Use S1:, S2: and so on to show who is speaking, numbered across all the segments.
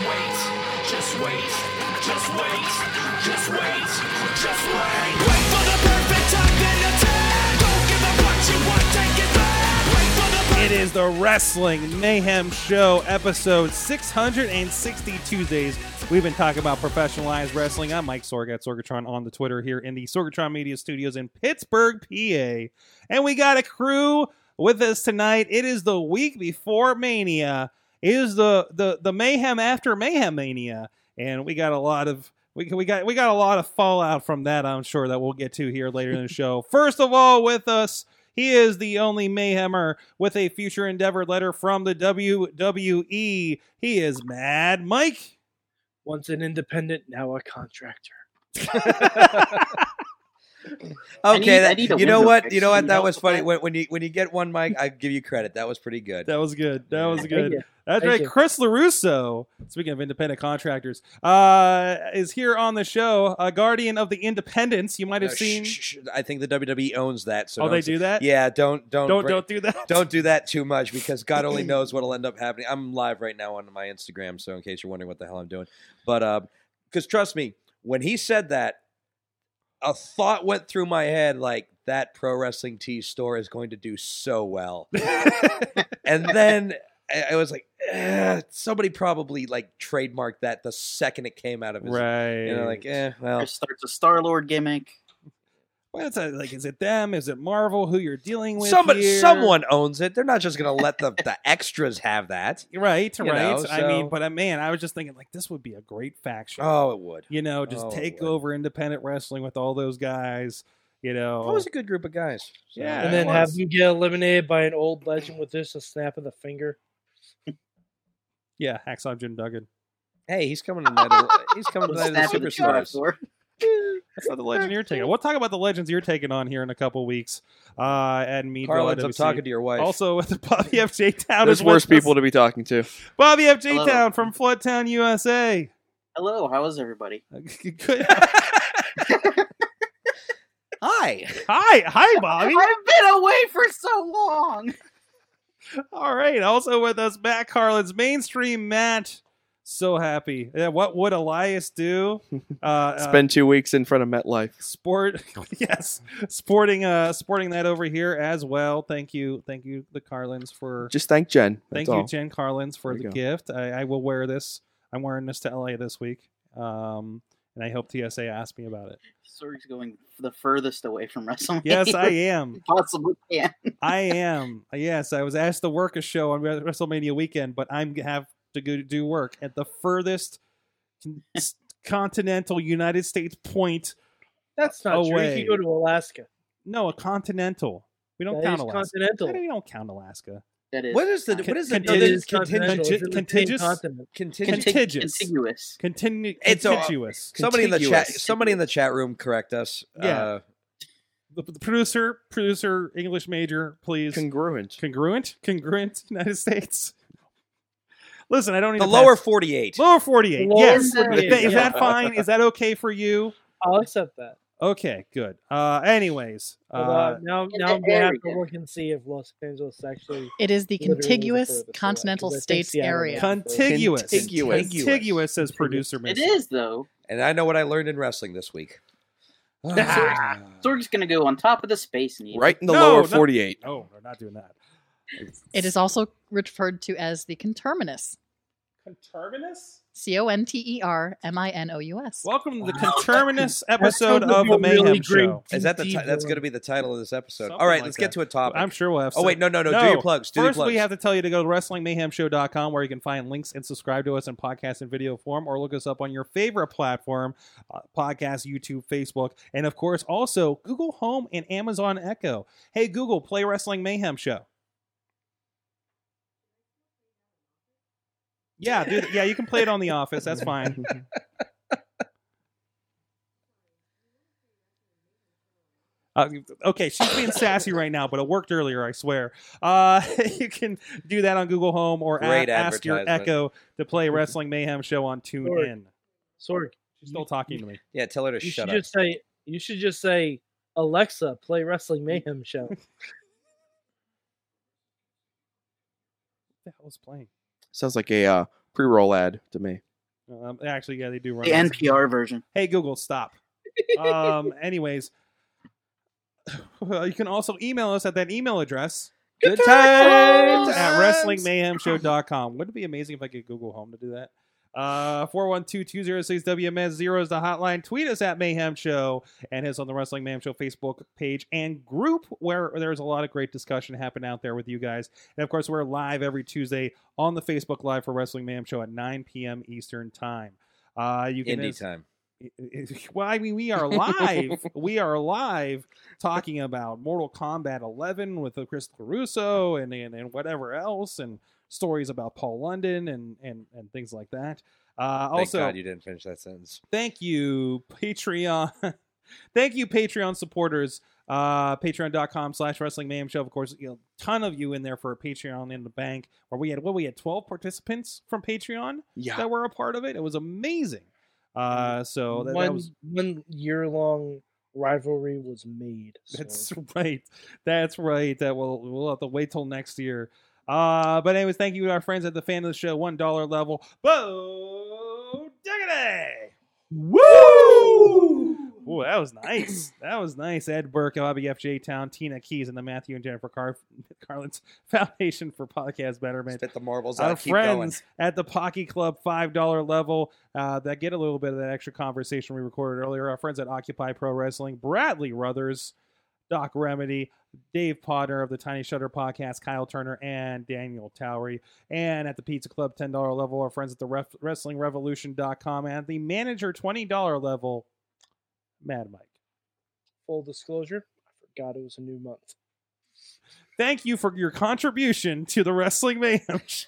S1: wait, just wait, just wait, just wait, just wait. Wait for the perfect time then attack. Don't give up what you want, take it back. Wait for the
S2: It is the Wrestling Mayhem Show, episode 660 Tuesdays. We've been talking about professionalized wrestling. I'm Mike Sorg at Sorgatron on the Twitter here in the Sorgatron Media Studios in Pittsburgh, PA. And we got a crew with us tonight. It is the week before Mania. It is the the the mayhem after Mayhem Mania, and we got a lot of we we got we got a lot of fallout from that. I'm sure that we'll get to here later in the show. First of all, with us he is the only Mayhemmer with a future endeavor letter from the WWE. He is Mad Mike.
S3: Once an independent, now a contractor.
S4: Okay,
S5: I need- I
S4: that,
S5: need a
S4: you know
S5: window
S4: what?
S5: fix
S4: You know what?
S5: to
S4: That
S5: know
S4: was funny.
S5: that-
S4: When, when you when you get one mic, I give you credit. That was pretty good.
S2: That was good. That was
S3: Thank
S2: good.
S3: you.
S2: That's
S3: Thank
S2: right.
S3: you.
S2: Chris LaRusso, speaking of independent contractors, uh, is here on the show, a guardian of the independence. You might
S4: No,
S2: have
S4: shh,
S2: seen.
S4: shh, shh. I think the WWE owns that. So
S2: oh,
S4: don't
S2: they
S4: say-
S2: do that?
S4: Yeah, don't don't
S2: Don't,
S4: br-
S2: don't do that.
S4: don't do that too much because God only knows what'll end up happening. I'm live right now on my Instagram, so in case you're wondering what the hell I'm doing, but because trust me, when he said that, a thought went through my head like that pro wrestling tee store is going to do so well. and then I, I was like, eh, somebody probably like trademarked that the second it came out of his.
S2: right.
S4: You know, like, eh, well,
S5: Chris starts a Star Lord gimmick.
S2: Well, it's uh, like, is it them? Is it Marvel? Who you're dealing with?
S4: somebody,
S2: here?
S4: someone owns it. They're not just going to let the, the extras have that.
S2: Right,
S4: you
S2: right.
S4: know,
S2: I mean,
S4: so-
S2: but uh, man, I was just thinking like this would be a great faction.
S4: Oh, it would.
S2: you know, just
S4: Oh,
S2: take
S4: Lord.
S2: over independent wrestling with all those guys. You
S4: That
S2: know,
S4: was a good group of guys. So-
S2: Yeah,
S3: and
S2: it
S3: then have
S2: was.
S3: them get eliminated by an old legend with just a snap of the finger.
S2: yeah, Hacksaw Jim Duggan.
S4: Hey, he's coming tonight. to- he's coming
S5: We'll
S4: tonight to
S5: snap
S4: the
S5: at the jar
S4: superstars.
S5: for.
S2: That's not the legend you're taking. We'll talk about the legends you're taking on here in a couple weeks. Uh, and me,
S4: Carl ends up talking to your wife.
S2: Also, with the Bobby F J Town.
S6: There's
S2: is with
S6: worse
S2: us.
S6: people to be talking to.
S2: Bobby F J
S5: Hello.
S2: Town from Flood Town, USA.
S5: Hello, how is everybody?
S2: Good-
S4: Hi.
S2: hi, hi, Bobby.
S5: I've been away for so long.
S2: All right. Also with us, Matt Carlin's mainstream Matt. So happy. Yeah, what would Elias do? Uh,
S6: It's
S2: uh,
S6: been two weeks in front of MetLife.
S2: sport. yes, sporting. Uh, sporting that over here as well. Thank you, thank you, the Carlins for.
S6: Just thank Jen. That's
S2: thank you,
S6: all.
S2: Jen Carlins, for
S6: There
S2: the
S6: you go.
S2: gift. I, I will wear this. I'm wearing this to LA this week, um, and I hope TSA asks me about it.
S5: Sorg's going the furthest away from WrestleMania.
S2: Yes, I
S5: you
S2: am.
S5: possibly can.
S2: I am. Yes, I was asked to work a show on WrestleMania weekend, but I'm g- have to go do work at the furthest con- s- continental United States point.
S3: That's not true. You
S2: Away.
S3: can go to Alaska.
S2: No, a continental. We don't
S3: That
S2: count
S3: is
S2: Alaska.
S3: continental.
S2: We don't count Alaska.
S5: That is
S4: What is the
S2: Con-
S4: what is the
S3: No, that
S2: contingent-
S3: is continental.
S2: conti-
S3: It's in the same
S2: contingent-
S3: continent.
S4: contingent?
S5: Contig-
S2: contiguous.
S5: contiguous.
S2: Continu-
S4: It's a-
S2: contiguous.
S4: Somebody in the chat.
S5: contiguous.
S4: Somebody in the chat room correct us.
S2: Yeah.
S4: Uh,
S2: the, the producer, producer, English major, please.
S6: Congruent.
S2: congruent, congruent United States. Listen, I don't need
S4: the
S2: to
S4: lower
S2: pass-
S4: forty-eight.
S2: lower forty-eight.
S3: Lower
S2: yes, Is
S3: 48,
S2: that- is
S3: yeah.
S2: that fine? Is that okay for you?
S3: I'll accept that.
S2: Okay, good. Uh, anyways,
S3: Although,
S2: uh,
S3: now,
S5: in
S3: now
S5: the
S3: I'm gonna have to
S5: area.
S3: look and see if Los Angeles actually
S7: It is the
S3: literally the
S7: contiguous
S3: furthest away, 'cause
S7: continental
S3: I think
S7: states
S3: Seattle
S7: area.
S3: is
S2: contiguous,
S6: Contiguous.
S2: contiguous, says producer.
S5: It
S2: Mason.
S5: is though.
S4: And I know what I learned in wrestling this week.
S5: Ah. Sorg's gonna go on top of the space needle.
S6: Right in the
S2: No,
S6: lower
S2: no.
S6: 48.
S2: No, Oh, we're not doing that.
S7: It is also referred to as the conterminous.
S2: Conterminous.
S7: C O N T E R M I N O U S.
S2: Welcome to the
S5: Wow.
S2: conterminous
S3: That's
S2: episode
S3: gonna
S2: of
S3: be a
S2: the Mayhem
S3: really great
S2: Show.
S4: Is that the ti-
S3: DVD
S4: that's going
S3: one.
S4: to be the title of this episode?
S2: Something
S4: All right,
S2: like
S4: let's
S2: that.
S4: get to a topic.
S2: I'm sure we'll have.
S4: oh wait,
S2: some-
S4: no, no, no. Do
S2: No.
S4: your plugs. Do your
S2: First,
S4: plugs.
S2: we have to tell you to go to WrestlingMayhemShow.com where you can find links and subscribe to us in podcast and video form, or look us up on your favorite platform uh, podcast, YouTube, Facebook, and of course, also Google Home and Amazon Echo. Hey, Google, play Wrestling Mayhem Show. Yeah, dude, yeah, you can play it on The Office. That's fine. Uh, okay, she's being sassy right now, but it worked earlier, I swear. Uh, you can do that on Google Home or a-
S4: Great
S2: ask your
S4: advertisement.
S2: Echo to play Wrestling Mayhem Show on TuneIn.
S3: Sorg,
S2: She's still talking to me.
S4: Yeah, tell her to
S3: you
S4: shut
S3: should
S4: up.
S3: just say you should just say Alexa, play Wrestling Mayhem show.
S2: What the hell is playing?
S6: Sounds like a uh, pre-roll ad to me.
S2: Um, actually, yeah, they do run.
S5: The
S2: ads.
S5: NPR version.
S2: hey google stop um anyways well, you can also email us at that email address
S4: Good times
S2: at wrestlingmayhemshow.com wouldn't it be amazing if i could google home to do that uh 412-206-WMS0 is the hotline tweet us at mayhem show and his on the wrestling mayhem show facebook page and group where there's a lot of great discussion happening out there with you guys and of course we're live every tuesday on the facebook live for wrestling mayhem show at 9 p.m eastern time uh you can
S4: Indie time.
S2: well, I mean, we are live. we are live talking about Mortal Kombat 11 with the Chris Caruso and, and and whatever else, and stories about Paul London and and and things like that. Uh,
S4: Thank
S2: also,
S4: God you didn't finish that sentence.
S2: thank you patreon thank you patreon supporters uh patreon.com slash wrestling mayhem show of course you know, ton of you in there for patreon in the bank where we had what we had 12 participants from patreon
S6: Yeah.
S2: that were a part of it it was amazing uh so that, that
S3: one
S2: was
S3: one year long rivalry was made. so-
S2: that's right that's right that we'll we'll have to wait till next year uh but anyways thank you to our friends at the fan of the show one dollar level bo diggity Woo! Ooh, that was nice. That was nice. Ed Burke, Bobby FJ Town, Tina Keys, and the Matthew and Jennifer Car- Carlin's Foundation for Podcast Betterment.
S4: Spit the marbles
S2: Our
S4: out. Keep going.
S2: friends at the Pocky Club $5 level uh, that get a little bit of that extra conversation we recorded earlier. Our friends at Occupy Pro Wrestling, Bradley Ruthers, Doc Remedy, Dave Potter of the Tiny Shutter Podcast, Kyle Turner, and Daniel Towery. And at the Pizza Club $10 level, our friends at the ref- WrestlingRevolution.com and the Manager $20 level, Mad Mike.
S3: Full disclosure, I forgot it was a new month.
S2: Thank you for your contribution to the Wrestling Mayhem Show.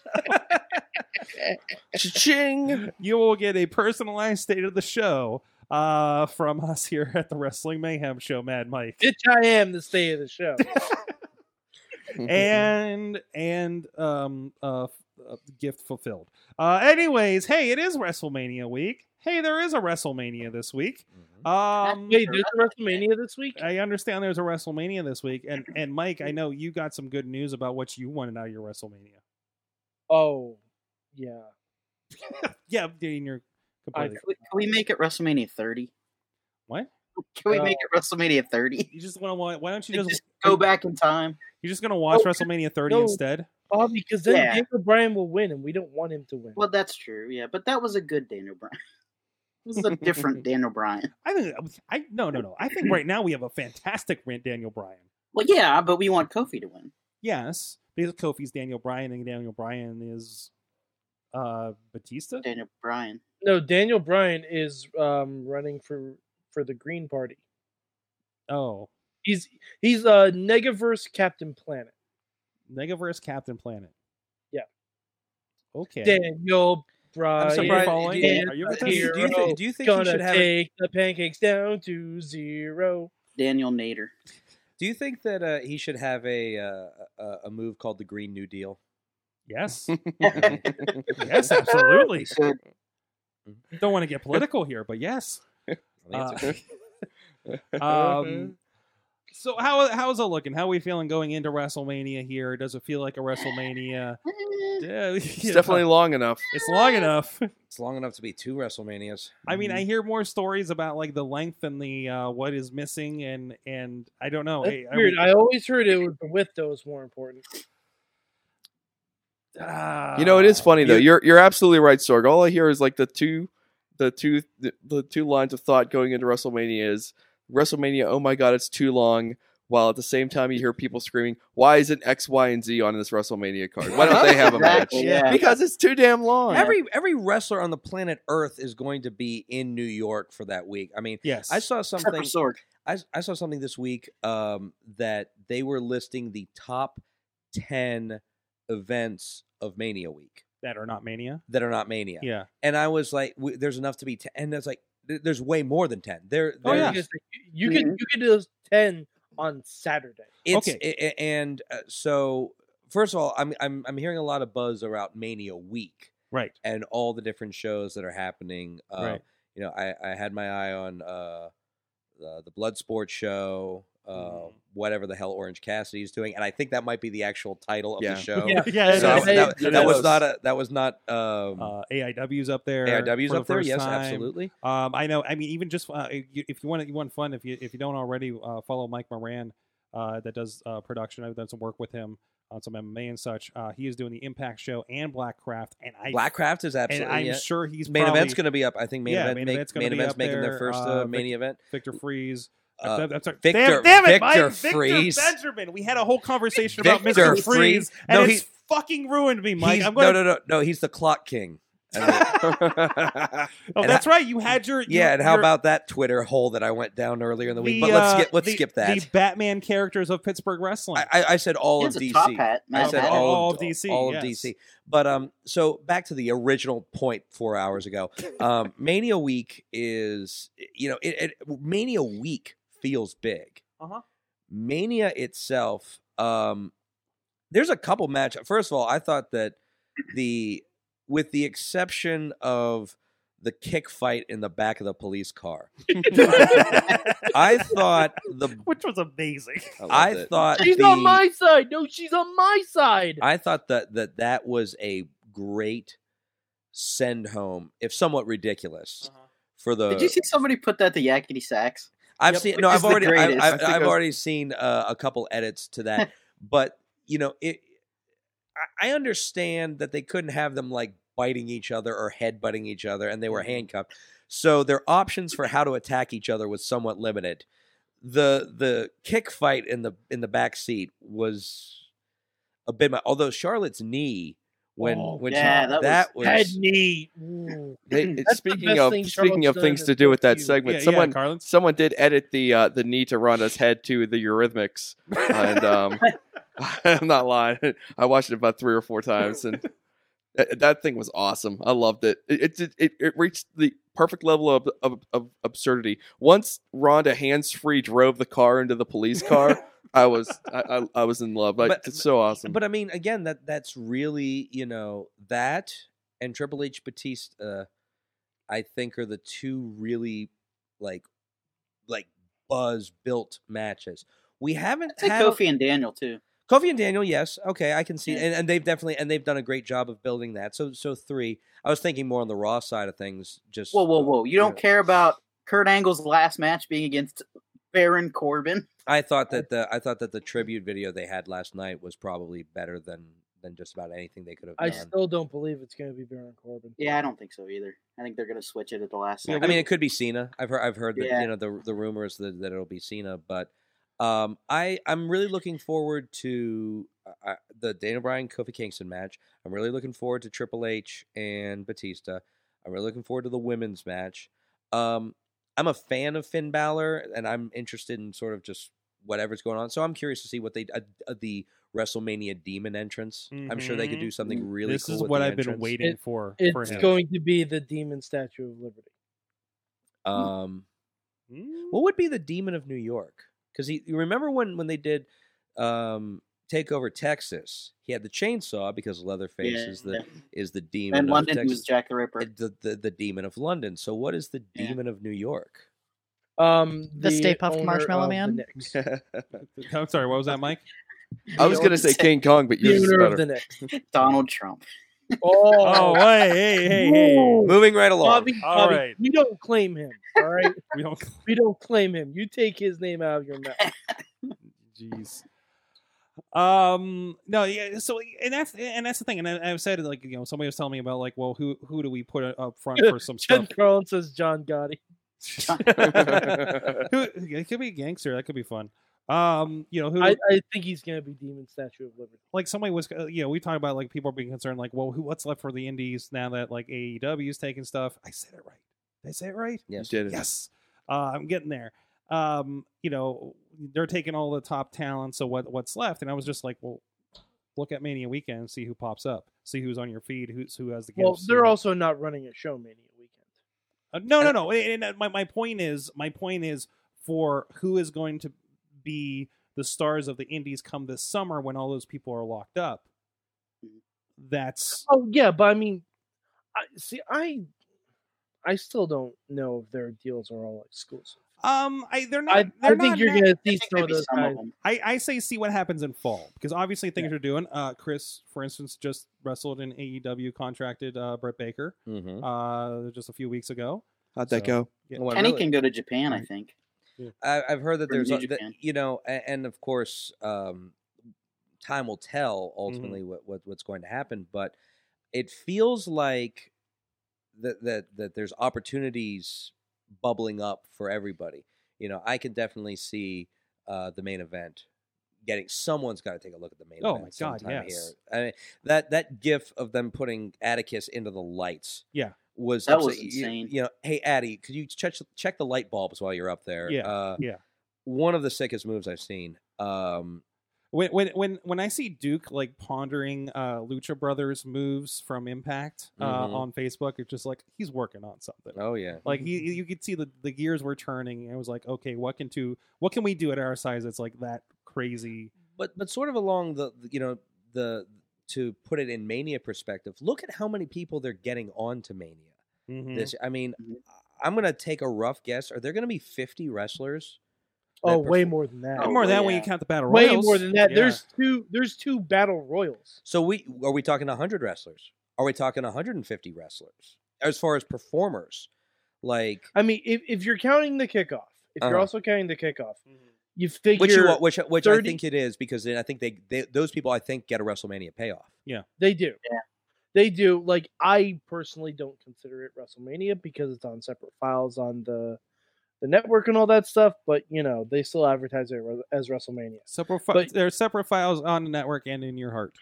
S6: Ching.
S2: you will get a personalized state of the show uh, from us here at the Wrestling Mayhem Show, Mad Mike,
S3: Bitch, I am the stay of the show.
S2: and and um uh, f- uh gift fulfilled. Uh, anyways, hey, it is WrestleMania week. Hey, there is a WrestleMania this week.
S4: Mhm.
S2: Um,
S3: Wait, there's a WrestleMania this week?
S2: I understand there's a WrestleMania this week, and and Mike, I know you got some good news about what you wanted out of your WrestleMania.
S3: Oh, yeah.
S2: Yeah, Dean, you're completely.
S5: Can we, can we make it WrestleMania 30?
S2: What?
S5: Can we
S3: Uh,
S5: make it WrestleMania 30?
S2: you just want to. Why don't you
S5: Just,
S2: just?
S5: go back in time.
S2: You're just gonna watch
S3: Oh,
S2: WrestleMania 30
S3: no.
S2: instead.
S3: Oh, because then
S5: Yeah.
S3: Daniel Bryan will win, and we don't want him to win.
S5: Well, that's true. Yeah, but that was a good Daniel Bryan. It was a different Daniel Bryan.
S2: I think I no no no. I think right now we have a fantastic rant Daniel Bryan.
S5: Well, yeah, but we want Kofi to win.
S2: Yes, because Kofi's Daniel Bryan and Daniel Bryan is uh Batista.
S5: Daniel Bryan.
S3: No, Daniel Bryan is um, running for for the Green Party.
S2: Oh,
S3: He's he's uh, Negaverse Captain Planet.
S2: Negaverse Captain Planet.
S3: Yeah.
S2: Okay.
S3: Daniel Bryan.
S2: I'm
S4: Brian,
S2: surprised. following?
S3: yeah,
S2: Are you with
S4: Uh, do,
S2: us?
S4: you, do you thi- do you think you
S3: gonna
S4: should have? a-
S3: take the pancakes down to zero.
S5: Daniel Nader.
S4: do you think that uh, he should have a, uh, a a move called the Green New Deal?
S2: Yes. yes, absolutely.
S5: should.
S2: Don't want to get political here, but yes.
S4: I think it's a- Uh,
S2: Um So how how's it looking? How are we feeling going into WrestleMania here? Does it feel like a WrestleMania?
S5: Eh,
S2: Yeah,
S6: It's definitely long enough.
S2: it's long enough.
S4: it's long enough to be two WrestleManias.
S2: I mean, I hear more stories about like the length and the uh, what is missing, and and I don't know.
S3: That's
S2: Oh, I- I
S3: weird.
S2: would-
S3: I always heard it was the width that was more important.
S2: Ah.
S6: You know, it is funny though. You're you're absolutely right, Sorg. All I hear is like the two, the two, the, the two lines of thought going into WrestleMania is WrestleMania. Oh my God, it's too long. While at the same time, you hear people screaming, "Why isn't X, Y, and Z on this WrestleMania card? Why don't they have a match?
S5: Exactly, yeah.
S6: Because it's too damn long."
S4: Every every wrestler on the planet Earth is going to be in New York for that week. I mean,
S2: Yes,
S4: I saw
S5: Except for
S4: something.
S5: Sorg.
S4: I, I saw something this week um, that they were listing the top ten events of Mania week
S2: that are not mania.
S4: that are not Mania.
S2: Yeah,
S4: And I was like, w- "There's enough to be ten. And it's like, th- "There's way more than ten. There,
S2: Oh,
S4: there-
S2: yeah.
S6: Mm-hmm.
S3: Because You could you could do ten on Saturday.
S4: It's,
S2: Okay.
S4: a- a- and uh, so first of all, I'm I'm I'm hearing a lot of buzz around Mania Week
S2: Right.
S4: and all the different shows that are happening. Uh,
S2: Right.
S4: You know, I I had my eye on uh, the the Bloodsport show. Uh,
S2: Mhm.
S4: Whatever the hell Orange Cassidy is doing, and I think that might be the actual title of
S6: Yeah.
S4: the show.
S2: Yeah.
S4: So
S2: yeah,
S3: So
S4: that,
S3: I-
S4: that-
S6: it
S4: that was
S6: is.
S4: not a that was not um,
S2: uh, AIW's up there.
S4: AIW's
S2: for the
S4: up there.
S2: first
S4: Yes,
S2: time.
S4: absolutely.
S2: Um, I know. I mean, even just uh, if you- if you want, you want fun. If you if you don't already uh, follow Mike Moran, uh, that does uh, production. I've done some work with him on some MMA and such. Uh, he is doing the Impact show and Blackcraft, and I
S4: Blackcraft is
S2: and
S4: absolutely.
S2: I'm
S4: yeah.
S2: sure he's
S4: main
S2: probably
S4: event's going to be up. I think main
S2: Yeah,
S4: event
S2: main
S4: make,
S2: event's gonna
S4: main
S2: be
S4: event's
S2: up
S4: making
S2: there,
S4: their first
S2: uh,
S4: uh, main event.
S2: Victor Freeze.
S4: Uh,
S2: I'm, I'm sorry. damn,
S4: Victor-
S2: damn it,
S4: Victor
S2: Mike,
S4: Freeze.
S2: Victor Benjamin. We had a whole conversation about
S4: Victor
S2: Mr. Freeze,
S4: Freeze.
S2: and
S4: No,
S2: it's fucking ruined me, Mike.
S4: He's-
S2: I'm going.
S4: no, no, no, no. He's the clock king. And-
S2: oh,
S4: and
S2: that's right. You had your
S4: yeah,
S2: your-
S4: and how
S2: your-
S4: about that Twitter hole that I went down earlier in the week?
S2: the,
S4: but let's
S2: uh,
S4: skip. Let's
S2: the-
S4: skip that.
S2: The Batman characters of Pittsburgh wrestling.
S4: I, I, I said all
S5: It's
S4: of
S5: a
S4: DC.
S5: top hat.
S4: I
S5: Matt
S4: said
S5: Bennett.
S4: all,
S2: All
S4: of
S2: of DC,
S4: All
S2: yes.
S4: of DC. But um, so back to the original point four hours ago. Um, Mania Week is you know it, it Mania Week feels big.
S2: Uh-huh.
S4: Mania itself, um, there's a couple match. First of all, I thought that the with the exception of the kick fight in the back of the police car, I thought the
S2: which was amazing.
S4: I, thought
S3: She's
S4: the,
S3: on my side. No, she's on my side.
S4: I thought that that that was a great send home, if somewhat ridiculous, for the.
S5: Did you see somebody put that to Yakety Sax?
S4: I've
S5: Yep.
S4: seen
S5: Which
S4: no,
S5: is
S4: I've
S5: the
S4: already I,
S5: greatest.
S4: I,
S6: I
S4: have
S6: think I-
S4: already seen uh, a couple edits to that, but you know it. I, I understand that they couldn't have them like biting each other or headbutting each other, and they were handcuffed, so their options for how to attack each other was somewhat limited. the The kick fight in the in the back seat was a bit. My, although Charlotte's knee when
S3: Oh,
S4: when
S5: yeah,
S4: she, that,
S5: that
S4: was.
S3: Head knee. Ooh.
S6: They-
S2: Mm.
S6: it-
S3: That's the
S6: speaking
S3: best
S6: of
S3: thing
S6: speaking of
S3: Charlotte's
S6: things
S3: done
S6: to
S3: in
S6: do with that
S3: Tokyo.
S6: segment,
S2: yeah,
S6: someone
S2: yeah, Carlin.
S6: someone did edit the uh, the knee to Ronda's head to the Eurythmics, and um, I'm not lying. I watched it about three or four times, and that, that thing was awesome. I loved it. It it, it, it reached the perfect level of, of, of absurdity. Once Ronda hands free drove the car into the police car, I was I, I, I was in love. Like,
S4: But-
S6: it's so awesome.
S4: But I mean, again, that that's really you know that and Triple H Batista, I think, are the two really like like buzz built matches. We haven't
S5: I'd say
S4: had
S5: Kofi and Daniel too.
S4: Kofi and Daniel, yes, okay, I can see,
S5: Yeah.
S4: and, and they've definitely and they've done a great job of building that. So so three. I was thinking more on the Raw side of things. Just
S5: Whoa, whoa, whoa! You don't
S4: Yeah.
S5: care about Kurt Angle's last match being against Baron Corbin?
S4: I thought that the I thought that the tribute video they had last night was probably better than than just about anything they could have
S3: I
S4: done.
S3: still don't believe it's going to be Baron Corbin.
S5: Yeah, I don't think so either. I think they're gonna switch it at the last.
S2: Yeah,
S5: second.
S4: I mean, it could be Cena. I've heard. I've heard that
S5: Yeah.
S4: you know the the rumors that, that it'll be Cena, but um, I I'm really looking forward to uh, the Dana Bryan Kofi Kingston match. I'm really looking forward to Triple H and Batista. I'm really looking forward to the women's match. Um, I'm a fan of Finn Balor, and I'm interested in sort of just whatever's going on. So I'm curious to see what they uh, uh, the WrestleMania Demon entrance. I'm sure they could
S2: Mhm.
S4: do something really.
S2: this
S4: cool
S2: is
S4: with
S2: what
S4: the
S2: I've been
S4: entrance.
S2: waiting
S3: It-
S2: for. for
S3: It's
S2: him.
S3: going to be the Demon Statue of Liberty.
S4: Um,
S2: Mm.
S4: What would be the demon of New York? Because he you remember when when they did um, take over Texas, he had the chainsaw because Leatherface
S5: Yeah.
S4: is the is the demon
S5: and
S4: of
S5: London he
S4: Texas,
S5: was Jack the Ripper.
S4: uh, the, the the demon of London. So what is the
S5: Yeah.
S4: demon of New York?
S3: Um,
S7: The Stay Puft
S3: owner
S7: Marshmallow
S3: of the
S7: Man?
S3: Knicks.
S2: I'm sorry. What was that, Mike?
S6: I was gonna say King Kong, but
S3: the
S6: yours is
S3: owner of
S6: better.
S3: the Knicks.
S5: Donald Trump.
S3: Oh,
S2: Oh, hey, hey, hey, hey.
S3: Whoa.
S4: Moving right along.
S3: Bobby,
S2: All
S3: Bobby,
S2: right.
S3: we don't claim him. All right,
S2: We don't.
S3: we don't claim him. You take his name out of your mouth.
S2: Jeez. Um. No. Yeah. So, and that's and that's the thing. And I, I've said like you know somebody was telling me about like well who who do we put up front for some
S3: Jen
S2: stuff?
S3: Carlin says John Gotti.
S2: who, it could be a gangster. That could be fun. Um. You know who?
S3: I, I think he's gonna be Demon Statue of Liberty.
S2: like somebody was uh, you know we talk about like people being concerned like well who what's left for the indies now that like AEW's taking stuff I said it right did I say it right
S6: You
S4: yes.
S6: did it.
S2: yes uh, I'm getting there um you know they're taking all the top talent so what what's left and I was just like well look at Mania weekend see who pops up see who's on your feed who's who has the
S3: Well,
S2: gifts
S3: they're
S2: and-
S3: also not running a show Mania weekend.
S2: uh, no, no, no. And and, uh, my, my point is, my point is for who is going to be the stars of the indies come this summer when all those people are locked up. That's
S3: Oh yeah, but I mean, I see. I I still don't know if their deals are all exclusive.
S2: um, I they're not.
S3: I, I
S2: they're
S3: think
S2: not
S3: you're
S2: na-
S3: gonna
S5: I
S3: see
S5: think
S3: some of
S5: maybe
S3: those
S5: some
S3: guys.
S5: of them.
S2: I, I say see what happens in fall because obviously things are doing. Uh, Chris, for instance, just wrestled in AEW, contracted uh, Brett Baker
S4: Mm-hmm.
S2: uh, just a few weeks ago.
S6: How'd that
S2: So-
S6: go?
S5: And he can go to Japan, I think.
S4: I, I've heard that
S5: From
S4: there's,
S5: New
S4: a- that,
S5: Japan.
S4: you know, a- and of course, um, time will tell ultimately what, what what's going to happen. But it feels like that that that there's opportunities bubbling up for everybody. You know, I can definitely see uh, the main event getting someone's got to take a look at the main
S2: Oh
S4: event.
S2: my God,
S4: sometime
S2: yes.
S4: Here. I mean, that that gif of them putting Atticus into the lights.
S2: Yeah.
S4: Was
S5: That was
S4: absolutely- you-
S5: insane.
S4: You know, hey Addy, could you check check the light bulbs while you're up there?
S2: Yeah,
S4: uh,
S2: yeah.
S4: One of the sickest moves I've seen. Um,
S2: When when when when I see Duke like pondering uh, Lucha Brothers moves from Impact uh,
S3: Mm-hmm.
S4: Mhm.
S2: on Facebook, it's just like he's working on something.
S4: oh yeah,
S2: Like he,
S3: Mm-hmm.
S2: you could see the, the gears were turning, and it was like, okay, what can do? What can we do at our size that's like that crazy?
S4: but but sort of along the the- you know the to put it in Mania perspective, look at how many people they're getting on to Mania.
S3: Mm-hmm.
S2: Hmm.
S4: This, I mean,
S5: Mhm.
S4: I'm gonna take a rough guess. Are there gonna be 50 wrestlers?
S3: Oh,
S4: that
S3: way
S4: perform?
S3: more than that.
S5: Oh,
S2: more than that
S5: yeah.
S2: when you count the battle
S3: way
S2: royals.
S3: more than that.
S2: Yeah.
S3: There's two. There's two battle royals.
S4: So we are we talking 100 wrestlers? Are we talking 150 wrestlers as far as performers? Like
S3: I mean, if, if you're counting the kickoff, if you're
S4: Uh-huh.
S3: also counting the kickoff, you figure
S4: which you, are- which which I
S3: 30
S4: think it is because I think they, they those people I think get a WrestleMania payoff.
S3: they do.
S5: Yeah.
S3: They do. Like I personally don't consider it WrestleMania because it's on separate files on the the network and all that stuff. But you know, they still advertise it as WrestleMania.
S2: separate fi-
S3: but-
S2: there are separate files on the network and in your heart.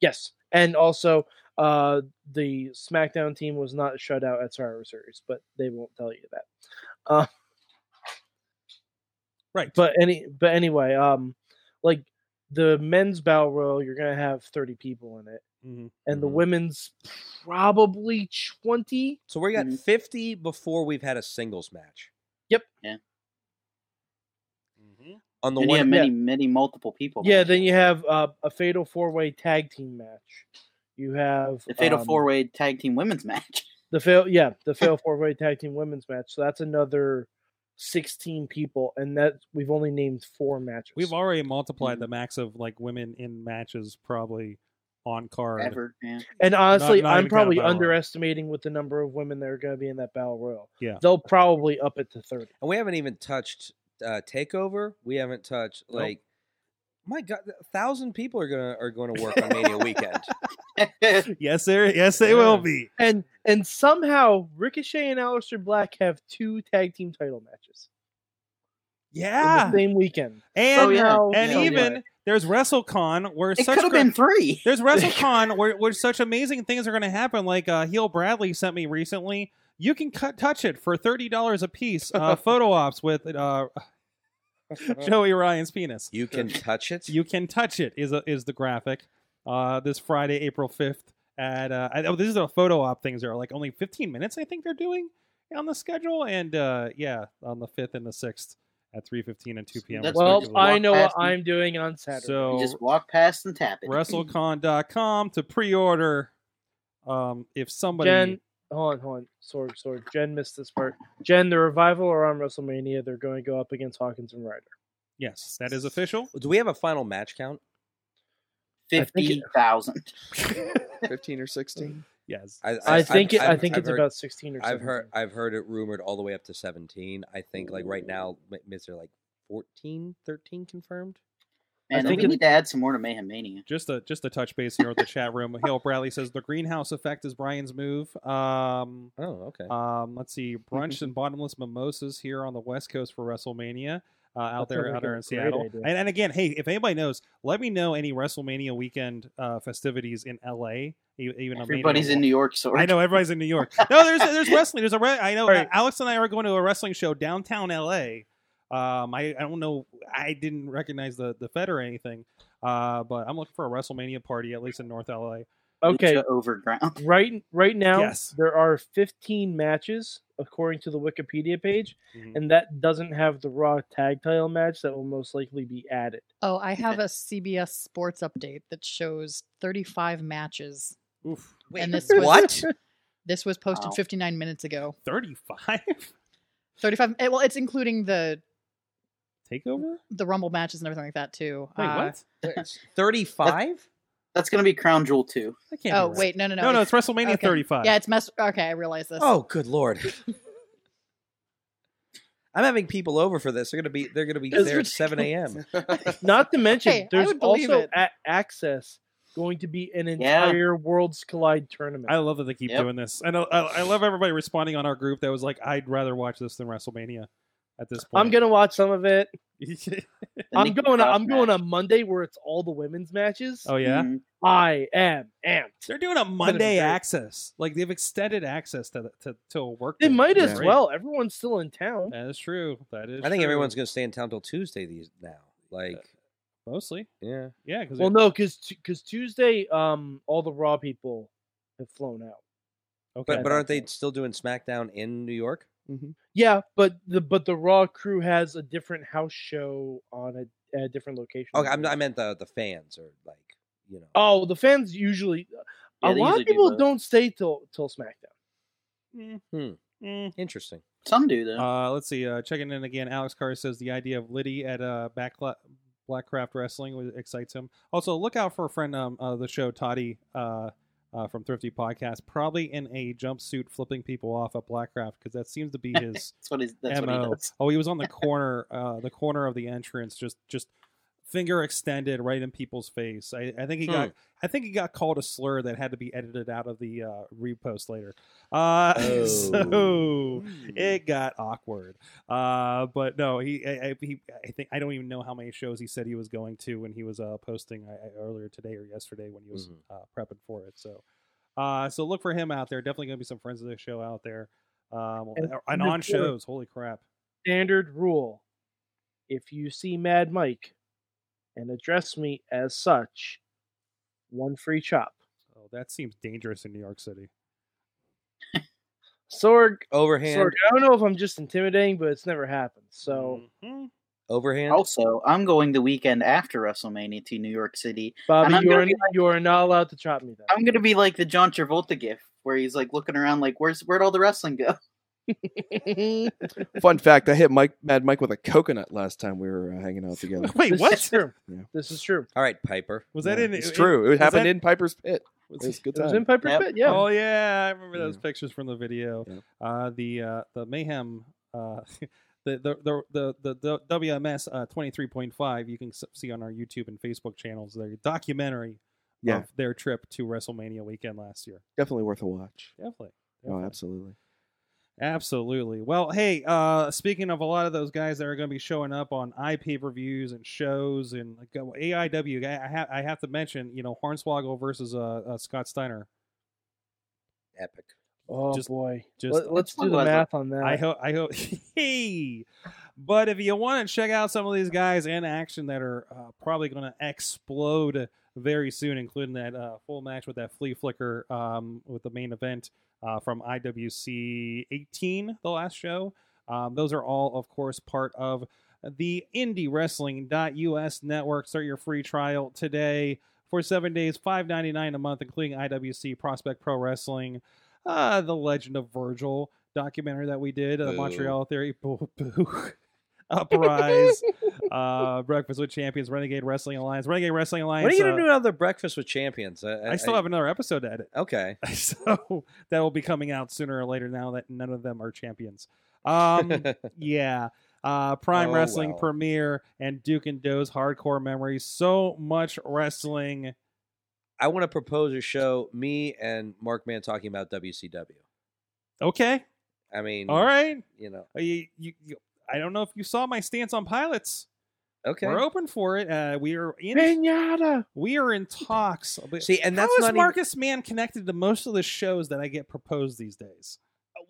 S3: Yes, and also uh, the SmackDown team was not shut out at Survivor Series, but they won't tell you that. Uh,
S2: Right.
S3: But any, but anyway, um, like the men's battle royal, you're gonna have 30 people in it,
S2: Mhm.
S3: and the
S5: Mm-hmm.
S4: Mhm.
S3: women's probably 20.
S4: So we got
S5: Mhm.
S4: 50 before we've had a singles match.
S3: Yep.
S5: Yeah.
S4: Mm-hmm. On the
S5: and you
S4: one
S5: have many, many multiple people.
S3: Yeah,
S5: matches.
S3: then you have uh, a fatal four way tag team match. You have
S5: the fatal
S3: um,
S5: four way tag team women's match.
S3: The fail, yeah, the fail four way tag team women's match. So that's another sixteen people, and that we've only named four matches.
S2: We've already multiplied
S5: mm.
S2: the max of like women in matches probably on card.
S5: Ever. Yeah.
S3: and honestly,
S2: not
S3: I'm
S2: even counting
S3: probably
S2: Battle Royal.
S3: underestimating with the number of women that are going to be in that battle royal.
S2: Yeah.
S3: they'll probably up it to thirty.
S4: and we haven't even touched uh, Takeover. We haven't touched like my god, a thousand people are gonna are going to work on Mania weekend.
S2: Yes, there. Yes, they will be.
S3: And and somehow Ricochet and Aleister Black have two tag team title matches in
S2: Yeah,
S3: the same weekend.
S2: and
S5: Oh, yeah.
S2: and
S5: Yeah.
S2: even there's WrestleCon where
S5: it
S2: such
S5: could have
S2: gr-
S5: been three.
S2: There's WrestleCon where, where such amazing things are going to happen. Like uh, Heel Bradley sent me recently. You can cut, touch it for thirty dollars a piece. Uh, photo ops with uh, Joey Ryan's penis.
S4: You can touch it.
S2: You can touch it is a, is the graphic. Uh, this Friday, April fifth at uh, I, oh, this is a photo op things that are like only fifteen minutes. I think they're doing on the schedule and uh, yeah, on the fifth and the sixth at three fifteen and two p.m.
S5: That's
S3: Well,
S5: ridiculous.
S3: I
S5: Walk
S3: know what
S5: past me.
S3: I'm doing on Saturday.
S2: so
S5: You just walk past and tap it.
S2: WrestleCon.com to pre-order. Um, if somebody
S3: Jen, hold on, hold on. Sorg, Sorg. Jen missed this part. Jen, the revival are on WrestleMania. They're going to go up against Hawkins and Ryder.
S2: Yes, that is official.
S4: Do we have a final match count?
S3: I think it-
S5: Fifty thousand.
S6: Fifteen or sixteen?
S2: Yes.
S3: I
S4: I've-
S3: think it, I
S4: I've-
S3: think
S4: I've
S3: it's
S4: heard-
S3: about 16 or something.
S4: I've heard I've heard it rumored all the way up to 17. I think like right now, m- is there like 14, 13 confirmed?
S5: And
S3: think
S5: we
S3: it-
S5: need to add some more to Mayhem Mania.
S2: Just a just a touch base here with the chat room. Hale Bradley says the greenhouse effect is Brian's move. Um,
S4: Oh, okay.
S2: um, let's see, brunch
S3: Mm-hmm.
S2: and bottomless mimosas here on the West Coast for WrestleMania. Uh, out
S3: That sounds
S2: there,
S3: like
S2: out there
S3: a
S2: in
S3: great
S2: Seattle,
S3: idea.
S2: and, and again, hey, if anybody knows, let me know any WrestleMania weekend uh, festivities in LA. e- Even on Mania
S5: Everybody's in
S2: War.
S5: New York, so
S2: I know everybody's in New York. No, there's there's wrestling. There's a re- I know
S3: Right.
S2: Alex and I are going to a wrestling show downtown L.A. Um, I, I don't know. I didn't recognize the the Fed or anything. Uh, but I'm looking for a WrestleMania party at least in North L.A.
S3: Okay,
S5: Lucha Overground.
S3: right right now
S2: Yes.
S3: there are 15 matches according to the Wikipedia page,
S2: Mhm.
S3: and that doesn't have the Raw tag title match that will most likely be added.
S7: Oh, I have a CBS Sports update that shows 35 matches.
S2: Oof.
S5: Wait,
S7: and this was,
S4: what?
S7: This was posted
S5: Wow.
S7: 59 minutes ago.
S2: 35
S7: 35. eh, Well, it's including the
S2: takeover.
S7: the Rumble matches and everything like that too.
S2: Wait,
S7: Uh,
S2: what?
S4: Thirty-five.
S5: That's gonna be Crown Jewel two.
S2: That can't be
S7: Oh
S2: right.
S7: wait, no, no, no.
S2: No, no, it's WrestleMania
S7: okay.
S2: 35.
S7: Yeah, it's mess. Okay, I realize this.
S4: Oh, good lord! I'm having people over for this. They're gonna be. They're gonna be
S7: That's
S4: there at seven a.m.
S3: Not to mention,
S7: Hey, I
S3: there's
S7: would believe
S3: also
S7: it.
S3: a- access going to be an
S5: Yeah.
S3: entire Worlds Collide tournament.
S2: I love that they keep
S5: Yep.
S2: doing this. I know. I, I love everybody responding on our group that was like, "I'd rather watch this than WrestleMania." At this point,
S3: I'm gonna watch some of it.
S5: The
S3: I'm
S5: Nikki
S3: going.
S5: Cross
S3: I'm going
S5: match.
S3: on Monday where it's all the women's matches.
S2: oh yeah,
S5: Mhm.
S3: I am amped.
S2: they're doing a
S3: great.
S2: Monday access. Like they've extended access to the, to to a work.
S3: They
S2: day.
S3: might
S2: It's
S3: as
S2: great.
S3: well. Everyone's still in town.
S2: That is true. That is.
S4: I think
S2: true.
S4: everyone's gonna stay in town till Tuesday. These now, like,
S2: mostly.
S4: yeah.
S2: Yeah, because
S3: Well, no, because because Tuesday, um, all the Raw people have flown out.
S2: okay,
S4: But but aren't they still doing SmackDown in New York?
S3: Yeah, but the but the Raw crew has a different house show on a, a different location.
S4: Okay, I'm, I meant the the fans or like you know.
S3: Oh, the fans usually. uh,
S5: Yeah,
S3: a
S5: they
S3: lot
S5: usually
S3: of
S5: do
S3: people
S5: both.
S3: don't stay till till SmackDown.
S4: Interesting.
S5: Some do though.
S2: Uh, let's see. Uh, checking in again. Alex Carr says the idea of Liddy at uh, Backla- Blackcraft Wrestling wa- excites him. Also, look out for a friend um, of the show, Toddy uh, uh, from Thrifty Podcast, probably in a jumpsuit flipping people off at Blackcraft because that seems to be his
S5: that's what he's. That's what he
S2: mo.
S5: does.
S2: Oh, he was on the corner, uh, the corner of the entrance, just just finger extended right in people's face. I, I think he got,
S5: Hmm.
S2: I think he got called a slur that had to be edited out of the uh, repost later. Uh,
S4: Oh.
S5: Oh.
S2: So
S6: Mm-hmm.
S2: it got awkward. Uh, but no, he, I, I, he, I think I don't even know how many shows he said he was going to when he was uh, posting I, I- earlier today or yesterday when he was
S4: Mhm.
S6: Mm-hmm.
S2: uh, prepping for it. So. Uh, so look for him out there. Definitely gonna be some friends of the show out there. Um,
S3: And-
S2: and,
S3: and
S2: on
S3: the fourth-
S2: shows. Holy crap!
S3: Standard rule: if you see Mad Mike and address me as such, one free chop.
S2: Oh, that seems dangerous in New York City.
S3: Sorg,
S4: Overhand.
S3: Sorg. I don't know if I'm just intimidating, but it's never happened. So
S6: Mm-hmm.
S4: Overhand.
S5: Also, I'm going the weekend after WrestleMania to New York City. And
S3: Bobby,
S5: I'm
S3: you
S5: gonna
S3: are
S5: be like-
S3: you are not allowed to chop me. Though.
S5: I'm gonna be like the John Travolta gif, where he's like looking around, like, "Where's where'd all the wrestling go?"
S6: Fun fact: I hit Mike, Mad Mike, with a coconut last time we were uh, hanging out together.
S2: Wait,
S3: this
S2: what?
S3: is true.
S6: Yeah.
S3: This is true.
S4: All right, Piper.
S2: Was that
S6: Yeah,
S2: in?
S6: It's true. It,
S2: was
S6: happened
S2: that-
S6: in Piper's Pit. It was
S2: was-
S6: a good
S3: It was
S6: time.
S3: in Piper's
S5: Yep.
S3: Pit. Yeah.
S2: Oh yeah, I remember those
S6: Yeah.
S2: pictures from the video.
S6: Yeah.
S2: Uh, the uh, the mayhem. Uh, The, the, the, the, the, the WMS uh, 23.5 you can s- see on our YouTube and Facebook channels their documentary
S6: Yeah.
S2: of their trip to WrestleMania weekend last year.
S6: Definitely worth a watch.
S2: Definitely.
S6: Oh,
S2: Definitely.
S6: absolutely.
S2: Absolutely. Well, hey, uh, speaking of a lot of those guys that are going to be showing up on IP reviews and shows and like, uh, AIW, I, I, ha- I have to mention, you know, Hornswoggle versus uh, uh, Scott Steiner.
S4: Epic.
S3: Oh
S2: Just-
S3: boy.
S2: just-
S3: Let, us
S5: Which one
S3: do the
S5: was it?
S3: math on that.
S2: I hope, I hope, hey. But if you want to check out some of these guys in action that are uh, probably going to explode very soon, including that uh, full match with that flea flicker um, with the main event uh, from IWC 18, the last show. Um, those are all, of course, part of the IndieWrestling.us network. Start your free trial today for seven days, five ninety nine a month, including IWC Prospect Pro Wrestling, uh, the Legend of Virgil documentary that we did, uh,
S4: Boo.
S2: Montreal Theory, boo, boo, Uprise, uh, Breakfast with Champions, Renegade Wrestling Alliance, Renegade Wrestling Alliance.
S4: What are you
S2: uh,
S4: gonna do on the Breakfast with Champions? I,
S2: I still have another episode to edit.
S4: Okay.
S2: so that will be coming out sooner or later now that none of them are champions. Um, yeah. Uh, Prime
S4: Oh,
S2: Wrestling
S4: well.
S2: Premiere and Duke and Doe's Hardcore Memories. So much wrestling.
S4: I want to propose a show. Me and Mark Mann talking about WCW.
S2: Okay.
S4: I mean,
S2: All right.
S4: You know.
S2: Uh, You, you, you, I don't know if you saw my stance on pilots.
S4: Okay.
S2: We're open for it. Uh, we are in.
S3: Pinata.
S2: We are in talks.
S4: See, and
S2: How
S4: that's
S2: is
S4: not even-
S2: Marcus Mann connected to most of the shows that I get proposed these days?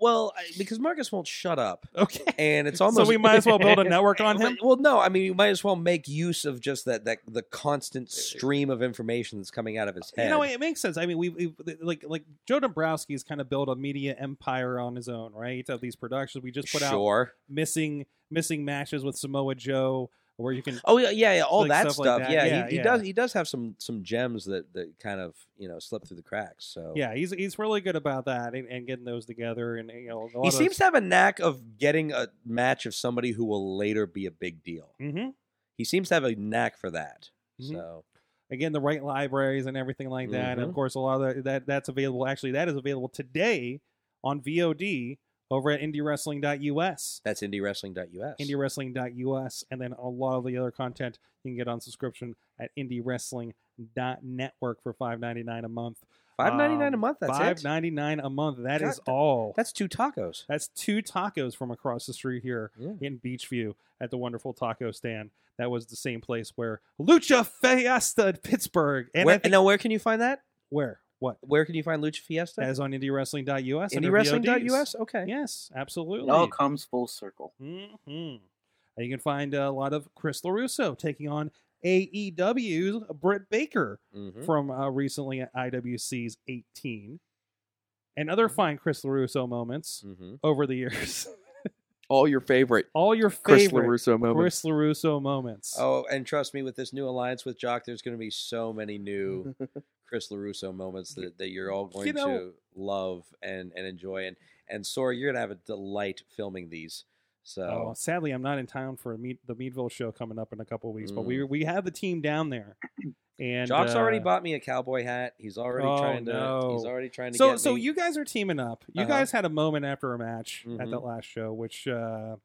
S4: Well, I, because Marcus won't shut up,
S2: Okay.
S4: and it's almost
S2: so we might as well build a network on him.
S4: Well, no, I mean you might as well make use of just that that the constant stream of information that's coming out of his head.
S2: You know, it makes sense. I mean, we, we like like Joe Dombrowski's kind of built a media empire on his own, right? Of these productions, we just put out
S4: sure.
S2: missing missing matches with Samoa Joe, where you can
S4: Oh yeah, yeah, yeah all
S2: Like,
S4: that
S2: stuff like
S4: stuff.
S2: that.
S4: Yeah,
S2: Yeah,
S4: he, he
S2: yeah.
S4: does. He does have some some gems that that kind of you know slip through the cracks. So
S2: yeah, he's he's really good about that and, and getting those together, and you know, a lot
S4: he
S2: of,
S4: seems to have a knack of getting a match of somebody who will later be a big deal.
S2: hmm
S4: He seems to have a knack for that.
S2: Mhm.
S4: So
S2: again the right libraries and everything like that. And of
S4: Mhm.
S2: course, a lot of that, that that's available. Actually, that is available today on VOD over at IndieWrestling.us.
S4: that's indiewrestling.us.
S2: indiewrestling.us and then a lot of the other content you can get on subscription at indiewrestling.network for 5.99 a month
S4: Five ninety nine a
S2: Um,
S4: month. That's it.
S2: 5.99 a month That is
S4: God,
S2: all
S4: That's two tacos.
S2: that's two tacos from across the street here
S4: Yeah.
S2: in Beachview at the wonderful taco stand that was the same place where Lucha Fiesta in Pittsburgh and
S4: where,
S2: I think,
S4: now, where can you find that?
S2: where what
S4: Where can you find Lucha Fiesta?
S2: that is on indiewrestling.us under
S4: IndieWrestling.us?
S2: VODs.
S4: Okay.
S2: yes absolutely
S5: It
S4: Oh,
S5: all comes full circle.
S2: hmm You can find a lot of Chris LaRusso taking on AEW's Britt Baker
S4: Mhm.
S2: from uh, recently at IWC's 18. And other fine Chris LaRusso moments
S4: Mhm.
S2: over the years.
S6: All your favorite
S2: All your
S6: Chris
S2: favorite
S6: LaRusso moments.
S2: Chris LaRusso moments.
S4: Oh, and trust me, with this new alliance with Jock, there's going to be so many
S2: Mm-hmm.
S4: new Chris Larusso moments that, that you're all going
S2: You know-
S4: to love and, and enjoy. And and Sora, you're going to have a delight filming these.
S2: Oh,
S4: So
S2: sadly, I'm not in town for a meet, the Meadville show coming up in a couple weeks, but we we have the team down there. And
S4: Jock's already
S2: uh,
S4: bought me a cowboy hat. He's already
S2: Oh,
S4: trying to. He's
S2: no.
S4: already trying to.
S2: so
S4: get
S2: so
S4: me.
S2: you guys are teaming up. You
S4: Uh-huh.
S2: guys had a moment after a match at
S4: Mhm.
S2: that last show, which uh,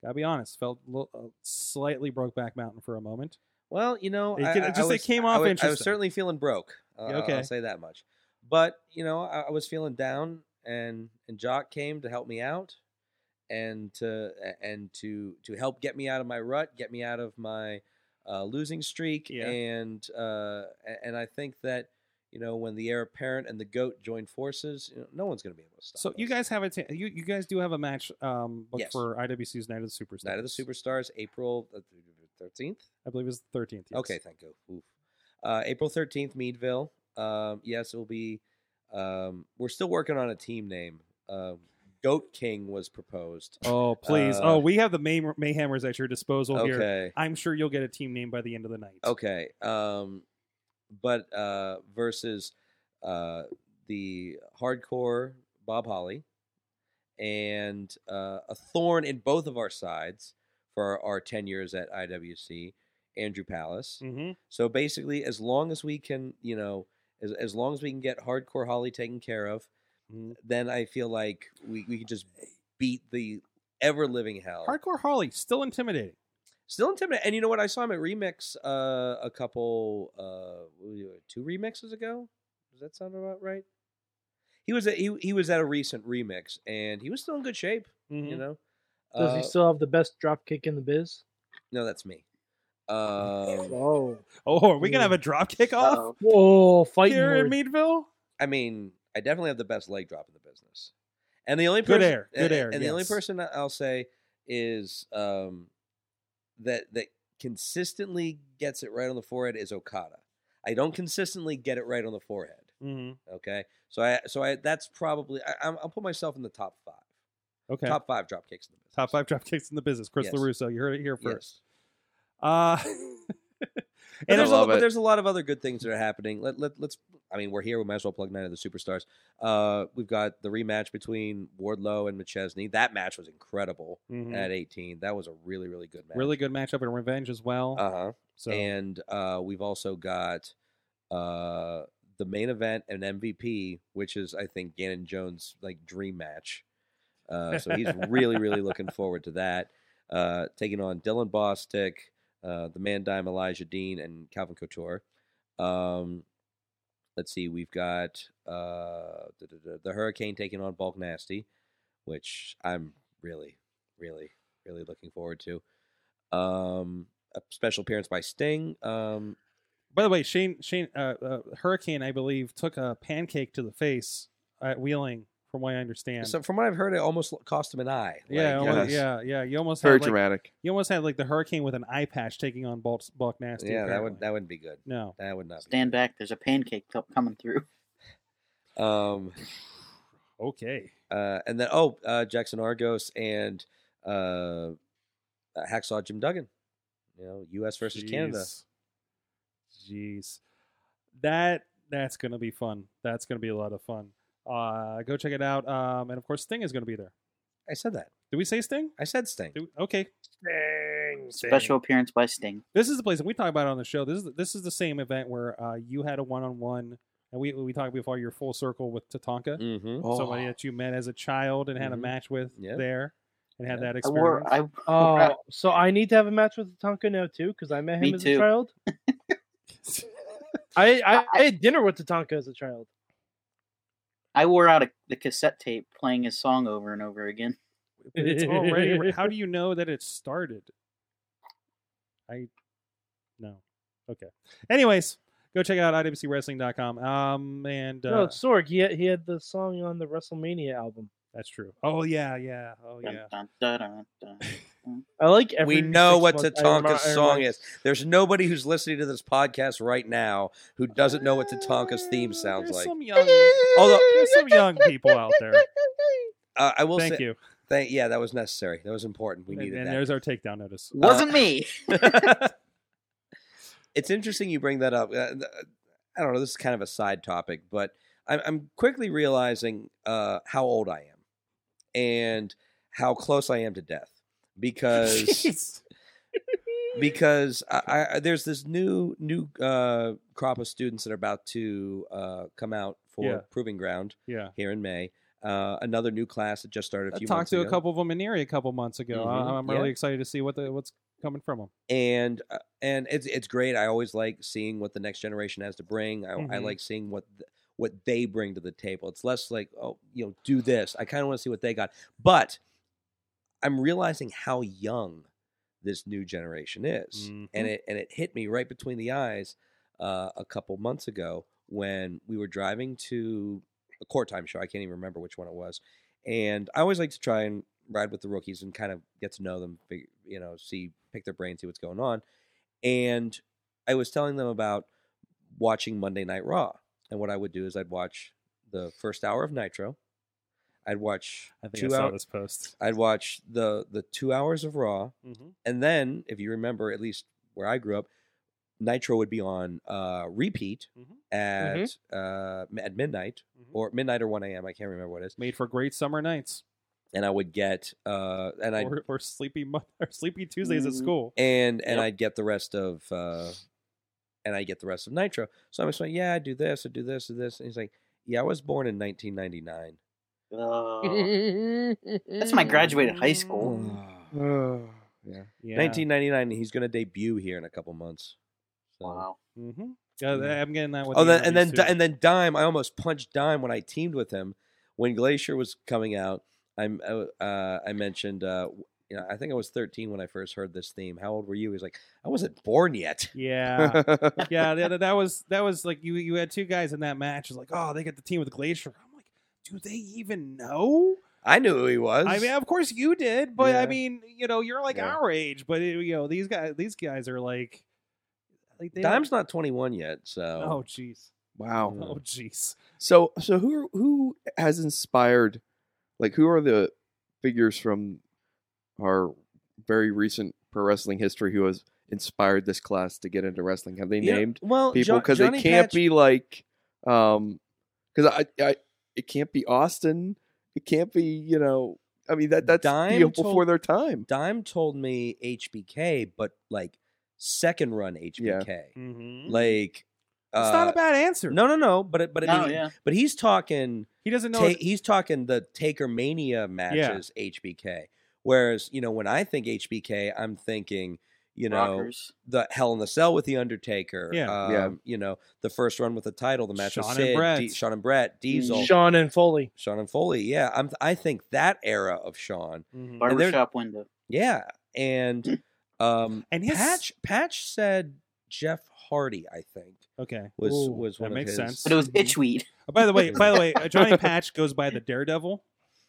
S2: gotta be honest, felt a little, uh, slightly Brokeback Mountain for a moment.
S4: Well, you know,
S2: It
S4: I,
S2: could-
S4: I-
S2: it
S4: I
S2: just, it
S4: was-
S2: came
S4: I
S2: off
S4: was- I was
S2: interesting.
S4: certainly feeling broke. Uh, I'll-
S2: Okay.
S4: I'll say that much. But you know, I, I was feeling down, and and Jock came to help me out, and to a- and to to help get me out of my rut, get me out of my uh, losing streak,
S2: Yeah.
S4: and uh, a- and I think that you know when the heir apparent and the goat join forces, you know, no one's going to be able to stop.
S2: So you
S4: us.
S2: guys have a ta- you you guys do have a match um booked
S4: Yes.
S2: for IWC's Night of the Superstars.
S4: Night of the Superstars, April uh, thirteenth.
S2: I believe it's the 13th. yes.
S4: Okay, thank you. Oof. Uh, April 13th, Meadville. Um, yes, it will be. Um, we're still working on a team name. Um, Goat King was proposed.
S2: Oh please!
S4: Uh,
S2: oh, we have the May- Mayhemers at your disposal here.
S4: Okay.
S2: I'm sure you'll get a team name by the end of the night.
S4: Okay. Um, but uh, versus uh, the hardcore Bob Holly and uh, a thorn in both of our sides for our, our 10 years at IWC, Andrew Palace.
S2: hmm
S4: So basically, as long as we can, you know, as, as long as we can get hardcore Holly taken care of,
S3: Mm-hmm.
S2: Mhm.
S4: then I feel like we, we can just
S3: Eh
S4: beat the ever living hell.
S2: Hardcore Holly still intimidating.
S4: Still intimidating. And you know what? I saw him at Remix uh, a couple, uh, what was it, two remixes ago. Does that sound about right? He was at, he, he was at a recent remix and he was still in good shape, you
S2: Mhm.
S4: know.
S3: Mm-hmm. Does
S4: Uh,
S3: he still have the best drop kick in the biz?
S4: no, that's me. Um,
S3: Oh,
S2: Oh, are we gonna have a drop kick off
S5: Uh-oh.
S3: whoa, fighting
S2: here in
S3: words.
S2: Meadville?
S4: I mean, I definitely have the best leg drop in the business. And the only
S2: Good
S4: person,
S2: air, good
S4: and-
S2: air,
S4: And the only
S2: yes.
S4: person that I'll say is um, that that consistently gets it right on the forehead is Okada. I don't consistently get it right on the forehead.
S2: Mm-hmm.
S4: Okay, so I so I that's probably I, I'm- I'll put myself in the top five,
S2: Okay. Top,
S4: top five drop kicks in the business.
S2: five drop kicks in the business. Chris
S4: Yes.
S2: LaRusso. You heard it here
S4: Yes.
S2: first. Uh,
S4: But
S2: and
S4: there's,
S2: there's
S4: a,
S6: love
S4: lot- but
S6: it.
S4: there's a lot of other good things that are happening. Let, let, let's, I mean, we're here. We might as well plug Night of the Superstars. Uh, we've got the rematch between Wardlow and McChesney. That match was incredible at 18. That was a really, really good match.
S2: Mm-hmm. really good matchup in Revenge as well.
S4: Uh huh.
S2: so
S4: And uh, we've also got uh, the main event and MVP, which is, I think, Gannon Jones' like dream match. Uh, so he's really, really looking forward to that. Uh, taking on Dylan Bostick, uh, the man dime Elijah Dean, and Calvin Couture. Um, let's see, we've got uh, duh, duh, duh, the Hurricane taking on Bulk Nasty, which I'm really, really, really looking forward to. Um, a special appearance by Sting. Um,
S2: by the way, Shane Shane uh, uh, Hurricane, I believe, took a pancake to the face at Wheeling from what I understand.
S4: So from what I've heard, it almost cost him an eye.
S2: yeah,
S4: Like, uh,
S6: Yes.
S2: almost, yeah, yeah. You almost
S6: Very
S2: had like,
S6: dramatic.
S2: you almost had like the hurricane with an eye patch taking on Buck, Buck Nasty.
S4: yeah. That
S2: apparently.
S4: would that wouldn't be good.
S2: no.
S4: That would not
S5: Stand back. There's a pancake cup coming through.
S4: be. Um,
S2: Okay.
S4: uh, and then oh, uh, Jackson Argos and uh, uh, Hacksaw Jim Duggan. You know, U.S. versus Canada.
S2: Jeez. Jeez. That that's gonna be fun. That's gonna be a lot of fun. Uh, go check it out. Um, and of course, Sting is gonna be there.
S4: I said that.
S2: Did we say Sting?
S4: I said Sting.
S2: Did we- okay.
S5: Special appearance by Sting.
S2: This is the place, and we talk about it on the show. This is this is the same event where uh, you had a one on one, and we we talked before your full circle with Tatanka,
S4: Mm-hmm.
S5: Mm.
S2: somebody that you met as a child and had a
S4: Mhm.
S2: match with
S4: Yeah.
S2: there, and had
S4: Yeah.
S2: that
S5: I wore.
S2: experience.
S5: I
S3: Oh, so I need to have a match with Tatanka now too because I met him
S5: Me
S3: as a
S5: too.
S3: child. I, I I had dinner with Tatanka as a child.
S5: I wore out a, the cassette tape playing his song over and over again.
S2: But it's already. how do you know that it started? I no. Okay. Anyways, go check out iwcwrestling.com. Um, and uh,
S3: No, Sorg. He had, he had the song on the WrestleMania album.
S2: that's true. Oh yeah, yeah. Oh
S5: Dun,
S2: yeah.
S5: dun, dun, dun, dun.
S3: I like. Every
S4: we know
S3: six
S4: what
S3: months I
S4: Tatanka's
S3: remi- I
S4: song
S3: remi-
S4: is. There's nobody who's listening to this podcast right now who doesn't know what Tatanka's theme sounds
S2: There's
S4: like.
S2: Some young, although there's some young people out there.
S4: Uh, I will
S2: Thank
S4: say,
S2: you.
S4: thank, yeah, that was necessary. That was important. We
S2: And,
S4: needed
S2: and
S4: that.
S2: there's our takedown notice.
S5: Wasn't me.
S4: it's interesting you bring that up. Uh, th- I don't know. This is kind of a side topic, but I'm, I'm quickly realizing uh, how old I am and how close I am to death because because I, I, there's this new new uh, crop of students that are about to uh, come out for
S2: Yeah.
S4: proving ground
S2: Yeah.
S4: here in May. Uh, another new class that just started a
S2: I
S4: few
S2: talked
S4: months
S2: Uh, to
S4: ago.
S2: a couple of them in Erie a couple months ago.
S4: Mhm,
S2: I, am
S4: yeah.
S2: really excited to see what the what's coming from them.
S4: and uh, and it's it's great. I always like seeing what the next generation has to bring. I, I
S2: Mhm.
S4: like seeing what th- what they bring to the table. It's less like oh you know do this. I kind of want to see what they got, but I'm realizing how young this new generation is,
S2: Mm-hmm.
S4: and it and it hit me right between the eyes uh, a couple months ago when we were driving to a court time show. I can't even remember which one it was, and I always like to try and ride with the rookies and kind of get to know them, fig- you know, see, pick their brain, see what's going on. And I was telling them about watching Monday Night Raw. And what I would do is I'd watch the first hour of Nitro. I'd watch
S2: I think
S4: two
S2: I saw
S4: hours.
S2: this post.
S4: I'd watch the the two hours of Raw,
S2: Mhm.
S4: and then if you remember, at least where I grew up, Nitro would be on uh, repeat
S2: Mhm.
S4: at uh, at midnight
S2: Mhm.
S4: or midnight or one a.m. I can't remember what it is.
S2: Made for great summer nights,
S4: And I would get uh, and I
S2: or, or sleepy Mon- or sleepy Tuesdays at
S4: Mm.
S5: Mhm.
S2: school.
S4: and and
S2: Yep.
S4: I'd get the rest of uh and I get the rest of Nitro. So I'm just like, yeah, I do this, I do this, I do this. And he's like, yeah, I was born in 1999.
S5: Oh. That's when I graduated high school.
S6: Oh.
S4: yeah,
S2: Yeah.
S4: 1999. And he's gonna debut here in a couple months. So.
S5: Wow.
S2: Mm-hmm. Yeah,
S4: Yeah.
S2: I'm getting that. With
S4: Oh,
S2: the
S4: then, and then
S2: interviews,
S4: Di-
S2: too.
S4: and then Dime. I almost punched Dime when I teamed with him when Glacier was coming out. I'm uh, uh, I mentioned. Uh, you know, I think I was 13 when I first heard this theme. How old were you? He's like, I wasn't born yet.
S2: yeah, yeah, that, that was that was like you you had two guys in that match. It's like, oh, they got the team with Glacier. I'm like, do they even know?
S4: I knew who he was.
S2: I mean, of course you did, but I
S4: Yeah.
S2: mean, you know, you're like
S4: Yeah.
S2: our age, but you know, these guys these guys are like, like they
S4: Dime's Hmm. not 21 yet, so
S2: don't- Oh, jeez.
S6: Wow.
S4: Yeah.
S2: Oh, jeez.
S6: So so who who has inspired like who are the figures from our very recent pro wrestling history who has inspired this class to get into wrestling? Have they
S4: You know,
S6: named
S4: well,
S6: people
S4: Jo-
S6: because
S4: Johnny
S6: it can't
S4: Patch-
S6: be like um because I, I it can't be Austin. It can't be, you know, I mean that that's
S4: Dime
S6: you know, before
S4: told-
S6: their time.
S4: Dime told me HBK, but like second run HBK,
S2: Mm-hmm.
S4: like
S2: it's
S4: uh,
S2: not a bad answer.
S4: no, no, no. But it, but it,
S5: No, Oh, yeah.
S4: but he's talking
S2: he doesn't know.
S4: ta- he's talking the Taker Mania matches HBK. Whereas you know when I think HBK, I'm thinking you know
S5: Rockers.
S4: the Hell in the Cell with the Undertaker.
S2: Yeah.
S4: um,
S6: Yeah.
S4: You know the first run with the title, the match
S2: Shawn
S4: with
S2: and
S4: Sid,
S2: Brett.
S4: D- Shawn and Brett, Diesel, Sean
S3: Sean and Foley.
S4: and Foley. Yeah, I'm I think that era of Sean.
S2: Mhm.
S4: there-
S5: Barbershop window.
S4: Yeah, and um,
S2: And his-
S4: Patch Patch said Jeff Hardy, I think,
S2: Okay.
S4: was
S2: Ooh,
S4: was
S2: that
S4: one of
S2: makes
S4: his.
S2: sense.
S5: But it was itchweed.
S2: Oh, by the way, by the way, uh, Johnny Patch goes by the Daredevil.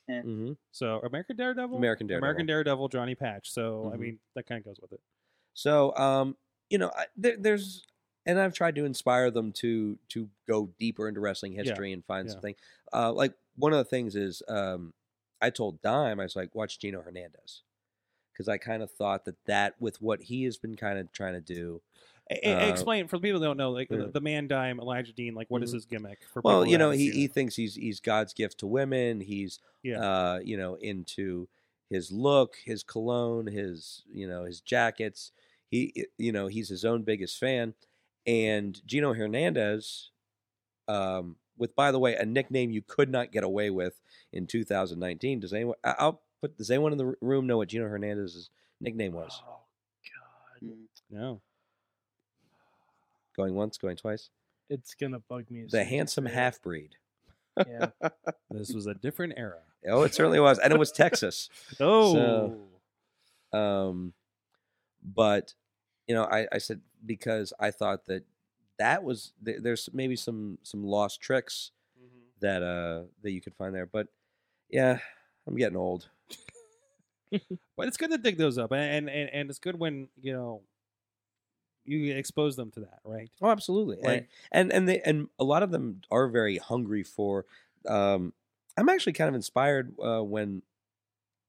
S4: Mhm.
S2: So American Daredevil,
S4: American Daredevil.
S2: American Daredevil, Johnny Patch. So I
S4: Mhm.
S2: mean, that kind of goes with it.
S4: So, um, you know, I, there, there's, and I've tried to inspire them to to go deeper into wrestling history and find
S2: yeah.
S4: something. Uh, like one of the things is, um, I told Dime, I was like, watch Gino Hernandez, because I kind of thought that that with what he has been kind of trying to do.
S2: A- a-
S4: Uh,
S2: explain for the people that don't know, like
S4: yeah.
S2: the, the Man Dime, Elijah Dean. Like, what is
S4: Mhm.
S2: his gimmick? For
S4: Well,
S2: people
S4: you
S2: that
S4: know,
S2: haven't
S4: he,
S2: seen
S4: he
S2: it?
S4: thinks he's he's God's gift to women. He's
S2: yeah,
S4: uh, you know, into his look, his cologne, his you know, his jackets. He i- you know, he's his own biggest fan. And Gino Hernandez, um, with by the way, a nickname you could not get away with in 2019. Does anyone? I- I'll put. Does anyone in the r- room know what Gino Hernandez's nickname was?
S3: Oh god,
S2: no.
S4: Going once, going twice.
S3: it's gonna bug me. as soon
S4: The
S3: as I
S4: handsome
S3: say it.
S4: half breed.
S3: Yeah.
S2: This was a different era.
S4: Oh, it certainly was, and it was Texas.
S2: Oh,
S4: Um, but you know, I, I said because I thought that that was th- there's maybe some some lost tricks that uh that you could find there. But yeah, I'm getting old.
S2: but it's good to dig those up, and and and it's good when you know you expose them to that, right?
S4: Oh, absolutely.
S2: Like-
S4: and and and, they, and a lot of them are very hungry for. Um, I'm actually kind of inspired uh, when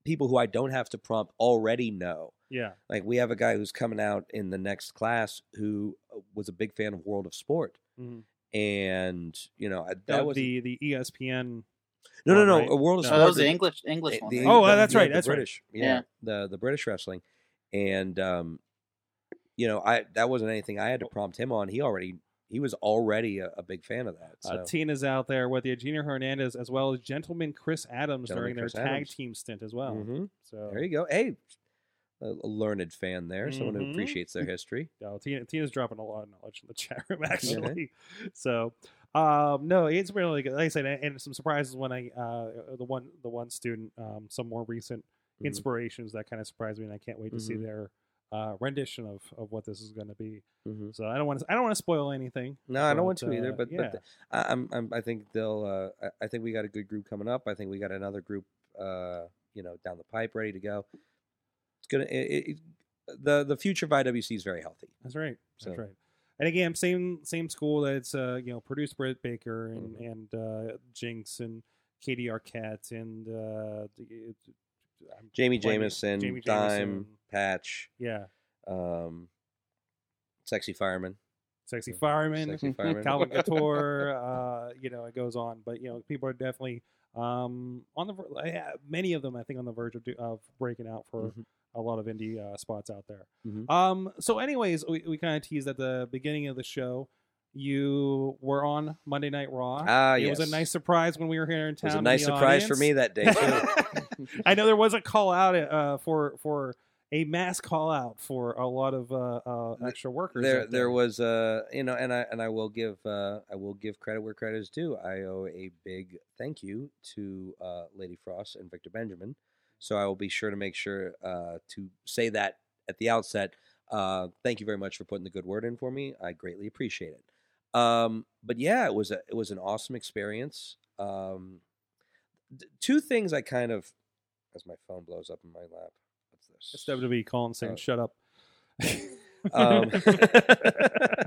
S4: people who I don't have to prompt already know
S2: Yeah.
S4: Like we have a guy who's coming out in the next class who uh, was a big fan of World of Sport,
S2: Mhm.
S4: and you know I- that
S2: That
S4: was
S2: the the E ESPN.
S4: no no
S2: one,
S4: no
S2: right?
S4: a World
S2: No,
S4: of Sport.
S5: No, Oh, that was the
S4: is-
S5: English English
S4: eh,
S5: one.
S4: the-
S5: right?
S2: Oh,
S4: the-
S2: that's
S4: yeah,
S2: right,
S4: the
S2: that's right.
S4: British, Yeah,
S5: Yeah.
S4: the the British wrestling, and um, you know I that wasn't anything I had to prompt him on. He already he was already a, a big fan of that. So.
S2: Uh, Tina's out there with you, Gina Hernandez, as well as gentleman Chris Adams
S4: Gentleman
S2: during their
S4: Chris
S2: tag
S4: Adams.
S2: team stint as well.
S4: Mhm.
S2: So
S4: There you go. Hey, a, a learned fan there, someone who
S2: Mhm.
S4: appreciates their history.
S2: No, Tina, Tina's dropping a lot of knowledge in the chat room,
S4: Okay.
S2: actually. So, um, no, it's really good. Like I said, and and some surprises when I uh, the one the one student, um, some more recent
S4: Mhm.
S2: inspirations that kind of surprised me, and I can't wait to see
S4: Mhm.
S2: their uh, rendition of, of what this is going to be.
S4: Mhm.
S2: So I don't want to I don't want to spoil anything.
S4: No, I
S2: but,
S4: don't want to either.
S2: uh,
S4: But,
S2: yeah.
S4: but I, I'm, I'm, I think they'll. Uh, I- I think we got a good group coming up. I think we got another group, uh, you know, down the pipe, ready to go. It's gonna. It, it, it- the the future of IWC is very healthy.
S2: That's right. That's
S4: So-
S2: right. And again, same same school that's uh, you know produced Britt Baker and and
S4: Mm-hmm.
S2: uh, Jinx and Katie Arquette and uh, the- I'm
S4: Jamie
S2: blanking.
S4: Jamison,
S2: Jamie
S4: Dime,
S2: Jamison.
S4: Patch,
S2: yeah,
S4: um, Sexy Fireman,
S2: sexy fireman,
S4: Sexy Fireman.
S2: Calvin Couture. Uh, you know, it goes on, but you know, people are definitely um, on the ver- uh, many of them. I think on the verge of, do, of breaking out for
S4: Mhm.
S2: a lot of indie uh, spots out there.
S4: Mhm.
S2: Um, so, anyways, we, we kind of teased at the beginning of the show. You were on Monday Night Raw.
S4: Ah,
S2: it was
S4: yes.
S2: a nice surprise when we were here in
S4: It
S2: town.
S4: was a
S2: in
S4: nice
S2: the
S4: surprise for me
S2: audience.
S4: that day. too.
S2: I know there was a call out uh, for for a mass call out for a lot of uh, uh, extra workers.
S4: there
S2: out
S4: there was uh you know and i and i will give uh i will give credit where credit is due i owe a big thank you to uh lady frost and victor benjamin so i will be sure to make sure uh to say that at the outset uh thank you very much for putting the good word in for me i greatly appreciate it um but yeah it was a it was an awesome experience um d- two things i kind of as my phone blows up in my lap what's this
S2: It's E. WWE calling saying,
S4: Uh,
S2: "Shut up."
S4: um,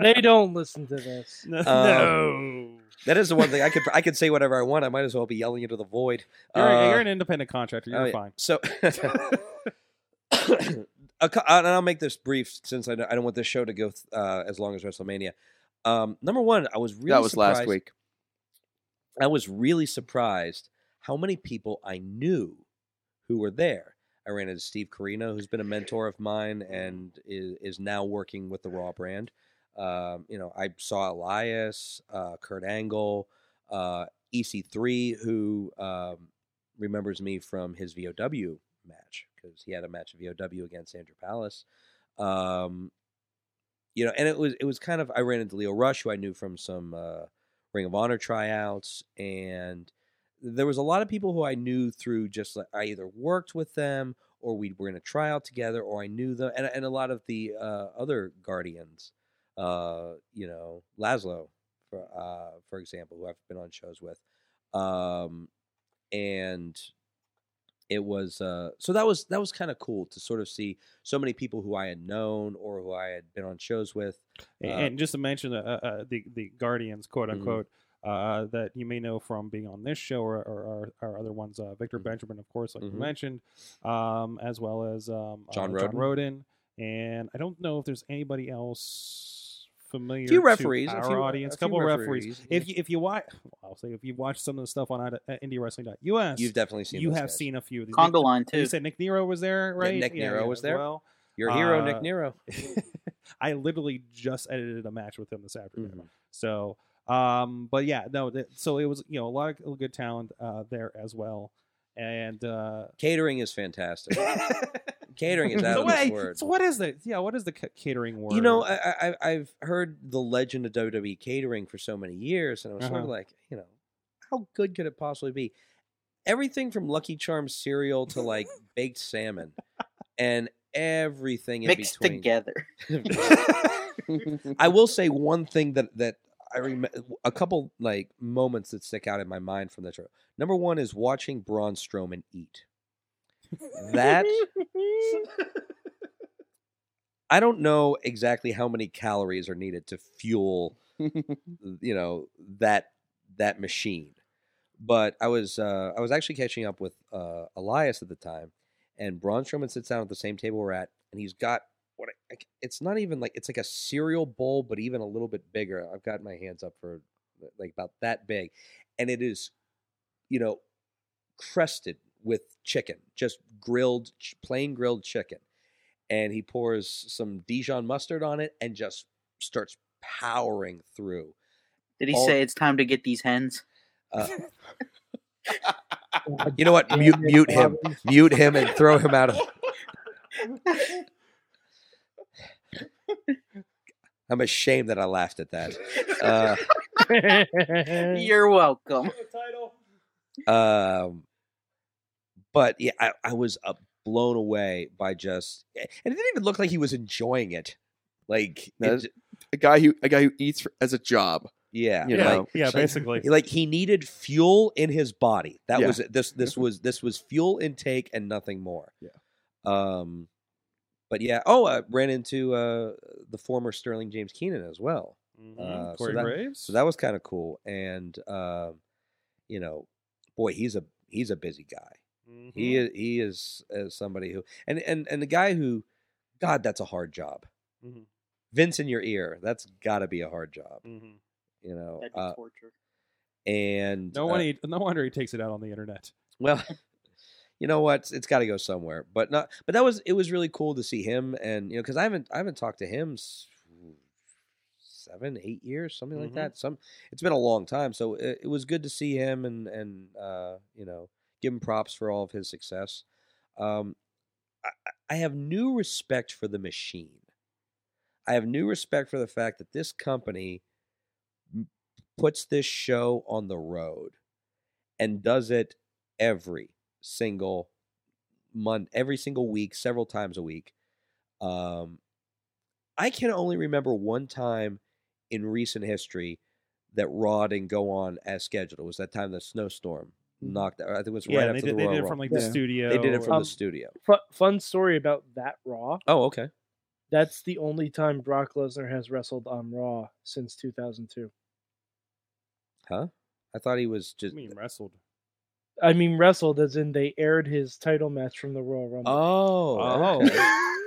S3: they don't listen to this.
S2: no,
S4: That is the one thing I could I could say whatever I want. I might as well be yelling into the void.
S2: you're,
S4: Uh,
S2: you're an independent contractor. You're
S4: oh, yeah.
S2: fine.
S4: So, A cou- and I'll make this brief since I don't, I don't want this show to go th- uh, as long as WrestleMania. Um, number one, I was really
S6: that was last
S4: surprised-
S6: week.
S4: I was really surprised how many people I knew who were there. I ran into Steve Carino, who's been a mentor of mine and is, is now working with the Raw brand. Um, you know, I saw Elias, uh, Kurt Angle, uh, EC3, who um, remembers me from his VOW match because he had a match of VOW against Andrew Palace. Um, you know, and it was it was kind of I ran into Leo Rush, who I knew from some uh, Ring of Honor tryouts, and there was a lot of people who I knew through just like I either worked with them or we were in a tryout together, or I knew them, and, and a lot of the uh, other Guardians uh, you know, Laszlo, for uh, for example, who I've been on shows with, um, and it was uh, so that was that was kind of cool to sort of see so many people who I had known or who I had been on shows with.
S2: A-
S4: Uh,
S2: and just to mention uh, uh, the the Guardians, quote
S4: Mhm.
S2: unquote, uh, that you may know from being on this show or, or, our our other ones, uh, Victor
S4: Mhm.
S2: Benjamin, of course, like
S4: Mhm.
S2: you mentioned, um, as well as um, uh,
S4: John
S2: John Roden. And I don't know if there's anybody else familiar.
S4: few
S2: to
S4: referees, a
S2: our
S4: few-
S2: audience,
S4: a few
S2: couple of referees.
S4: referees,
S2: If
S4: yeah.
S2: you if you watch, I'll say if you watch some of the stuff on uh, IndieWrestling.us,
S4: You've definitely seen.
S2: you
S4: those
S2: have
S4: guys.
S2: seen a few of these.
S5: Conga line
S2: You
S5: too.
S2: said Nick Nero was there, right?
S4: Nick Nero was
S2: as
S4: there.
S2: Well.
S4: your hero,
S2: uh,
S4: Nick Nero.
S2: I literally just edited a match with him this afternoon.
S4: Mhm.
S2: So, um, but yeah, no, th- so it was you know a lot of good talent uh, there as well, and uh,
S4: Catering is fantastic. Catering is out
S2: so,
S4: of
S2: what,
S4: this word.
S2: so what is the yeah what is the c- catering word?
S4: You know, uh, I, I, I- I've heard the legend of WWE catering for so many years, and I was sort of
S2: Uh-huh.
S4: like, you know, how good could it possibly be? Everything from Lucky Charms cereal to like baked salmon, and everything
S5: Mixed
S4: in between.
S5: together.
S4: I will say one thing that that I remember a couple like moments that stick out in my mind from the show. Number one is watching Braun Strowman eat. That I don't know exactly how many calories are needed to fuel, you know that that machine. But I was uh, I was actually catching up with uh, Elias at the time, and Braun Strowman sits down at the same table we're at, and he's got what I, I c- it's not even like it's like a cereal bowl, but even a little bit bigger. I've got my hands up for like about that big, and it is, you know, crested with chicken, just grilled, ch- plain grilled chicken and he pours some Dijon mustard on it and just starts powering through.
S5: Did he
S4: All-
S5: say it's time to get these hens?
S4: Uh, you know what? Mute, mute him. Mute him and throw him out of. I'm ashamed that I laughed at that. Uh,
S5: You're welcome.
S3: Oh,
S4: Um, but yeah, I, I was uh, blown away by just, and it didn't even look like he was enjoying it. Like, it
S6: That-
S4: j-
S6: a guy who a guy who eats for, as a job.
S4: yeah,
S6: You
S4: like,
S6: know,
S2: yeah,
S4: like-
S2: basically.
S4: like he uh, needed fuel in his body that
S6: Yeah.
S4: was it. this this was this was fuel intake and nothing more
S6: Yeah.
S4: um but yeah oh i ran into uh the former sterling james keenan as well Uh, so
S2: Mm-hmm. Corey
S4: that-
S2: Graves.
S4: so that was kind of cool and uh, you know boy he's a he's a busy guy he is he is as somebody who and and and the guy who god that's a hard job
S2: Mhm.
S4: vince in your ear that's gotta be a hard job
S2: Mhm.
S4: you know
S5: That'd be
S4: uh,
S5: torture.
S4: and
S2: No
S4: uh,
S2: one, he, no wonder he takes it out on the internet.
S4: Well, you know what? It's got to go somewhere. But not. But that was it. Was really cool to see him, and you know, because I haven't I haven't talked to him s- seven, eight years, something
S2: Mhm.
S4: like that. Some it's been a long time, so it, it was good to see him and and uh, you know give him props for all of his success. Um, I, I have new respect for the machine. I have new respect for the fact that this company m- puts this show on the road and does it every single month, every single week, several times a week. Um, I can only remember one time in recent history that Raw didn't go on as scheduled. It was that time the snowstorm knocked. I think it was
S2: Mm-hmm.
S4: right
S2: yeah,
S4: after
S2: and they
S4: the
S2: did, they
S4: Royal
S2: did it
S4: Rumble.
S2: from like
S6: Yeah.
S2: the studio. Um,
S4: They did it from
S2: or-
S4: the studio.
S3: Fun, fun story about that Raw.
S4: Oh, okay.
S3: That's the only time Brock Lesnar has wrestled on Raw since 2002.
S4: Huh? I thought he was
S2: I
S4: just.
S2: mean, wrestled.
S3: I mean, wrestled as in they aired his title match from the Royal Rumble.
S4: Oh,
S2: Oh.
S4: okay.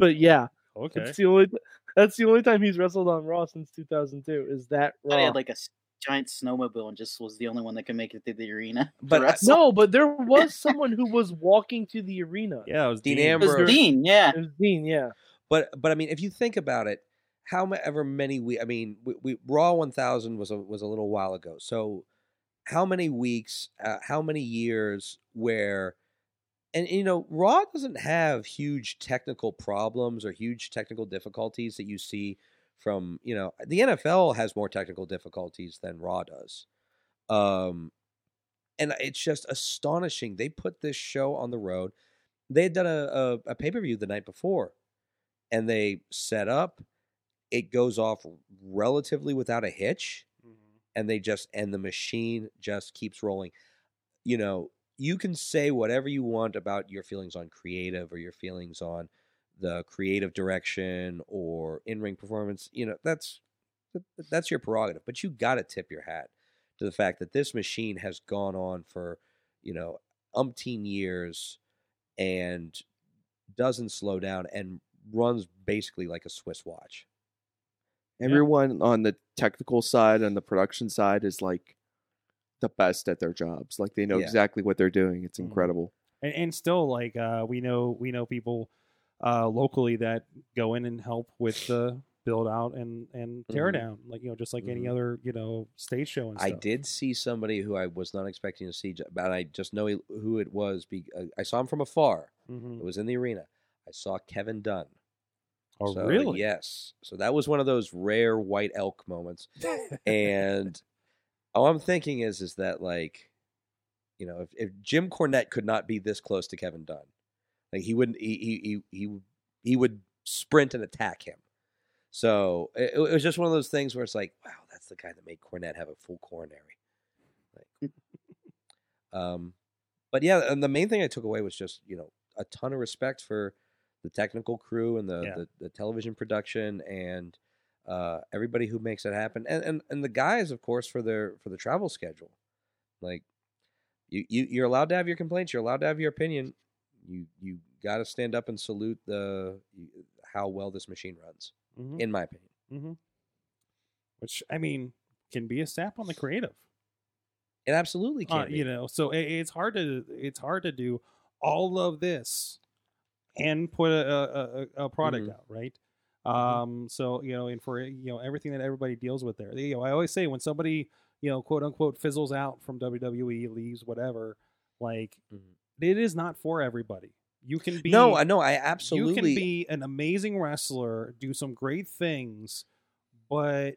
S3: but yeah,
S2: Okay.
S3: That's the only. That's the only time he's wrestled on Raw since 2002. Is that
S5: I
S3: Raw?
S5: had Oh, like a s- giant snowmobile and just was the only one that could make it through the arena. to
S4: But I-
S5: wrestle.
S3: no, but there was someone who was walking to the arena.
S2: Yeah, it was
S4: Dean
S2: Dean,
S5: it was
S4: Ambrose.
S5: Dean. Yeah,
S3: It was Dean. Yeah,
S4: But but I mean, if you think about it, however many we I mean, we, we Raw one thousand was a, was a little while ago. So how many weeks? Uh, how many years? Where and you know, Raw doesn't have huge technical problems or huge technical difficulties that you see from you know the NFL has more technical difficulties than Raw does. Um, and it's just astonishing they put this show on the road. They had done a, a, a pay per view the night before, and they set up. it goes off relatively without a hitch and they just and the machine just keeps rolling you know you can say whatever you want about your feelings on creative or your feelings on the creative direction or in-ring performance you know that's that- that's your prerogative but you got to tip your hat to the fact that this machine has gone on for you know umpteen years and doesn't slow down and runs basically like a swiss watch
S6: Everyone on the technical side and the production side is like the best at their jobs. Like they know
S4: Yeah. Mm-hmm.
S6: exactly what they're doing. It's
S2: Mhm.
S6: incredible.
S2: and, and still like uh, we know we know people uh, locally that go in and help with the build out and and tear
S4: Mhm.
S2: down like you know just like any
S4: Mhm.
S2: other you know stage show and
S4: I
S2: stuff.
S4: did see somebody who I was not expecting to see, j- but I just know he- who it was. Be, uh, I saw him from afar.
S2: Mhm.
S4: It was in the arena. I saw Kevin Dunn.
S2: Oh
S4: So,
S2: really?
S4: Yes. So that was one of those rare white elk moments. and all I'm thinking is, is that like, you know, if, if Jim Cornette could not be this close to Kevin Dunn, like he wouldn't, he he he he, he would sprint and attack him. So it, it was just one of those things where it's like, wow, that's the guy that made Cornette have a full coronary. Like, um, but yeah, and the main thing I took away was just you know a ton of respect for the technical crew and the
S2: Yeah.
S4: the, the television production and uh, everybody who makes it happen, and, and and the guys, of course, for their for the travel schedule. Like, you, you you're allowed to have your complaints. You're allowed to have your opinion. You you got to stand up and salute the you- how well this machine runs,
S2: Mhm.
S4: in my opinion.
S2: Which I mean can be a sap on the creative.
S4: It absolutely can.
S2: Uh,
S4: be.
S2: you know, so it, it's hard to it's hard to do all of this and put a a- a, a, a product
S4: Mhm.
S2: out, right?
S4: Mm-hmm.
S2: Um, so you know, and for you know everything that everybody deals with there, you know, I always say when somebody you know quote unquote fizzles out from WWE, leaves whatever, like
S4: Mhm.
S2: it is not for everybody. You can be
S4: no, I know. I absolutely.
S2: you can be an amazing wrestler, do some great things, but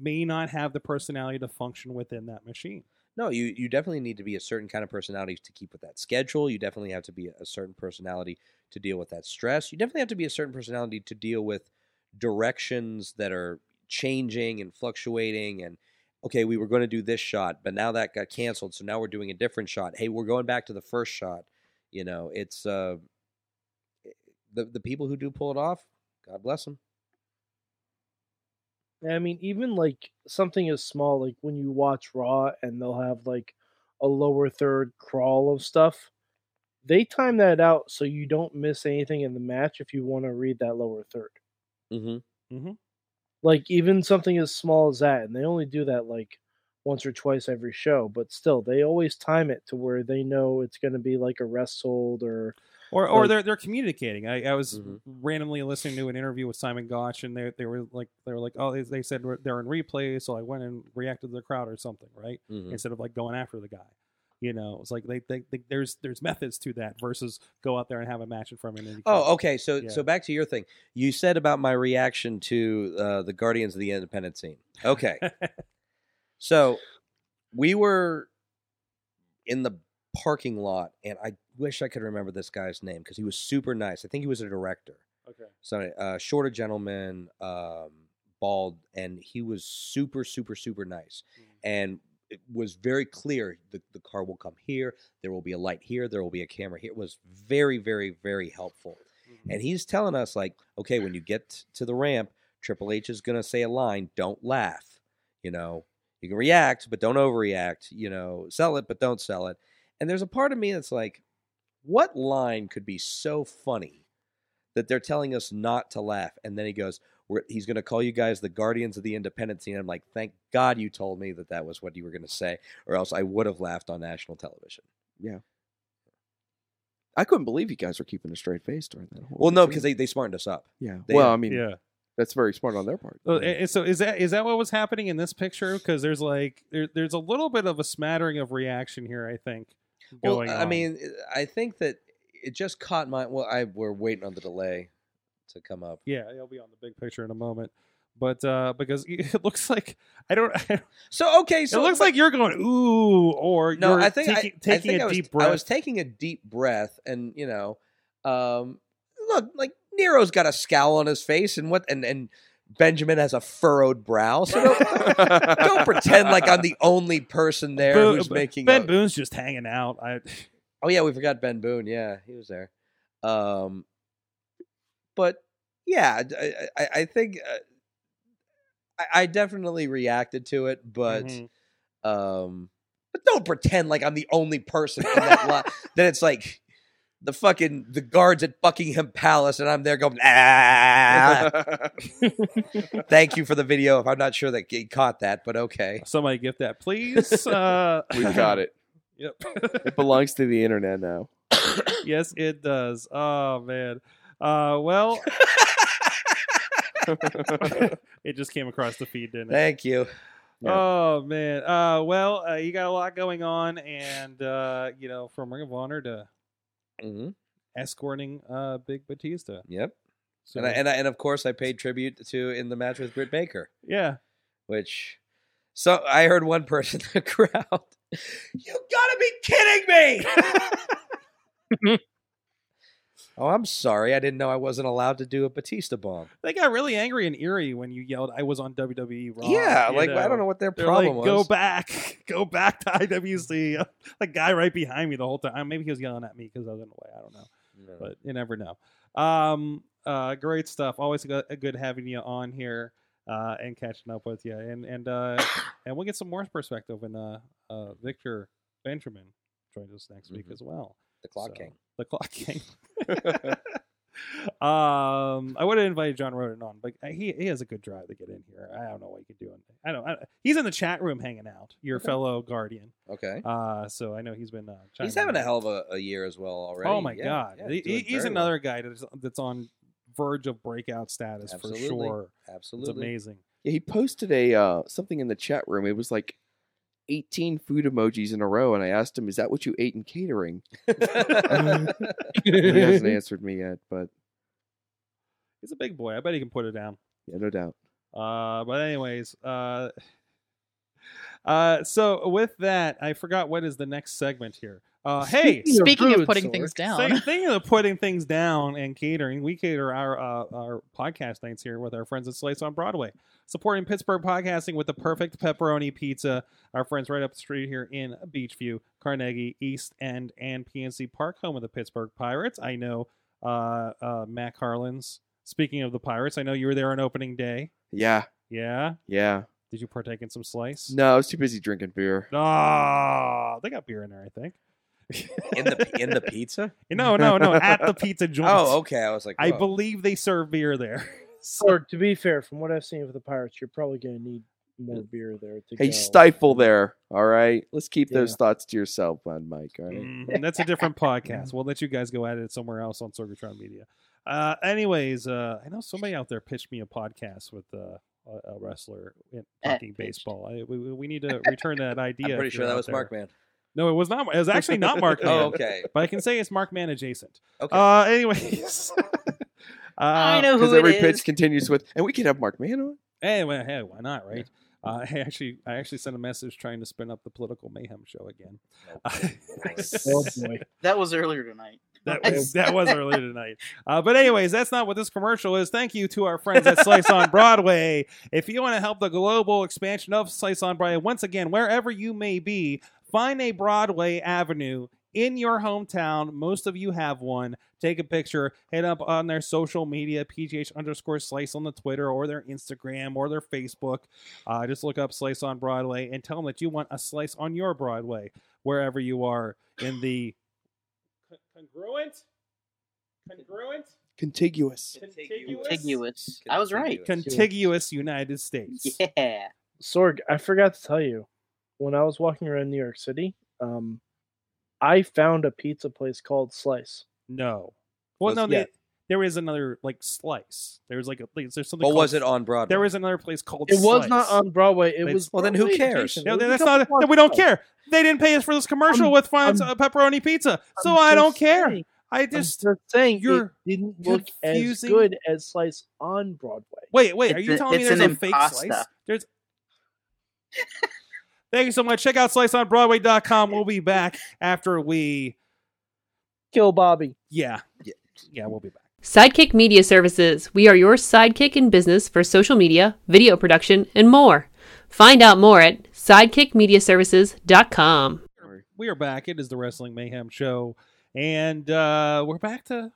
S2: may not have the personality to function within that machine.
S4: No, you you definitely need to be a certain kind of personality to keep with that schedule. You definitely have to be a certain personality to deal with that stress. You definitely have to be a certain personality to deal with directions that are changing and fluctuating and okay, we were going to do this shot, but now that got canceled, so now we're doing a different shot. Hey, we're going back to the first shot. You know, it's uh eh, the the people who do pull it off, God bless them.
S3: I mean, even like something as small, like when you watch Raw and they'll have like a lower third crawl of stuff, they time that out so you don't miss anything in the match if you want to read that lower third.
S4: Mhm.
S3: Like, even something as small as that, and they only do that like once or twice every show, but still, they always time it to where they know it's going to be like a rest hold or.
S2: or or
S3: Like-
S2: they're they're communicating. I, I was
S4: Mhm.
S2: randomly listening to an interview with Simon Gotch, and they they were like they were like oh they, they said we're- they're in replay, so I went and reacted to the crowd or something, right?
S4: Mhm.
S2: Instead of like going after the guy, you know, it's like they, they, they there's there's methods to that versus go out there and have a match in front of him.
S4: Oh, okay. So
S2: Yeah.
S4: so back to your thing. You said about my reaction to uh, the Guardians of the Independent scene. Okay. so we were in the parking lot, and I wish I could remember this guy's name because he was super nice. I think he was a director.
S3: Okay.
S4: So uh, shorter gentleman, um, bald, and he was super, super, super nice, and it was very clear the, the car will come here. There will be a light here. There will be a camera here. It was very, very, very helpful. And he's telling us like, okay, when you get to the ramp, Triple H is gonna say a line. Don't laugh. You know, you can react, but don't overreact. You know, sell it, but don't sell it. And there's a part of me that's like, what line could be so funny that they're telling us not to laugh. And then he goes, We're, he's going to call you guys the guardians of the independence. And I'm like, thank God you told me that that was what you were going to say, or else I would have laughed on national television.
S6: I couldn't believe you guys were keeping a straight face during that. Whole
S4: Well, no,
S6: thing.
S4: because they, they smartened us up.
S6: yeah.
S4: they-
S6: well, I mean,
S2: yeah.
S6: that's very smart on their part.
S2: So, a- and so is that is that what was happening in this picture? Because there's like there, there's a little bit of a smattering of reaction here. I think.
S4: Well,
S2: going
S4: I
S2: on.
S4: mean, I think that it just caught my. Well, I we're waiting on the delay to come up.
S2: yeah, it'll be on the big picture in a moment. But uh, because it looks like I don't, I don't
S4: So okay, so
S2: it looks like you're going ooh, or
S4: no,
S2: you're
S4: I think I-
S2: taking,
S4: I,
S2: taking
S4: think
S2: a
S4: I was,
S2: deep breath.
S4: I was taking a deep breath, and you know, um, look, like Nero's got a scowl on his face, and what, and and Benjamin has a furrowed brow. So don't, don't pretend like I'm the only person there
S2: Boo-
S4: who's
S2: B-
S4: making.
S2: Ben
S4: a-
S2: Boone's just hanging out. I,
S4: oh yeah, we forgot Ben Boone. Yeah, he was there. Um, but yeah, I- I, I, I think uh, I, I definitely reacted to it, but
S2: Mhm.
S4: um, but don't pretend like I'm the only person in that lot. Then it's like. The fucking the guards at Buckingham Palace, and I'm there going, ah, Thank you for the video. If I'm not sure that he caught that, but okay.
S2: somebody get that, please. Uh,
S6: We've got it.
S2: Yep.
S6: It belongs to the internet now.
S2: yes, it does. Oh man. Uh, well, it just came across the feed, didn't it?
S4: Thank you.
S6: Yeah.
S2: Oh man. Uh, well, uh, you got a lot going on, and uh, you know, from Ring of Honor to
S4: hmm
S2: escorting uh, Big Batista.
S4: Yep.
S2: So
S4: And, I, and, I, and of course, I paid tribute to in the match with Britt Baker,
S2: yeah,
S4: which so I heard one person in the crowd. You gotta be kidding me! oh, I'm sorry. I didn't know I wasn't allowed to do a Batista bomb.
S2: they got really angry and eerie when you yelled, "I was on WWE Raw."
S4: yeah,
S2: you
S4: like I
S2: know.
S4: don't know what their
S2: They're
S4: problem
S2: like,
S4: was.
S2: go back, go back to IWC. the guy right behind me the whole time. Maybe he was yelling at me because I was in the way. I don't know,
S4: No.
S2: but you never know. Um, uh, great stuff. Always go- good having you on here uh, and catching up with you. And and uh, and we'll get some more perspective when uh, uh, Victor Benjamin joins us next week
S4: Mhm.
S2: as well.
S4: the clock
S2: So,
S4: king.
S2: The clock king. um, I would have invited John Roden on, but uh, he he has a good drive to get in here. I don't know what he could do. in- I don't. I, he's in the chat room hanging out. Your fellow guardian.
S4: Okay.
S2: Uh, so I know he's been. Uh, chiming
S4: He's having
S2: in.
S4: a hell of a, a year as well already.
S2: Oh my
S4: Yeah,
S2: god,
S4: yeah,
S2: He-
S4: doing
S2: he's
S4: very well.
S2: another guy that's that's on verge of breakout status
S4: Absolutely.
S2: for sure. It's
S4: Absolutely.
S2: amazing.
S6: Yeah, he posted a uh, something in the chat room. It was like 18 food emojis in a row, and I asked him, "Is that what you ate in catering?" And he hasn't answered me yet, but
S2: He's a big boy. I bet he can put it down.
S6: yeah, no doubt.
S2: Uh, but anyways, uh, uh, so with that, I forgot what is the next segment here. Uh, hey,
S7: Speaking of
S3: rude,
S7: putting
S3: Sorg.
S7: things
S2: Same
S7: down,
S2: thing of putting things down and catering. We cater our uh, our podcast nights here with our friends at Slice on Broadway, supporting Pittsburgh podcasting with the perfect pepperoni pizza. Our friends right up the street here in Beachview, Carnegie, East End, and PNC Park, home of the Pittsburgh Pirates. I know uh, uh, Mac Harlan's. Speaking of the Pirates, I know you were there on opening day.
S6: Yeah,
S2: Yeah,
S6: yeah.
S2: did you partake in some slice?
S6: No, I was too busy drinking beer.
S2: Ah, they got beer in there, I think.
S4: in the in the pizza?
S2: no, no, no, at the pizza joint.
S4: Oh, okay. I was like,
S2: I
S4: oh.
S2: believe they serve beer there. So-
S3: Or to be fair, from what I've seen of the Pirates, you're probably going to need more beer there to
S6: Hey,
S3: go.
S6: stifle there. All right, let's keep those
S3: Yeah.
S6: thoughts to yourself, on Mike. All right.
S2: Mm, that's a different podcast. We'll let you guys go at it somewhere else on Sorgatron Media. Uh, anyways, uh, I know somebody out there pitched me a podcast with uh, a- a wrestler in-
S5: Eh,
S2: talking
S5: pitched.
S2: baseball. I, we, we- we need to return that idea.
S4: I'm pretty
S2: if
S4: sure
S2: you're
S4: that
S2: out
S4: was
S2: there.
S4: Mark Man.
S2: No, it was not. It was actually not Mark. Man,
S4: Oh, okay.
S2: But I can say it's Mark Man adjacent.
S4: Okay.
S2: Uh, anyways,
S5: I
S2: Uh,
S5: know
S6: Because
S5: who it
S6: every
S5: is.
S6: pitch continues with, and we could have Mark Mann on.
S2: Hey, well, hey, why not, right? Uh, hey, actually, I actually sent a message trying to spin up the political mayhem show again.
S3: Oh boy.
S5: That was earlier tonight.
S2: That
S5: Nice.
S2: was that was earlier tonight. Uh, but anyways, that's not what this commercial is. Thank you to our friends at Slice on Broadway. If you want to help the global expansion of Slice on Broadway, once again, wherever you may be, find a Broadway avenue in your hometown. Most of you have one. Take a picture, hit up on their social media, PGH underscore slice on the Twitter or their Instagram or their Facebook. Uh, just look up Slice on Broadway and tell them that you want a slice on your Broadway, wherever you are in the co- congruent, congruent,
S6: Contiguous.
S2: contiguous,
S5: Contiguous. I was right.
S2: contiguous United States.
S5: Yeah.
S3: Sorg, I forgot to tell you, when I was walking around New York City, um, I found a pizza place called Slice.
S2: No, well,
S4: Was-
S2: no,
S3: Yeah.
S2: they, there is another like slice. There was like a, like, there's something.
S4: But
S2: called-
S4: was it on Broadway?
S2: There was another place called.
S3: It was not
S2: Slice.
S3: on Broadway. It
S2: They-
S3: was
S4: Well, then who
S3: Broadway
S4: cares?
S3: adjacent.
S2: No,
S3: It was
S2: that's
S3: a
S2: not.
S3: couple
S2: We don't
S3: blocks
S2: care. They didn't pay us for this commercial
S3: I'm-
S2: with fine
S3: I'm-
S2: uh, pepperoni pizza, so
S3: I'm
S2: I don't
S3: just
S2: care.
S3: saying-
S2: I
S3: I'm
S2: just
S3: just saying it
S2: you're
S3: didn't look as
S2: confusing-
S3: good as Slice on Broadway.
S2: wait, wait. Are
S5: It's
S2: you
S5: a-
S2: telling me
S5: it's
S2: there's a
S5: an
S2: fake
S5: impasta.
S2: slice? There's. Thank you so much. Check out sliceonbroadway.com. We'll be back after we.
S3: Kill Bobby.
S2: Yeah,
S4: Yeah.
S2: yeah, we'll be back.
S8: Sidekick Media Services. We are your sidekick in business for social media, video production, and more. Find out more at sidekickmediaservices.com.
S2: We are back. It is the Wrestling Mayhem Show, and uh, we're back to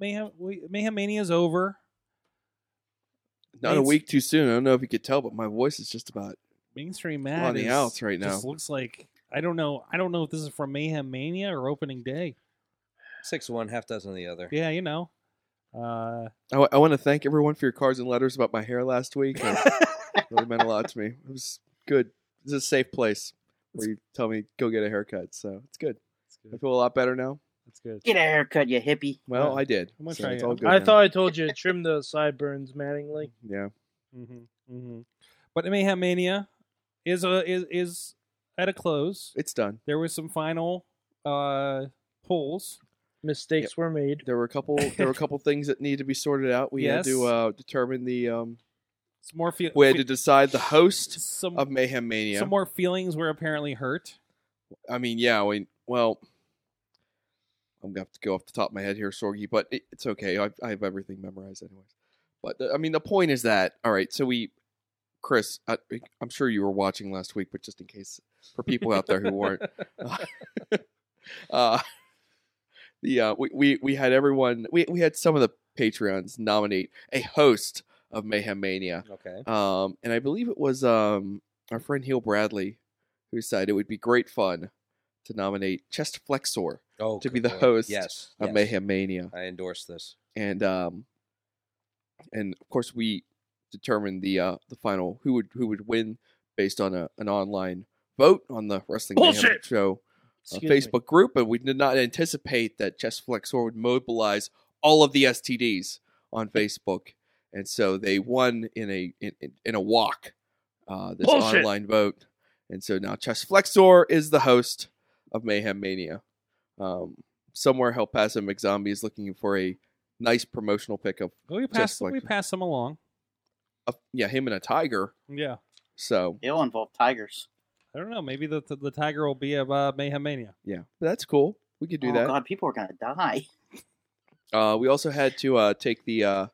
S2: Mayhem. We, Mayhem Mania is over.
S6: Not a week too soon. I don't know if you could tell, but my voice is just about.
S2: Mainstream
S6: On
S2: Mad
S6: the
S2: is,
S6: outs right
S2: Just
S6: now.
S2: looks like I don't know. I don't know if this is from Mayhem Mania or opening day.
S4: Six of one, half dozen of the other.
S2: Yeah, you know. Uh,
S6: I, want to thank everyone for your cards and letters about my hair last week. It really meant a lot to me. It was good. This is a safe place where you tell me go get a haircut, so it's good. I feel a lot better now.
S2: That's good.
S5: Get a haircut, you hippie.
S6: Well,
S2: Yeah.
S6: I did.
S2: I'm gonna
S6: so
S2: try
S6: it's
S2: it.
S6: all good.
S3: I
S6: now.
S3: thought I told you to trim the sideburns, Mattingly.
S6: Yeah.
S2: mhm, mhm. But Mayhem Mania is a is is at a close.
S6: It's done.
S2: There was some final uh polls.
S3: Mistakes were made.
S6: There were a couple. There were a couple things that needed to be sorted out. We had to
S2: Yes.
S6: uh, determine the. Um,
S2: Some more fe-
S6: we had
S2: fe-
S6: to decide the host
S2: some
S6: of Mayhem Mania.
S2: some more feelings were apparently hurt.
S6: I mean, yeah. We, well, I'm gonna have to go off the top of my head here, Sorgi, but it, it's okay. I, I have everything memorized, anyways. But uh, I mean, the point is that all right. So we, Chris, I, I'm sure you were watching last week, but just in case for people out there who weren't, uh, the uh, we, we we had everyone. We we had some of the Patreons nominate a host of Mayhem Mania.
S4: Okay.
S6: Um, and I believe it was um, our friend Heel Bradley who decided it would be great fun to nominate Chest Flexor
S4: Oh,
S6: To
S4: good
S6: be the
S4: lord.
S6: host
S4: Yes.
S6: of
S4: yes.
S6: Mayhem Mania,
S4: I endorse this.
S6: and um, and of course we determined the uh, the final who would who would win based on a, an online vote on the Wrestling Mayhem
S3: Bullshit!
S6: Show uh,
S3: Excuse me.
S6: Facebook group, and we did not anticipate that Chest Flexor would mobilize all of the STDs on
S3: Hmm.
S6: Facebook, and so they won in a in, in- in a walk uh, this
S3: Bullshit.
S6: online vote, and so now Chest Flexor is the host of Mayhem Mania. Um, somewhere, Hell Paso McZombie is looking for a nice promotional pickup.
S2: Well, we
S6: Just
S2: passed
S6: like-
S2: we passed them along.
S6: Of, yeah, him and a tiger.
S2: Yeah.
S6: So
S5: It'll involve tigers.
S2: I don't know. Maybe the the, the tiger will be of uh, Mayhem Mania.
S6: yeah, that's cool. We could do
S5: oh
S6: that.
S5: God, people are gonna die.
S6: Uh, we also had to uh, take the. Uh,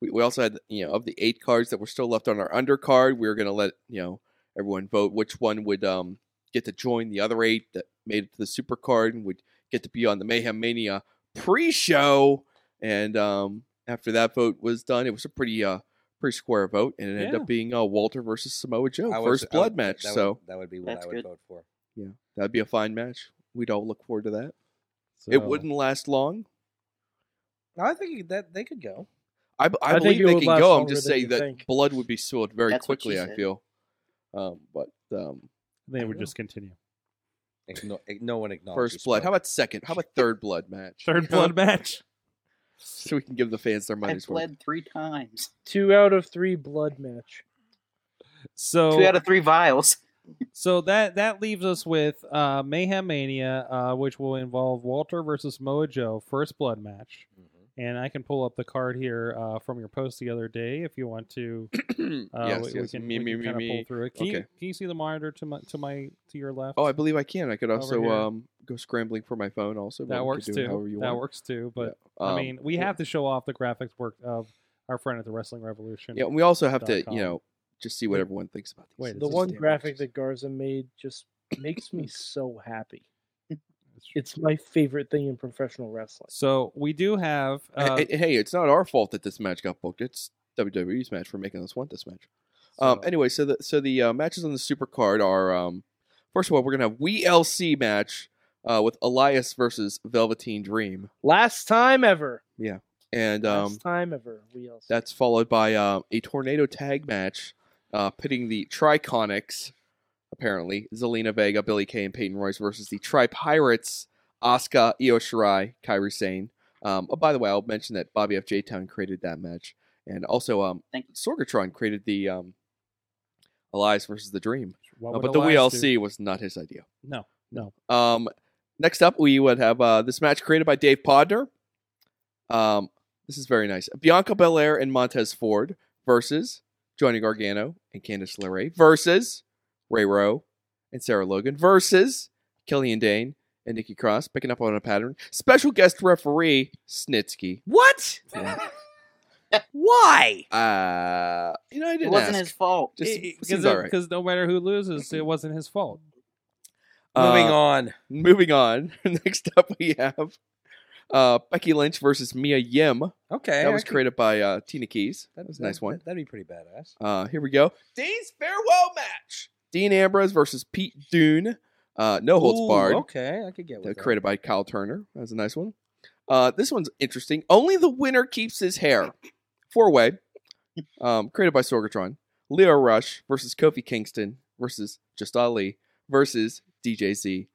S6: we, we also had you know of the eight cards that were still left on our undercard. We were going to let you know everyone vote which one would um, get to join the other eight that made it to the super card and would get to be on the Mayhem Mania pre-show. And um, after that vote was done, it was a pretty uh, pretty square vote, and it ended
S2: Yeah.
S6: up being uh, Walter versus Samoa Joe
S4: I would-
S6: Oh, first
S4: I
S6: blood
S4: would-
S6: match.
S4: that
S6: so
S4: would, that would be what
S5: That's
S4: I would
S5: good.
S4: vote for.
S6: yeah, that'd be a fine match. We'd all look forward to that.
S2: So,
S6: It wouldn't last long.
S4: I think that they could go.
S6: I, b- I
S3: I think
S6: believe
S3: it
S6: they
S3: would
S6: can
S3: last
S6: go. I'm
S3: longer
S6: just
S3: than
S6: saying
S3: you
S6: that
S3: think.
S6: blood would be spilled very
S5: That's what she
S6: quickly. I
S5: said.
S6: feel, um, but um,
S2: They would
S6: don't
S2: just continue.
S4: Igno- ig- no one acknowledges.
S6: first blood.
S4: blood.
S6: How about second? How about third blood match?
S2: Third blood match.
S6: so we can give the fans their
S5: I
S6: money's worth.
S5: bled three times.
S3: Two out of three blood match.
S2: So
S5: Two out of three vials.
S2: So that that leaves us with uh, Mayhem Mania, uh, which will involve Walter versus Moa Joe first blood match.
S4: Mhm.
S2: And I can pull up the card here uh, from your post the other day if you want to. Uh,
S6: yes,
S2: we, we
S6: yes.
S2: can,
S6: me, me, me,
S2: kind of pull
S6: me.
S2: through it. Can, you,
S6: Okay.
S2: can you see the monitor to my to my to your left?
S6: Oh, I believe I can. I could
S2: Over
S6: also
S2: here.
S6: um, go scrambling for my phone. Also, but we
S2: that
S6: could
S2: works
S6: do it however
S2: too.
S6: you
S2: That
S6: want.
S2: works too. But
S6: Um,
S2: I mean, we
S6: yeah.
S2: have to show off the graphics work of our friend at the Wrestling Revolution.
S6: Yeah, and we also have to,
S2: dot com.
S6: you know, just see what
S2: Wait.
S6: everyone thinks about
S2: Wait,
S6: these.
S2: is
S3: The
S2: this
S3: one
S2: the-
S3: graphic that Garza made just makes me so happy.
S2: That's true.
S3: It's my favorite thing in professional wrestling.
S2: So we do have. Uh,
S6: hey, hey, it's not our fault that this match got booked. It's WWE's match for making us want this match. Um,
S2: so-
S6: anyway, so the so the uh, matches on the super card are um, first of all we're gonna have WLC match uh, with Elias versus Velveteen Dream,
S3: Last time ever.
S6: and um,
S3: Last time ever. Wheels.
S6: that's followed by um, a tornado tag match uh, pitting the Triconics, apparently Zelina Vega, Billy Kay, and Peyton Royce versus the Tri Pirates, Asuka, Io Shirai, Kairi Sane. Um, oh, by the way, I'll mention that Bobby F. J. Town created that match, and also um,
S5: Thank you.
S6: Sorgatron created the um, Elias versus the Dream.
S2: what
S6: Uh,
S2: would
S6: but the
S2: Elias
S6: WLC
S2: do?
S6: was not his idea.
S2: No, no.
S6: Um, next up, we would have uh, this match created by Dave Podner. Um, this is very nice. Bianca Belair and Montez Ford versus Johnny Gargano and Candice LeRae versus Ray Rowe and Sarah Logan versus Killian Dane and Nikki Cross, picking up on a pattern. Special guest referee Snitsky.
S4: What? Why?
S6: Uh, you know, I
S5: It
S6: didn't
S5: wasn't
S6: ask.
S5: his fault.
S6: Just
S2: It- it-
S6: seems Mm-hmm.
S2: it-
S6: all right.
S2: no matter who loses, it wasn't his fault.
S4: Moving
S6: Uh,
S4: on.
S6: Moving on. Next up, we have uh, Becky Lynch versus Mia Yim.
S4: Okay.
S6: that was
S4: I could-
S6: created by uh, Tina Keys. That was a nice one.
S4: That'd be pretty badass.
S6: Uh, here we go.
S4: Dean's farewell match.
S6: Dean Ambrose versus Pete Dune. Uh, no holds
S4: Ooh,
S6: barred.
S4: Okay, I could get
S6: Uh,
S4: with that.
S6: created by Kyle Turner. That was a nice one. Uh, this one's interesting. Only the winner keeps his hair. Four way. Um, created by Sorgatron. Leo Rush versus Kofi Kingston versus Just Ali versus DJZ.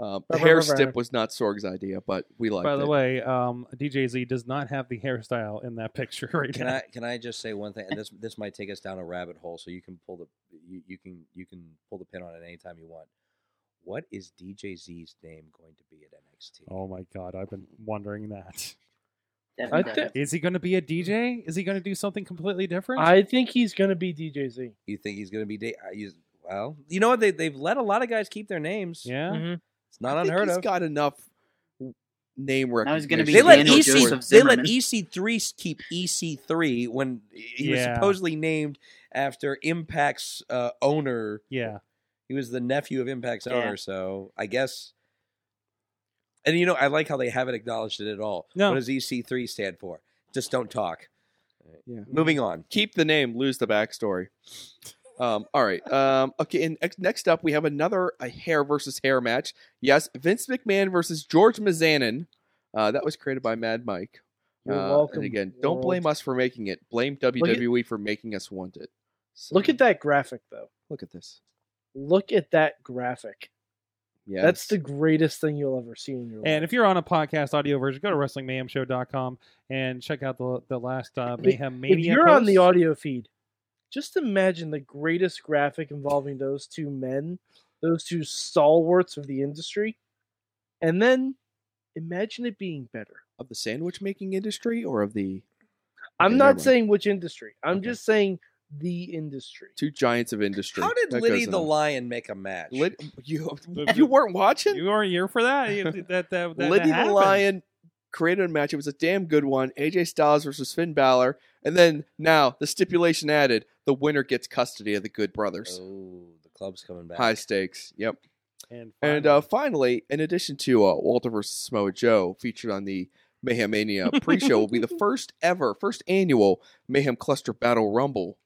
S6: Um, the hair stip was not Sorg's idea, but we liked
S2: By the
S6: it.
S2: way, um, DJZ does not have the hairstyle in that picture right
S4: Can
S2: now.
S4: I can I just say one thing? And this this might take us down a rabbit hole, so you can pull the you, you can you can pull the pin on it anytime you want. What is DJ Z's name going to be at NXT?
S2: Oh my god, I've been wondering that.
S5: Definitely.
S2: Is he going to be a DJ? Is he going to do something completely different?
S3: I think he's gonna be DJ Z.
S4: You think he's going to be? Da- I use- well, you know what? They they've let a lot of guys keep their names.
S2: yeah.
S6: Mm-hmm.
S3: Mm-hmm.
S4: it's not
S6: I think
S4: unheard
S6: he's
S4: of.
S6: got enough name
S5: Now he's
S6: recognition.
S5: gonna be
S4: They let E
S5: Daniel
S4: EC
S5: Joseph
S4: they let
S5: Zimmerman.
S4: EC three keep EC three when he
S2: Yeah.
S4: was supposedly named after Impact's uh, owner.
S2: Yeah.
S4: He was the nephew of Impact's
S5: Yeah.
S4: owner, so I guess. And you know, I like how they haven't acknowledged it at all.
S2: No.
S4: What does EC three stand for? Just don't talk.
S6: Yeah.
S4: Moving on.
S6: keep the name, lose the backstory. Um, all right. Um, okay. And ex- next up, we have another a hair versus hair match. Yes, Vince McMahon versus George Mizanin. Uh, that was created by Mad Mike.
S3: You're
S6: Uh,
S3: welcome,
S6: And again, don't
S3: world.
S6: blame us for making it. Blame WWE for making us want it. So,
S3: Look at that graphic though.
S6: look at this.
S3: Look at that graphic.
S6: Yeah,
S3: That's the greatest thing you'll ever see in your life.
S2: And if you're on a podcast audio version, go to WrestlingMayhemShow.com and check out the the last uh, Mayhem Mania.
S3: if you're on the
S2: post.
S3: audio feed, just imagine the greatest graphic involving those two men, those two stalwarts of the industry, and then imagine it being better.
S6: of the sandwich making industry or of the
S3: I'm
S6: Okay, never
S3: not
S6: mind.
S3: saying which industry. I'm
S6: Okay.
S3: just saying the industry.
S6: two giants of industry.
S4: How did
S6: That
S4: Liddy
S6: goes
S4: the
S6: on.
S4: Lion make a match?
S6: Lid- you
S2: The-
S6: you weren't watching?
S2: You weren't here for that. You- that, that, that, that
S6: Liddy the
S2: happened.
S6: Lion created a match. It was a damn good one. AJ Styles versus Finn Balor. And then now the stipulation added the winner gets custody of the Good Brothers.
S4: oh, the club's coming back.
S6: High stakes. Yep.
S2: And,
S6: And uh, finally, in addition to uh, Walter versus Samoa Joe, featured on the Mayhem Mania pre-show, will be the first ever, first annual Mayhem Cluster Battle Rumble.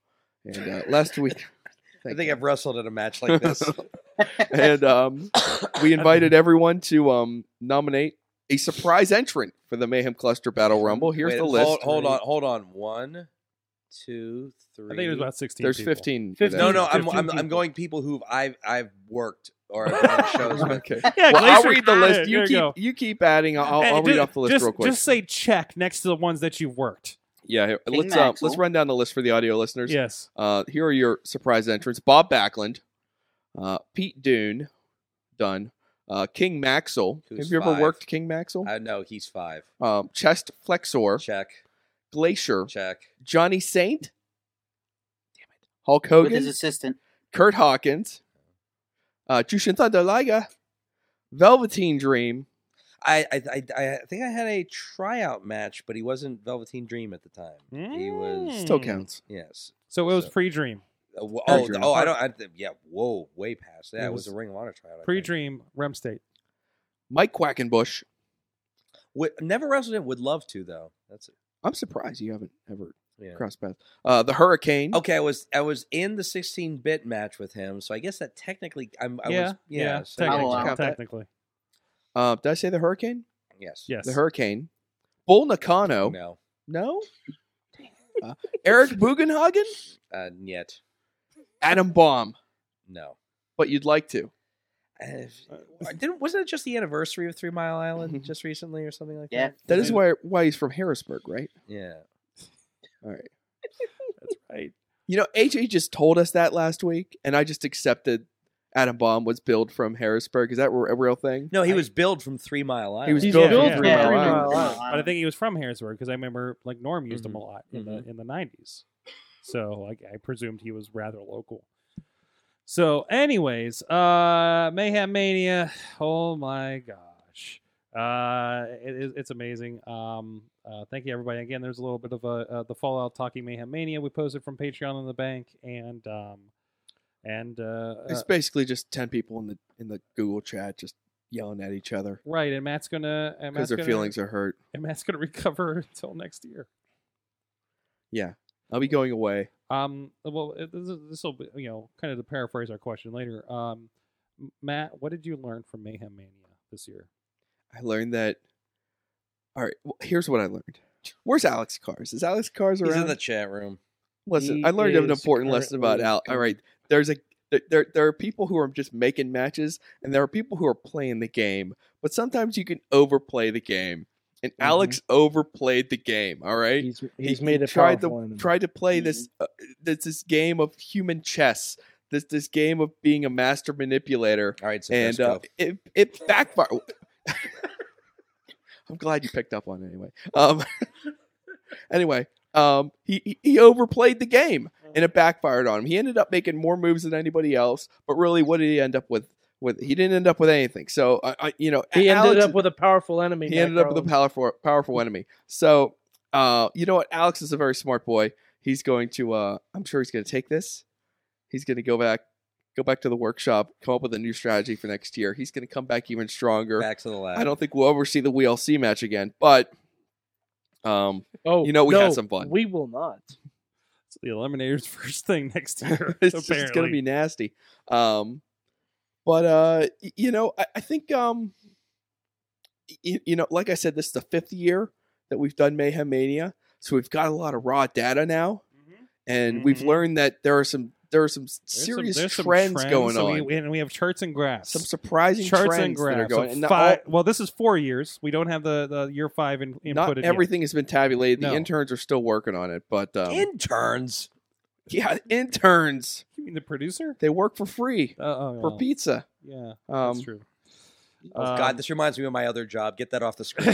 S6: And uh, last week,
S4: I
S6: Thank
S4: think
S6: you.
S4: I've wrestled in a match like this.
S6: and um, we invited everyone to um, nominate a surprise entrant for the Mayhem Cluster Battle Rumble. Here's
S4: Wait,
S6: the
S4: hold-
S6: list.
S4: Hold, on, hold on. One,
S6: uh,
S4: two, three.
S2: I think it was about 16.
S6: There's
S2: people.
S6: 15.
S3: Fifteen.
S4: No, no, I'm,
S2: 15
S4: I'm, I'm
S2: people.
S4: going people who I've I've worked or I've done shows with.
S6: okay.
S2: Yeah,
S6: Well, I'll
S2: Glacier
S6: read the
S2: got
S6: list.
S2: it.
S6: You
S2: There
S6: keep
S2: go.
S6: you keep adding. I'll,
S2: Hey,
S6: I'll read
S2: ju-
S6: off the list
S2: just,
S6: real quick.
S2: Just say check next to the ones that you've worked.
S6: yeah, here,
S5: King
S6: let's uh,
S5: Maxwell.
S6: let's run down the list for the audio listeners.
S2: Yes.
S6: Uh, here are your surprise entrants: Bob Backlund, uh, Pete Dune, Dunn, uh, King Maxwell.
S4: Who's
S6: Have you ever
S4: five?
S6: worked King Maxwell?
S4: I know he's five.
S6: um, Chest Flexor,
S4: Check,
S6: Glacier,
S4: check.
S6: Johnny Saint, damn it, Hulk
S5: With his
S6: Hogan,
S5: assistant.
S6: Kurt Hawkins, uh, Jushin Thunder Liger, Velveteen Dream.
S4: I, I I I think I had a tryout match, but he wasn't Velveteen Dream at the time. He was
S2: Mm.
S6: Still counts.
S4: yes.
S2: So it was
S4: So-
S2: pre dream.
S4: Uh, wh-
S6: Or
S4: oh,
S6: Dream.
S4: oh, I don't. I, th- yeah, whoa, way past that.
S2: It
S4: It was,
S2: was
S4: a Ring of Honor tryout. I think.
S2: Pre dream REM state.
S6: Mike Quackenbush.
S4: Would, never wrestled it. Would love to though. That's it.
S6: I'm surprised you haven't ever
S4: Yeah. Oh.
S6: crossed paths. Uh, the Hurricane.
S4: Okay, I was I was in the 16-bit match with him, so I guess that technically I'm. I
S2: yeah,
S4: was, yeah.
S2: yeah.
S4: so-
S5: I'll allow
S2: Technically.
S5: that.
S2: technically.
S6: Uh, did I say the Hurricane?
S4: yes.
S2: Yes.
S6: The Hurricane. Bull Nakano. No.
S4: No.
S6: Uh, Eric Bugenhagen.
S4: Uh, yet.
S6: Adam Bomb.
S4: No.
S6: But you'd like to.
S4: I- I didn't wasn't it just the anniversary of Three Mile Island just recently or something like
S5: Yeah.
S4: that?
S6: That is why why he's from Harrisburg, right?
S4: Yeah.
S6: All right.
S2: That's right.
S6: You know, AJ just told us that last week, and I just accepted Adam Bomb was billed from Harrisburg. Is that re- a real thing?
S4: No, he was billed from Three Mile Island.
S6: He was
S3: He's
S6: billed
S2: billed
S6: from
S2: from
S6: Three Mile
S3: Three
S6: Island.
S3: Mile Island.
S2: But I think he was from Harrisburg because I remember like Norm used
S6: Mm-hmm.
S2: him a lot in the in the nineties. So like I presumed he was rather local. So, anyways, uh Mayhem Mania. Oh my god. gosh. Uh, it is, it's amazing. Um, uh, thank you, everybody. Again, there's a little bit of a, uh, the Fallout Talking Mayhem Mania we posted from Patreon in the bank, and um, and uh,
S6: It's
S2: uh,
S6: basically just ten people in the in the Google chat just yelling at each other
S2: right. And Matt's gonna and
S6: because
S2: Matt's
S6: their
S2: gonna,
S6: feelings are hurt.
S2: and Matt's gonna recover until next year.
S6: I'll be going away.
S2: Um, well, it- this will be you know kind of to paraphrase our question later. Um, M- Matt, what did you learn from Mayhem Mania this year?
S6: I learned that. All right, well, here's what I learned. Where's Alex Cars? Is Alex Cars
S4: He's
S6: around?
S4: in the chat room.
S6: Listen,
S3: He
S6: I learned an
S3: is
S6: important lesson about
S3: currently
S6: Al. All right, there's a there- there there are people who are just making matches, and there are people who are playing the game. But sometimes you can overplay the game, and Alex overplayed the game. All right,
S3: Mm-hmm. He's,
S6: He-
S3: he's
S6: he
S3: made a powerful
S6: tried to
S3: enemy. Mm-hmm.
S6: tried to play this uh, this this game of human chess. This this game of being a master manipulator,
S4: All right, so
S6: and uh, it it backfired. I'm glad you picked up on it anyway. Um, anyway, um, he he- he overplayed the game and it backfired on him. He ended up making more moves than anybody else, but really, what did he end up with? With he didn't end up with anything. So I, I you know,
S3: he
S6: Alex,
S3: ended up with a powerful enemy.
S6: he
S3: Matt
S6: ended up with a
S3: Garland.
S6: powerful powerful enemy. So uh, you know what? Alex is a very smart boy. He's going to. Uh, I'm sure he's going to take this. He's going to go back. Go back to the workshop, come up with a new strategy for next year. He's going to come back even stronger.
S4: back to the lab.
S6: I don't think we'll ever see the WLC match again, but um,
S3: Oh,
S6: you know, we had
S3: no,
S6: some fun.
S3: We will not.
S2: It's the Eliminator's first thing next year.
S6: it's just
S2: apparently.
S6: going to be nasty. Um, but uh, y- you know, I, I think um, you, you know, like I said, this is the fifth year that we've done Mayhem Mania, so we've got a lot of raw data now, and we've
S2: Mhm.
S6: learned that there are some there are some
S2: There's
S6: serious
S2: some, there's some
S6: trends, going
S2: so we-
S6: on,
S2: We, and we have charts and graphs.
S6: some surprising
S2: charts
S6: trends
S2: and graphs.
S6: that are going.
S2: of
S6: and not
S2: five,
S6: all-
S2: well, this is four years. We don't have the, the year five in, inputted
S6: not
S2: yet.
S6: everything has been tabulated. The
S2: No.
S6: interns are still working on it, but um,
S4: Interns.
S6: yeah, interns
S2: You mean the producer?
S6: they work for free
S2: Uh, oh,
S6: for
S2: well,
S6: pizza.
S2: Yeah, that's
S6: Um,
S2: true.
S4: Oh
S2: Um,
S4: God, this reminds me of my other job. Get that off the screen.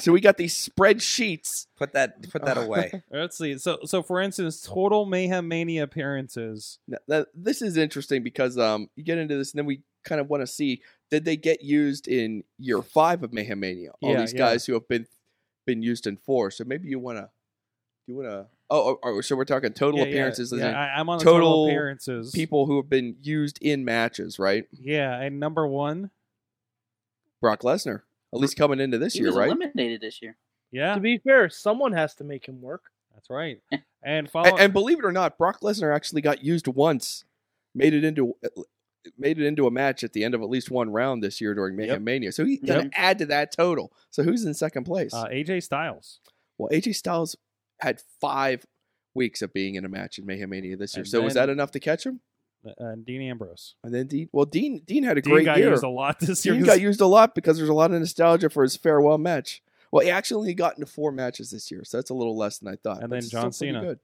S6: so we got these spreadsheets.
S4: put that put that away.
S2: Uh, Let's see. So, so for instance, total Mayhem Mania appearances.
S6: Now, now, this is interesting because um, you get into this, and then we kind of want to see did they get used in year five of Mayhem Mania? All
S2: Yeah,
S6: these
S2: yeah.
S6: guys who have been been used in four. So maybe you want to you want to. Oh, oh, oh, so we're talking total
S2: Yeah, yeah,
S6: appearances. as
S2: Yeah,
S6: in
S2: I, I'm on the total,
S6: total
S2: appearances.
S6: people who have been used in matches, right?
S2: Yeah, and number one.
S6: Brock Lesnar, at least coming into this
S5: He
S6: year,
S5: was
S6: right?
S5: eliminated this year.
S2: Yeah,
S3: To be fair, someone has to make him work.
S2: that's right. Oh, And follow.
S6: and, and believe it or not, Brock Lesnar actually got used once, made it into uh, made it into a match at the end of at least one round this year during Mayhem
S2: Yep.
S6: Mania. So he
S5: Yep.
S6: had to add to that total. So who's in second place?
S2: uh, AJ Styles.
S6: well, AJ Styles had five weeks of being in a match in Mayhem Mania this year.
S2: And
S6: So was
S2: then-
S6: that enough to catch him?
S2: uh, and Dean Ambrose.
S6: And then Dean, well, Dean Dean had a
S2: Dean
S6: great
S2: got
S6: year.
S2: used a lot this year.
S6: Dean got used a lot because there's a lot of nostalgia for his farewell match. Well, he actually only got into four matches this year, so that's a little less than I thought.
S2: And
S6: but
S2: then
S6: it's still
S2: John
S6: pretty
S2: Cena.
S6: Good.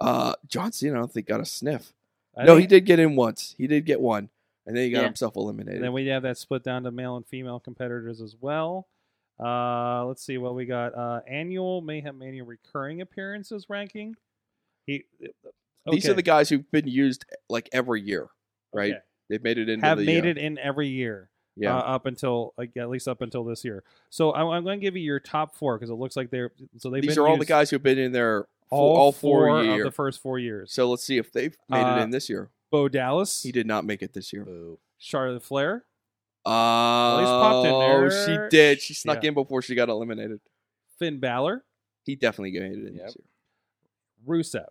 S6: Uh, John Cena, I don't think got a sniff.
S2: I
S6: no,
S2: think-
S6: he did get in once. He did get one, and then he got
S5: Yeah.
S6: himself eliminated.
S2: And then we have that split down to male and female competitors as well. Uh, let's see what we got. Uh, annual Mayhem Mania recurring appearances ranking. He, uh,
S6: These are the guys who've been used like every year, right?
S2: Okay.
S6: They've made it into
S2: have
S6: the
S2: made
S6: uh,
S2: it in every year.
S6: Yeah,
S2: uh, up until like, at least up until this year. So I, am going to give you your top four because it looks like they're so they've
S6: these
S2: been
S6: are all the
S2: used
S6: guys who've been in there for
S2: all,
S6: all,
S2: four,
S6: four
S2: of the
S6: years.
S2: first four years.
S6: So let's see if they've made it
S2: Uh,
S6: in this year.
S2: Bo Dallas,
S6: He did not make it this year.
S2: Charlotte Flair,
S6: Oh,
S2: least popped in
S6: she
S2: there.
S6: did. She snuck
S2: Yeah.
S6: in before she got eliminated.
S2: Finn Balor,
S6: He definitely made it in
S4: Yep.
S6: this year.
S2: Rusev.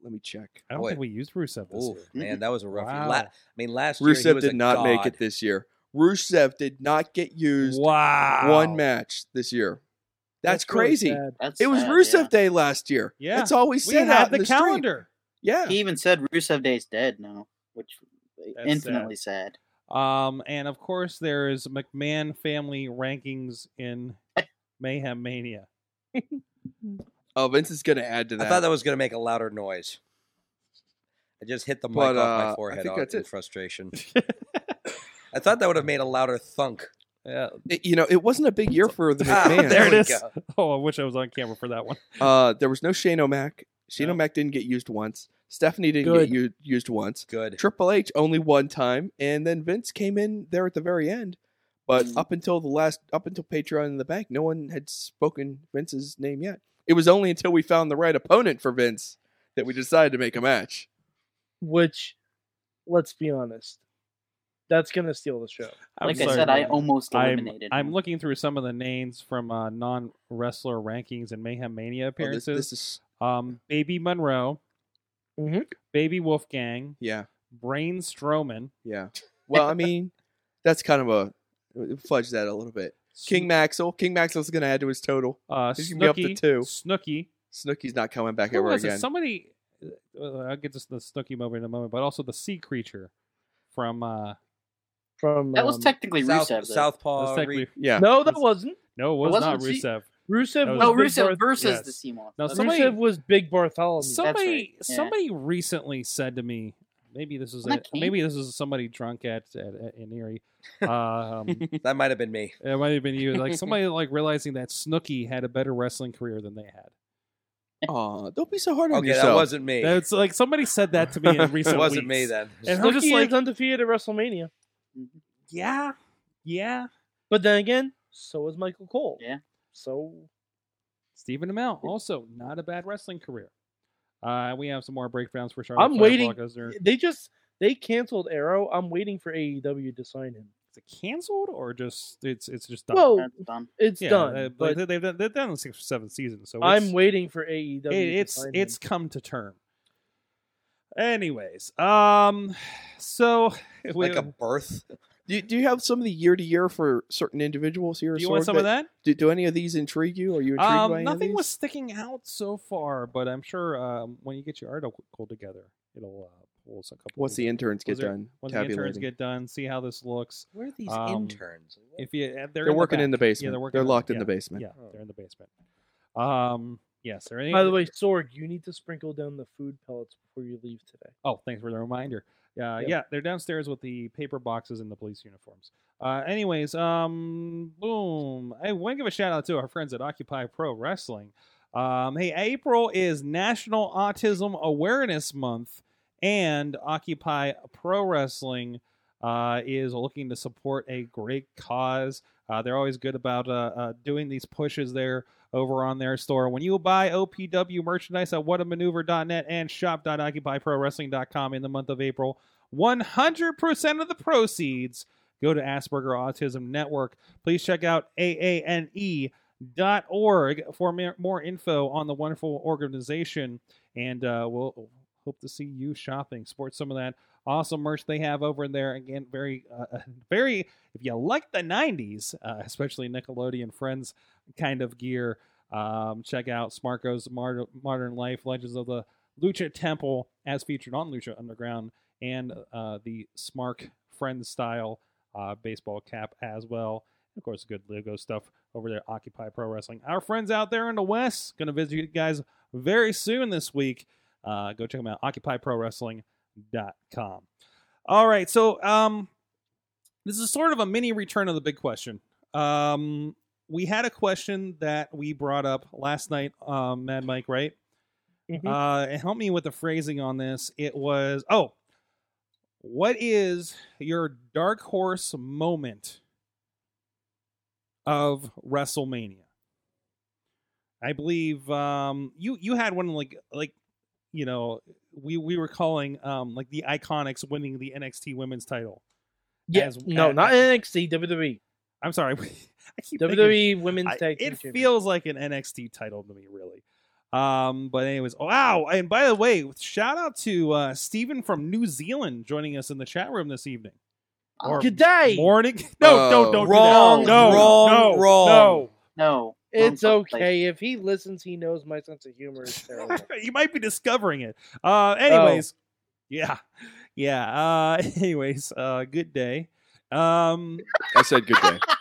S6: Let me check.
S2: I don't
S4: Boy.
S2: think we used Rusev this
S4: Oof,
S2: year.
S4: man, that was a rough.
S2: Wow.
S4: La- I mean, last year he
S6: Rusev
S4: was
S6: did
S4: a
S6: not make
S4: god.
S6: it this year. Rusev did not get used
S2: Wow.
S6: one match this year. That's,
S3: really
S6: crazy.
S3: sad.
S5: That's
S6: It was
S5: sad,
S6: Rusev
S5: yeah.
S6: Day last year.
S2: Yeah.
S6: that's all we
S2: We
S6: said. out
S2: have
S6: in
S2: the,
S6: stream.
S2: calendar.
S6: Yeah,
S5: He even said Rusev Day's dead now, which
S2: That's
S5: infinitely sad.
S2: Um, and of course, there is McMahon family rankings in Mayhem Mania.
S6: oh, Vince is going to add to that.
S4: I thought that was going to make a louder noise. I just hit the mic
S6: But,
S4: off
S6: uh, I
S4: my forehead
S6: think
S4: on-
S6: that's
S4: in
S6: it.
S4: frustration. I thought that would have made a louder thunk.
S2: Yeah.
S6: It- you know, it wasn't a big year for the
S4: Ah,
S6: McMahon.
S4: there it
S2: we
S4: is.
S2: go. Oh, I wish I was on camera for that one.
S6: Uh, there was no Shane O'Mac. Shane
S2: No.
S6: O'Mac didn't get used once. Stephanie didn't
S3: Good.
S6: get u- used once.
S4: Good.
S6: Triple H only one time, and then Vince came in there at the very end. But
S4: Mm.
S6: up until the last, up until Patreon in the bank, no one had spoken Vince's name yet. It was only until we found the right opponent for Vince that we decided to make a match.
S3: Which, let's be honest, that's gonna steal the show.
S2: I'm
S5: Like I
S2: sorry,
S5: said, I
S2: Ryan.
S5: almost
S2: I'm-
S5: eliminated.
S2: I'm,
S5: him.
S2: looking through some of the names from uh, non wrestler rankings and Mayhem Mania
S6: Oh, this,
S2: appearances.
S6: this is
S2: um, Baby Monroe,
S6: Mm-hmm.
S3: Mhm.
S2: Baby Wolfgang,
S6: yeah,
S2: Brain Strowman,
S6: yeah. Well, I mean, that's kind of a uh, fudge that a little bit. King Maxwell, King Maxwell's going to add to his total.
S2: uh,
S6: he's gonna be up to
S2: Snooki,
S6: two.
S2: Snooki.
S6: Snooky's not coming back
S2: Who
S6: over
S2: was it?
S6: again.
S2: Somebody. Uh, I'll get this the Snooki moment in a moment, but also the sea creature from. Uh,
S3: From
S5: That was
S3: um,
S5: technically
S4: South,
S5: Rusev. though.
S4: Southpaw.
S6: Uh,
S2: that's
S4: Re-
S2: technically-
S6: yeah.
S3: No, that wasn't.
S2: no, it was
S5: It
S2: not
S5: wasn't sea-
S6: oh,
S2: Rusev.
S3: Rusev.
S2: No,
S3: was
S5: No,
S3: Big
S5: Oh, Rusev
S3: Barth-
S5: versus
S2: yes.
S5: the Seamoth.
S2: Now,
S5: That's
S2: somebody-
S3: Rusev was Big Bartholomew.
S5: right,
S2: Somebody,
S5: yeah.
S2: somebody recently said to me, maybe this is
S5: Isn't
S2: a,
S5: that Kane?
S2: maybe this is somebody drunk at, at, at in Erie. Um,
S4: that might have been me.
S2: It might have been you. Like somebody like realizing that Snooki had a better wrestling career than they had.
S6: Aw, don't be so hard on
S4: Okay,
S6: yourself.
S4: that wasn't me.
S2: That's like somebody said that to me in recent
S4: it wasn't
S2: weeks.
S4: me then.
S2: And
S3: Snooki
S2: we're just like,
S3: is undefeated at WrestleMania.
S2: yeah, yeah.
S3: But then again, so is Michael Cole.
S5: Yeah.
S3: So
S2: Stephen Amell also not a bad wrestling career. Uh, we have some more breakdowns for Charlotte.
S3: I'm
S2: Flair,
S3: waiting.
S2: Brock Lesnar.
S3: They just they canceled Arrow. I'm waiting for AEW to sign him.
S2: Is it canceled or just it's it's just done?
S3: Well,
S5: That's done.
S3: it's
S2: yeah,
S3: done.
S2: uh, but
S3: but
S2: they- they've done, they've done six or seven seasons. So it's-
S3: I'm waiting for AEW.
S2: it,
S3: to
S2: it's
S3: sign him.
S2: it's come to term. Anyways, um, so we-
S4: like a birth.
S6: Do, do you have some of the year to year for certain individuals here?
S2: do you want
S6: Sorg,
S2: some of that?
S6: Do, do any of these intrigue you? Are you intrigued by
S2: Um,
S6: any
S2: nothing
S6: of
S2: was
S6: these?
S2: sticking out so far, but I'm sure um, when you get your article together, it'll uh, pull us a couple.
S6: Once the interns get
S2: Was there-
S6: done
S2: once the interns
S6: tabulating,
S2: get done, see how this looks.
S4: Where are these
S2: Um,
S4: interns?
S2: If you, uh, they're,
S6: they're working in the
S2: back.
S6: basement.
S2: Yeah, they're
S6: they're,
S2: working.
S6: locked in
S2: yeah,
S6: the basement.
S2: Yeah, they're in the basement. Um, yes. There
S3: By the way, Sorg, you need to sprinkle down the food pellets before you leave today.
S2: Oh, thanks for the reminder. Uh,
S3: Yep.
S2: Yeah, they're downstairs with the paper boxes and the police uniforms. Uh, anyways, um, boom. I want to give a shout out to our friends at Occupy Pro Wrestling. Um, hey, April is National Autism Awareness Month, and Occupy Pro Wrestling uh, is looking to support a great cause. Uh, they're always good about uh, uh, doing these pushes there over on their store. When you buy OPW merchandise at whatamaneuver.net and shop.occupyprowrestling.com in the month of April, 100% of the proceeds go to Asperger Autism Network. Please check out aane.org E for mer- more info on the wonderful organization, and uh, we'll hope to see you shopping. Sport some of that awesome merch they have over there. Again, very, uh, very. If you like the '90s, uh, especially Nickelodeon Friends kind of gear, um, check out Smarko's Mar- Modern Life, Legends of the Lucha Temple, as featured on Lucha Underground, and uh, the Smark Friends style uh, baseball cap as well. Of course, good logo stuff over there. Occupy Pro Wrestling. Our friends out there in the West going to visit you guys very soon this week. Uh, go check them out. Occupy Pro Wrestling com. All right, so um, this is sort of a mini return of the big question. Um, we had a question that we brought up last night, um, Mad Mike, right?
S3: Mhm.
S2: Uh, and help me with the phrasing on this. It was oh, what is your dark horse moment of WrestleMania? I believe um, you you had one like like you know we we were calling um like the iconics winning the NXT women's title.
S3: Yes.
S2: as-
S3: no,
S2: as-
S3: not NXT. WWE.
S2: I'm sorry, I keep thinking-
S3: WWE E Women's
S2: I-
S3: Tag Team
S2: it
S3: Champion.
S2: feels like an NXT title to me, really. Um, but anyways, wow! And by the way, shout out to uh, Stephen from New Zealand joining us in the chat room this evening. Or
S3: Oh, Good day.
S2: morning? No,
S6: Oh.
S2: don't, don't do that.
S4: Wrong,
S2: No,
S4: wrong,
S2: no,
S4: wrong.
S2: no.
S5: No,
S3: It's
S5: Wrong place.
S3: okay if he listens. He knows my sense of humor is terrible.
S2: you might be discovering it. Uh, anyways, yeah, yeah. Uh, anyways, uh, good day. Um,
S6: I said good day.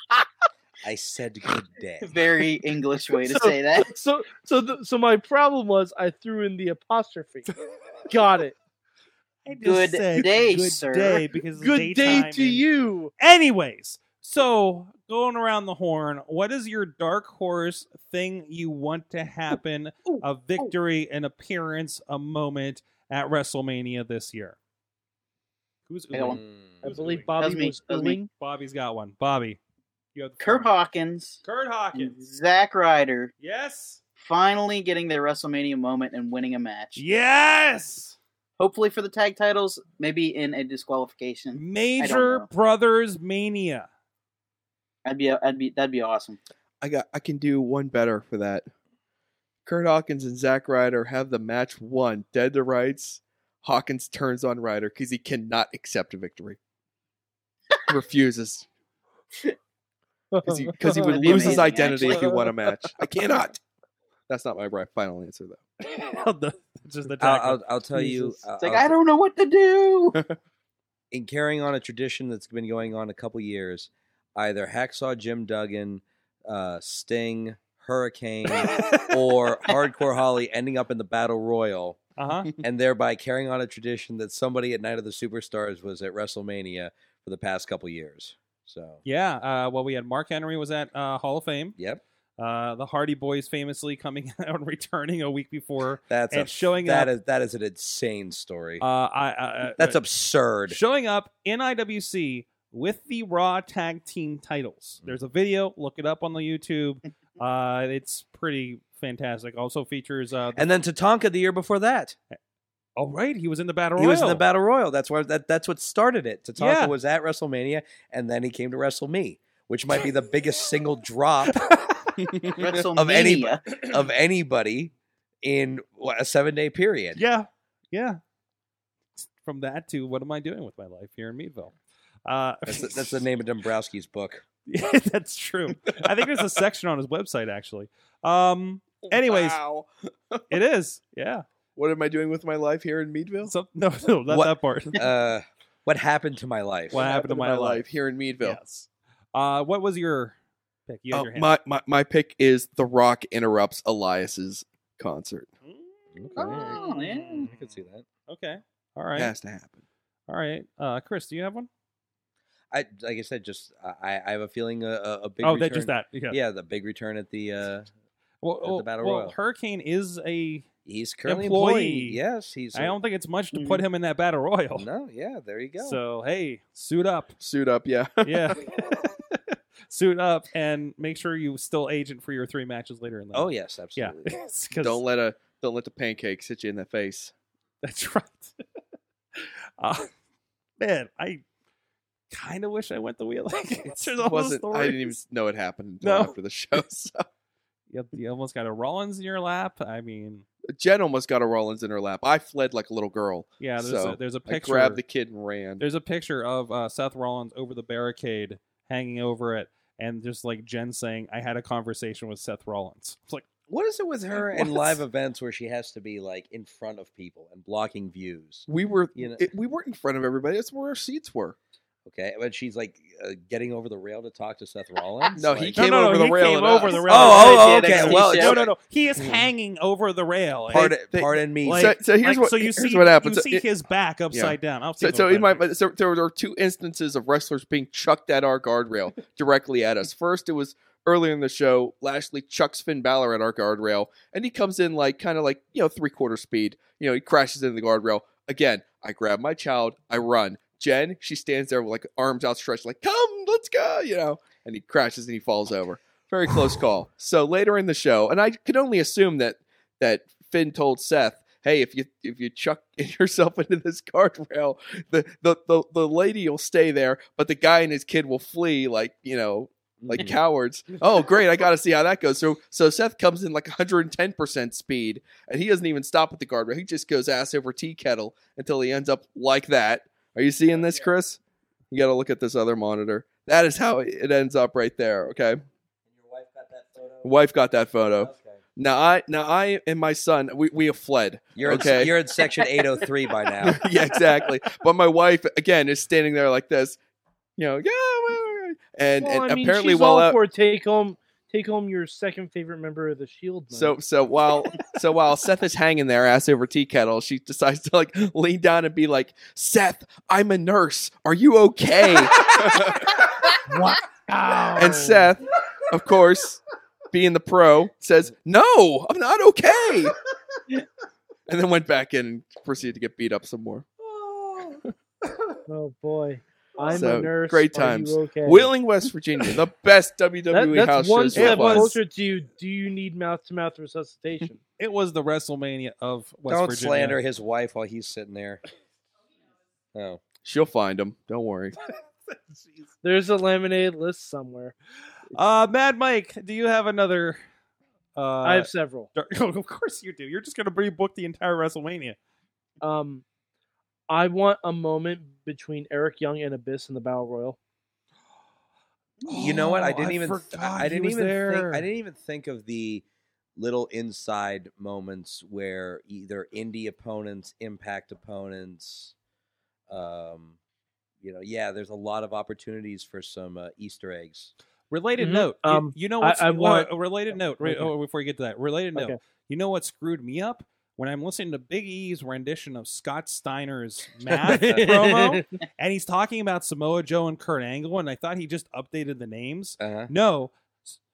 S4: I said good day.
S5: Very English way to
S3: So-
S5: say that.
S3: so, so, th- so my problem was I threw in the apostrophe. Got it.
S2: I just
S5: Good
S2: said
S5: day,
S2: good
S5: sir.
S2: day because it's
S3: Good day
S2: daytime
S3: to
S2: and-
S3: you.
S2: Anyways, so going around the horn, what is your dark horse thing you want to happen?
S5: ooh,
S2: a victory, an appearance, a moment at WrestleMania this year. Who's
S5: I got
S2: oohing?
S5: one.
S3: I
S2: Who's
S3: believe
S4: Hmm.
S2: oohing?
S3: Bobby
S5: That's me.
S3: was
S5: That's me.
S3: doing.
S2: Bobby's got one. Bobby, You have the
S5: Kurt
S2: floor.
S5: Hawkins,
S2: Kurt
S4: Mm.
S2: Hawkins.
S5: Zack Ryder,
S2: Yes.
S5: finally getting their WrestleMania moment and winning a match.
S2: Yes.
S5: Hopefully for the tag titles, maybe in a disqualification.
S2: Major
S5: know.
S2: Brothers Mania.
S5: I'd be, I'd be, that'd be awesome.
S6: I got I can do one better for that. Kurt Hawkins and Zack Ryder have the match won, dead to rights. Hawkins turns on Ryder because he cannot accept a victory. Refuses because he, 'cause he would
S5: That'd be
S6: lose his
S5: amazing,
S6: identity if he
S5: actually.
S6: won a match. I cannot. That's not my right final answer though.
S2: Just the tag.
S4: I'll, I'll, I'll tell you.
S3: Jesus.
S4: I'll-
S5: It's like,
S2: Uh,
S4: I'll
S5: I
S4: t-
S5: don't know what to do.
S4: in carrying on a tradition that's been going on a couple years, either Hacksaw Jim Duggan, uh, Sting, Hurricane, or Hardcore Holly ending up in the Battle Royal,
S2: uh huh.
S4: and thereby carrying on a tradition that somebody at Night of the Superstars was at WrestleMania for the past couple years. So,
S2: Yeah. Uh, well, we had Mark Henry was at uh, Hall of Fame.
S4: yep,
S2: Uh, the Hardy Boys famously coming out and returning a week before.
S4: that's
S2: And
S4: a,
S2: showing
S4: that
S2: up-
S4: is- that is an insane story.
S2: Uh, I, I, I-
S4: that's
S2: uh,
S4: absurd.
S2: Showing up in IWC with the Raw Tag Team
S4: Hmm.
S2: titles. There's a video. Look it up on the YouTube. Uh, it's pretty fantastic. Also features. Uh,
S4: and then Tatanka the year before that,
S2: oh right, he was in the Battle
S4: he
S2: Royal.
S4: was in the Battle Royal. That's where that that's what started it. Tatanka
S2: Yeah.
S4: was at WrestleMania, and then he came to Wrestle Me, which might be the biggest single drop
S5: WrestleMania.
S4: of any of anybody in what, a seven day period.
S2: Yeah, yeah. From that to what am I doing with my life here in Meadville? Uh,
S4: That's the, that's the name of Dombrowski's book.
S2: Yeah, that's true. I think there's a section on his website actually. Um, anyways,
S6: Wow.
S2: it is. Yeah.
S6: what am I doing with my life here in Meadville?
S2: So, no, no, not
S4: What-
S2: that part.
S4: Uh, what happened to my life?
S2: What happened to my life?
S6: here in Meadville?
S2: Yes. Uh, what was your pick? You had
S6: Oh,
S2: your hand.
S6: my, my my pick is The Rock interrupts Elias's concert.
S5: Oh, yeah.
S4: Mm, I can see that.
S2: okay. All right.
S6: It has to happen.
S2: All right. Uh, Chris, do you have one?
S4: I like I said, just I, I have a feeling a, a, a big
S2: oh,
S4: return.
S2: that just that. Yeah.
S4: Yeah, the big return at the uh,
S2: Well,
S4: At the
S2: well-
S4: Battle
S2: well,
S4: Royal.
S2: Hurricane is a.
S4: he's currently
S2: Employee.
S4: employee. Yes, he's.
S2: I
S4: a-
S2: don't think it's much to put him in that battle royal.
S4: No, yeah, Mm-hmm. there you go.
S2: So hey, suit up.
S6: Suit up, yeah.
S2: Yeah. suit up and make sure you still agent for your three matches later in the
S4: oh
S2: night.
S4: yes, absolutely.
S2: yeah. It's 'cause-
S6: don't let a don't let the pancakes hit you in the face.
S2: That's right. uh, man, I kind of wish I went the way like answered all the
S6: wasn't I didn't even
S2: stories.
S6: know it happened until
S2: No.
S6: after the show. So.
S2: Yep, you almost got a Rollins in your lap. I mean,
S6: Jen almost got a Rollins in her lap. I fled like a little girl.
S2: yeah, there's
S6: So,
S2: a, there's a
S6: I
S2: picture.
S6: grabbed the kid and ran.
S2: there's a picture of uh, Seth Rollins over the barricade, hanging over it, and just like Jen saying, "I had a conversation with Seth Rollins." It's like,
S4: What is it with her and
S2: What?
S4: live events where she has to be like in front of people and blocking views?
S6: we were
S4: You know-
S6: it, we weren't in front of everybody. That's where our seats were.
S4: Okay, but she's like uh, getting over the rail to talk to Seth Rollins.
S6: No,
S4: like,
S6: he
S2: no,
S6: came
S2: no, no,
S6: over the
S2: he
S6: rail.
S2: came
S6: and
S2: over
S6: us.
S2: the rail.
S4: Oh, oh,
S5: Did
S4: okay.
S5: NXT
S4: Well, Hmm.
S5: show.
S2: no, no, no, he is hanging over the rail.
S4: Pardon,
S6: They-
S4: pardon me.
S2: Like-
S6: so, so here's
S2: Like,
S6: what
S2: so you
S6: here's
S2: see
S6: what happens.
S2: You see
S6: It-
S2: his back upside down. I'll
S6: so,
S2: take
S6: so
S2: over
S6: in my
S2: that.
S6: so there were two instances of wrestlers being chucked at our guardrail directly at us. First, it was earlier in the show. Lashley chucks Finn Balor at our guardrail, and he comes in like kind of like you know three quarter speed. You know, he crashes into the guardrail again. I grab my child. I run. Jen, she stands there with like arms outstretched, like "Come, let's go," you know. And he crashes and he falls over. Very close call. So later in the show, and I could only assume that that Finn told Seth, "Hey, if you if you chuck yourself into this guardrail, the the the, the lady will stay there, but the guy and his kid will flee like you know." Like cowards. Oh, great! I got to see how that goes. So, so Seth comes in like 110 percent speed, and he doesn't even stop at the guardrail. He just goes ass over tea kettle until he ends up like that. Are you seeing this, Chris? You got to look at this other monitor. That is how it ends up right there. Okay, wife got that photo. Now I, now I and my son, we we have fled.
S4: You're
S6: Okay.
S4: in, you're in section 803 by now.
S6: yeah, exactly. But my wife again is standing there like this, you know, yeah, wah, wah," and,
S3: Well,
S6: and
S3: I mean,
S6: apparently
S3: she's
S6: while
S3: all
S6: out,
S3: for take home, take home your second favorite member of the Shield. Knights.
S6: so so while so while Seth is hanging there ass over tea kettle, she decides to like lean down and be like, Seth, I'm a nurse. Are you okay? And Seth, of course, being the pro, says, No, I'm not okay. and then went back in and proceeded to get beat up some more.
S3: oh boy, I'm
S6: so,
S3: a nurse.
S6: Great
S3: Are you
S6: times.
S3: okay?
S6: Wheeling, West Virginia, the best WWE
S3: That- that's
S6: house
S3: one
S6: shows.
S3: step
S6: there was.
S3: closer to you. Do you need mouth to mouth resuscitation?
S2: It was the WrestleMania of West
S4: Don't
S2: Virginia.
S4: slander his wife while he's sitting there. Oh,
S6: She'll find them. Don't worry.
S3: There's a laminated list somewhere.
S2: Uh, Mad Mike, do you have another? Uh,
S3: I have several.
S2: dar- of course you do. You're just gonna rebook the entire WrestleMania.
S3: Um, I want a moment between Eric Young and Abyss in the Battle Royal.
S4: you know what? I
S2: Oh,
S4: didn't even.
S2: forgot
S4: I, I
S2: he
S4: didn't
S2: was
S4: even.
S2: there.
S4: Think, I didn't even think of the little inside moments where either indie opponents, impact opponents, um, you know, yeah. There's a lot of opportunities for some uh, Easter eggs.
S2: Related
S3: Mhm.
S2: note. Mm-hmm. you-
S3: Um,
S2: you, know
S3: I-
S2: what's
S3: I
S2: well,
S3: want-
S2: a related note. Right,
S3: Okay.
S2: oh, before you get to that, related note.
S3: Okay.
S2: You know what screwed me up when I'm listening to Big E's rendition of Scott Steiner's math promo, and he's talking about Samoa Joe and Kurt Angle, and I thought he just updated the names.
S4: Uh-huh.
S2: No,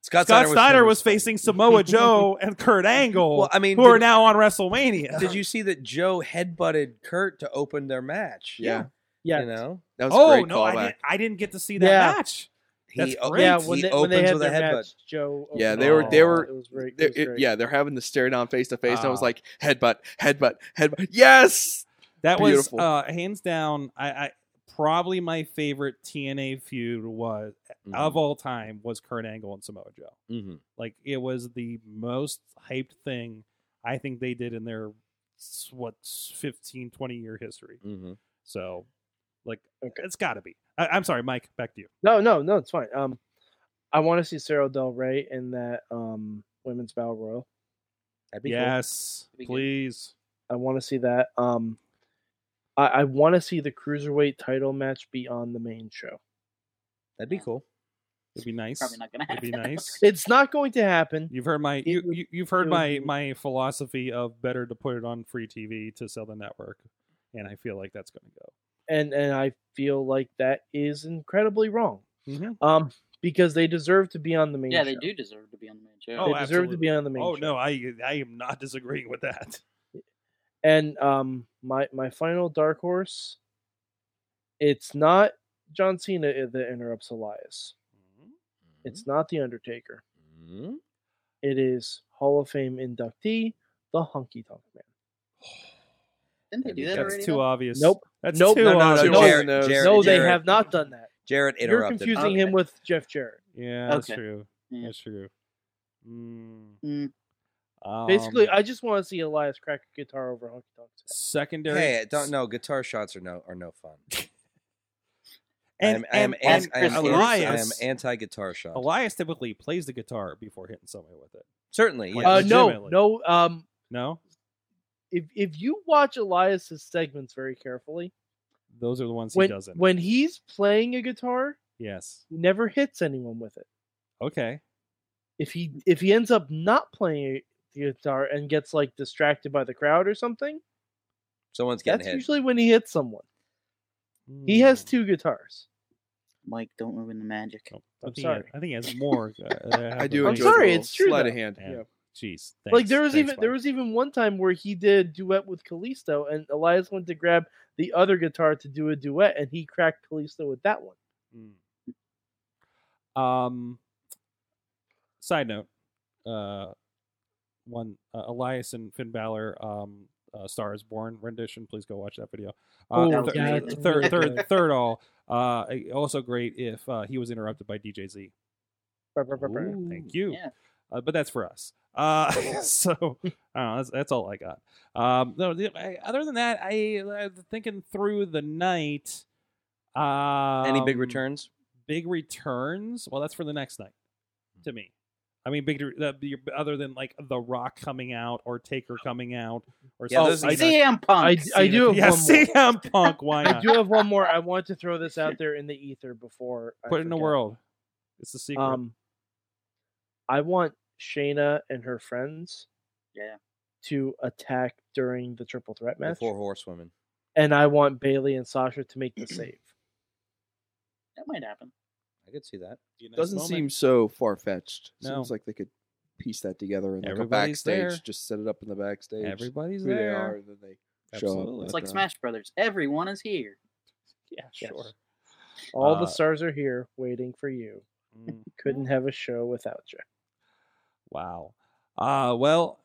S4: Scott,
S2: Scott Steiner,
S4: number
S2: was
S4: seven.
S2: facing Samoa Joe and Kurt Angle,
S4: Well, I mean,
S2: who are
S4: did-
S2: now on WrestleMania.
S4: Did you see that Joe headbutted Kurt to open their match?
S6: Yeah.
S3: Yeah,
S4: You know,
S6: That was
S2: oh
S6: a great
S2: no, I
S6: callback.
S2: didn't, I didn't get to see that
S3: Yeah.
S2: match. That's
S4: he, o-
S2: great.
S3: yeah.
S4: he
S3: When they,
S4: opens
S3: when they had
S4: with a
S3: their
S4: headbutt.
S3: match, Joe.
S6: Yeah,
S3: opened
S6: they were-
S3: up.
S6: they were-
S3: It was great.
S6: They're-
S3: It was
S6: it-
S3: great.
S6: yeah, they're having the stare down face to face, and I was
S2: Ah.
S6: like, headbutt, headbutt, headbutt. Yes,
S2: That
S6: Beautiful.
S2: was uh, hands down. I, I probably my favorite TNA feud was of all time was Kurt Angle and Samoa Joe.
S4: hmm
S2: Like it was the most hyped thing I think they did in their s- what 15, 20 year history.
S4: hmm
S2: So, like,
S3: Okay.
S2: it's got to be. I, I'm sorry, Mike. Back to you.
S3: No, no, no. It's fine. Um, I want to see Sarah Del Rey in that um women's Battle Royal.
S4: That'd be cool.
S2: Yes,
S5: That'd be good.
S2: please.
S3: I want to see that. Um, I, I want to see the cruiserweight title match be on the main show.
S4: That'd be cool.
S2: It'd be nice.
S5: Probably not gonna
S2: It'd
S5: happen.
S2: be nice.
S3: It's not going to happen.
S2: You've heard my you,
S3: would-
S2: you you've heard
S3: it would
S2: my
S3: be-
S2: my philosophy of better to put it on free TV to sell the network, and I feel like that's going to go.
S3: and and I feel like that is incredibly wrong.
S2: Mhm.
S3: Um, because they deserve to be on the main.
S5: Yeah,
S3: show.
S5: they do deserve to be on the main show.
S3: They
S2: Oh,
S3: deserve to be on the main.
S2: Oh
S3: show.
S2: no, I I am not disagreeing with that.
S3: And um, my my final dark horse. It's not John Cena i- that interrupts Elias.
S4: Mm-hmm.
S3: It's not the Undertaker. Mm-hmm.
S4: Mhm.
S3: It is Hall of Fame inductee, the Hunky Tonk Man.
S5: Didn't they do that
S2: That's
S5: already?
S2: too
S5: though?
S2: obvious.
S3: Nope.
S2: That's
S3: Nope.
S2: too
S3: No, no,
S4: no,
S2: obvious.
S6: no,
S4: Jared,
S6: knows.
S4: Jared,
S3: no, they
S4: Jared-
S3: have not done that.
S4: Jarrett
S3: You're
S4: interrupted. Uh,
S3: confusing him
S5: Okay.
S3: with Jeff Jarrett.
S2: Yeah, that's
S5: Okay.
S2: true.
S5: Yeah.
S2: That's true. Mm.
S5: Mm.
S3: Basically,
S2: Um,
S3: I just want to see Elias crack a guitar over Hunky Tonk. Man.
S2: secondary.
S4: Hey, don't no guitar shots are no are no fun.
S2: And,
S4: I am, I am, an-
S5: and
S4: I am,
S5: Chris
S4: anti,
S2: Elias.
S4: I am anti guitar shot.
S2: Elias typically plays the guitar before hitting somebody with it.
S4: Certainly, yes.
S2: Yeah,
S3: Uh, no,
S2: legitimately.
S3: no. Um,
S2: No,
S3: if if you watch Elias's segments very carefully,
S2: those are the ones
S3: when
S2: he doesn't.
S3: when he's playing a guitar,
S2: yes.
S3: he never hits anyone with it.
S2: Okay.
S3: If he if he ends up not playing the guitar and gets like distracted by the crowd or something,
S4: someone's getting
S3: that's
S4: hit.
S3: usually when he hits someone. He has
S2: Mm. Oh,
S3: two guitars.
S5: Mike, don't ruin the magic.
S2: I
S3: I'm
S2: think he has-
S3: sorry.
S2: I think he has more. uh, that
S6: I do.
S2: happens.
S3: I'm
S6: enjoy the
S3: sorry,
S6: little
S3: it's true,
S6: Sleight
S3: though.
S6: of hand.
S2: Yeah. Jeez.
S3: like
S2: thanks-
S3: there was
S2: thanks,
S3: even there
S2: Mike.
S3: was even one time where he did a duet with Callisto, and Elias went to grab the other guitar to do a duet, and he cracked Callisto with that one.
S2: Mm. Um. Side note, uh, one uh, Elias and Finn Balor, um, uh, Star is Born rendition. Please go watch that video. Uh,
S3: Oh,
S2: thir-
S3: yeah,
S2: thir-
S3: it's
S2: third,
S3: really
S2: third,
S3: good.
S2: third all. Uh, also great if uh, he was interrupted by DJ Z.
S3: Brr, brr, brr, brr.
S2: Ooh, Thank you.
S5: yeah.
S2: Uh, but that's for us. Uh, so I don't know, that's, that's all I got. Um, no, the- I- other than that, I uh, thinking through the night. Um,
S4: Any big returns?
S2: Big returns. Well, that's for the next night. To me, I mean, big uh, the- other than like The Rock coming out or Taker coming out or
S4: Yeah, those-
S2: something.
S4: I-
S5: CM Punk.
S3: I, I do have
S2: yeah,
S3: one more.
S2: CM Punk. Why
S3: I
S2: not?
S3: do have one more. I want to throw this out there in the ether before I
S2: Put it in the
S3: forget.
S2: world. It's the secret.
S3: Um, I want Shayna and her friends
S5: Yeah.
S3: to attack during the triple threat
S4: The
S3: match,
S4: Four horsewomen.
S3: and I want Bailey and Sasha to make the save.
S5: That might happen.
S4: I could see that.
S2: Be a nice
S6: Doesn't
S2: moment.
S6: seem so far fetched.
S2: No.
S6: Seems like they could piece that together in like a
S2: Everybody's
S6: backstage.
S2: there.
S6: Just set it up in the backstage.
S2: Everybody's
S6: who they
S2: there.
S6: are, and then they show
S2: Absolutely.
S6: up.
S5: It's
S6: but,
S5: like
S6: uh,
S5: Smash Brothers. Everyone is here.
S2: Yeah,
S3: Yes.
S2: sure.
S3: All
S4: Uh,
S3: the stars are here waiting for you.
S2: Mm,
S3: Couldn't have a show without you.
S2: Wow. Uh, well,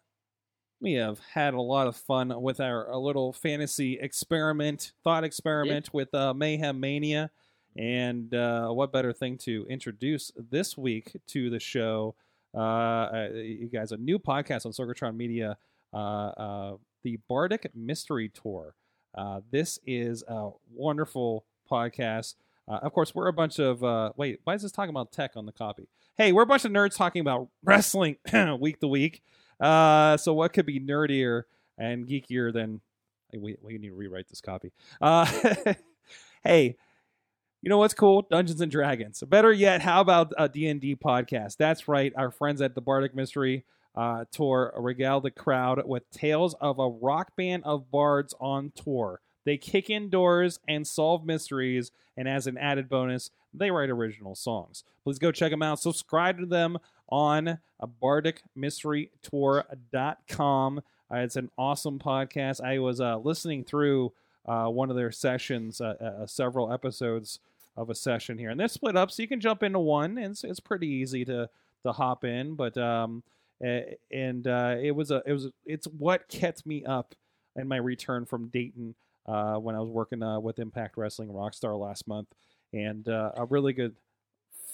S2: we have had a lot of fun with our a little fantasy experiment, thought experiment with uh, Mayhem Mania. And uh, what better thing to introduce this week to the show? Uh, uh, you guys, a new podcast on Sorgatron Media, uh, uh, the Bardic Mystery Tour. Uh, this is a wonderful podcast. Uh, of course, we're a bunch of uh, wait. Why is this talking about tech on the copy? hey, we're a bunch of nerds talking about wrestling week to week. Uh, so what could be nerdier and geekier than we, we need to rewrite this copy. Uh, hey, you know what's cool? Dungeons and Dragons. Better yet, how about a D&D podcast? That's right. Our friends at the Bardic Mystery uh, Tour regale the crowd with tales of a rock band of bards on tour. They kick in doors and solve mysteries and as an added bonus, they write original songs. Please go check them out. Subscribe to them on uh, bardicmysterytour.com. Uh, it's an awesome podcast. I was uh, listening through uh, one of their sessions, uh, uh, several episodes of a session here, and they're split up, so you can jump into one, and it's, it's pretty easy to to hop in. But um, a- and uh, it was a it was a- it's what kept me up in my return from Dayton uh, when I was working uh, with Impact Wrestling Rockstar last month, and uh, a really good,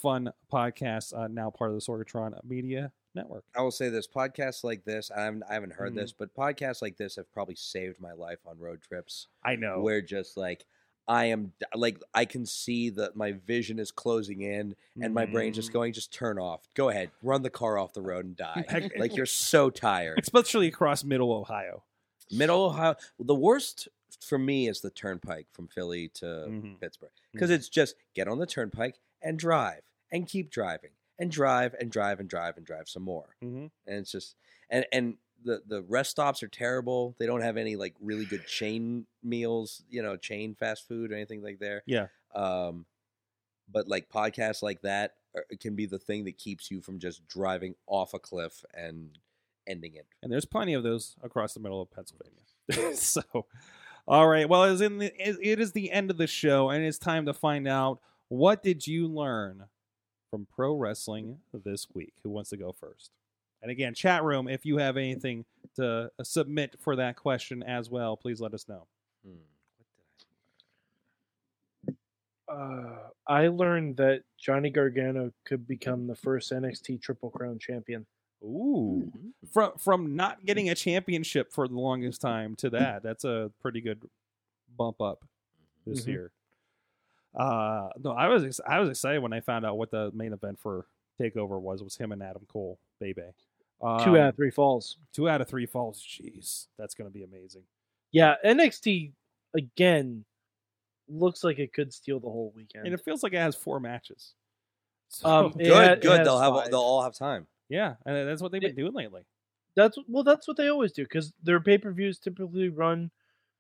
S2: fun podcast uh, now part of the Sorgatron Media Network.
S4: I will say this: podcasts like this, I haven't, I haven't heard
S2: Mm-hmm.
S4: this, but podcasts like this have probably saved my life on road trips.
S2: I know.
S4: Where just like I am, d- like I can see that my vision is closing in, and my brain's
S2: Mm-hmm.
S4: just going, just turn off. Go ahead, run the car off the road and die. like you're so tired.
S2: especially across Middle Ohio.
S4: Middle Ohio. The worst for me is the turnpike from Philly to Pittsburgh
S3: Mm.
S4: because it's just get on the turnpike and drive and keep driving and drive and drive and drive and drive some more.
S3: Mm-hmm.
S2: Mhm.
S4: And it's just and and the the rest stops are terrible. They don't have any like really good chain meals, you know, chain fast food or anything like there.
S2: Yeah.
S4: Um, but like podcasts like that are, can be the thing that keeps you from just driving off a cliff and ending it.
S2: and there's plenty of those across the middle of Pennsylvania. so, all right. Well, it's in the, it it is the end of the show, and it's time to find out what did you learn from pro wrestling this week. Who wants to go first? And again, chat room, if you have anything to uh, submit for that question as well, please let us know.
S4: Hmm.
S3: Uh, I learned that Johnny Gargano could become the first NXT Triple Crown champion.
S2: Ooh,
S3: Mm-hmm.
S2: from from not getting a championship for the longest time to that, that's a pretty good bump up this
S3: Mhm.
S2: year. Uh, no, I was ex- I was excited when I found out what the main event for Takeover was was him and Adam Cole, baby. Um,
S3: Two out of three falls.
S2: two out of three falls. Jeez, that's gonna be amazing.
S3: Yeah, NXT again looks like it could steal the whole weekend.
S2: And it feels like it has four matches. So,
S3: Um, It
S4: Good,
S3: ha- it
S4: good.
S3: has
S4: They'll have
S3: five.
S4: they'll all have time.
S2: yeah, and that's what they've been doing lately.
S3: That's well, that's what they always do because their pay per views typically run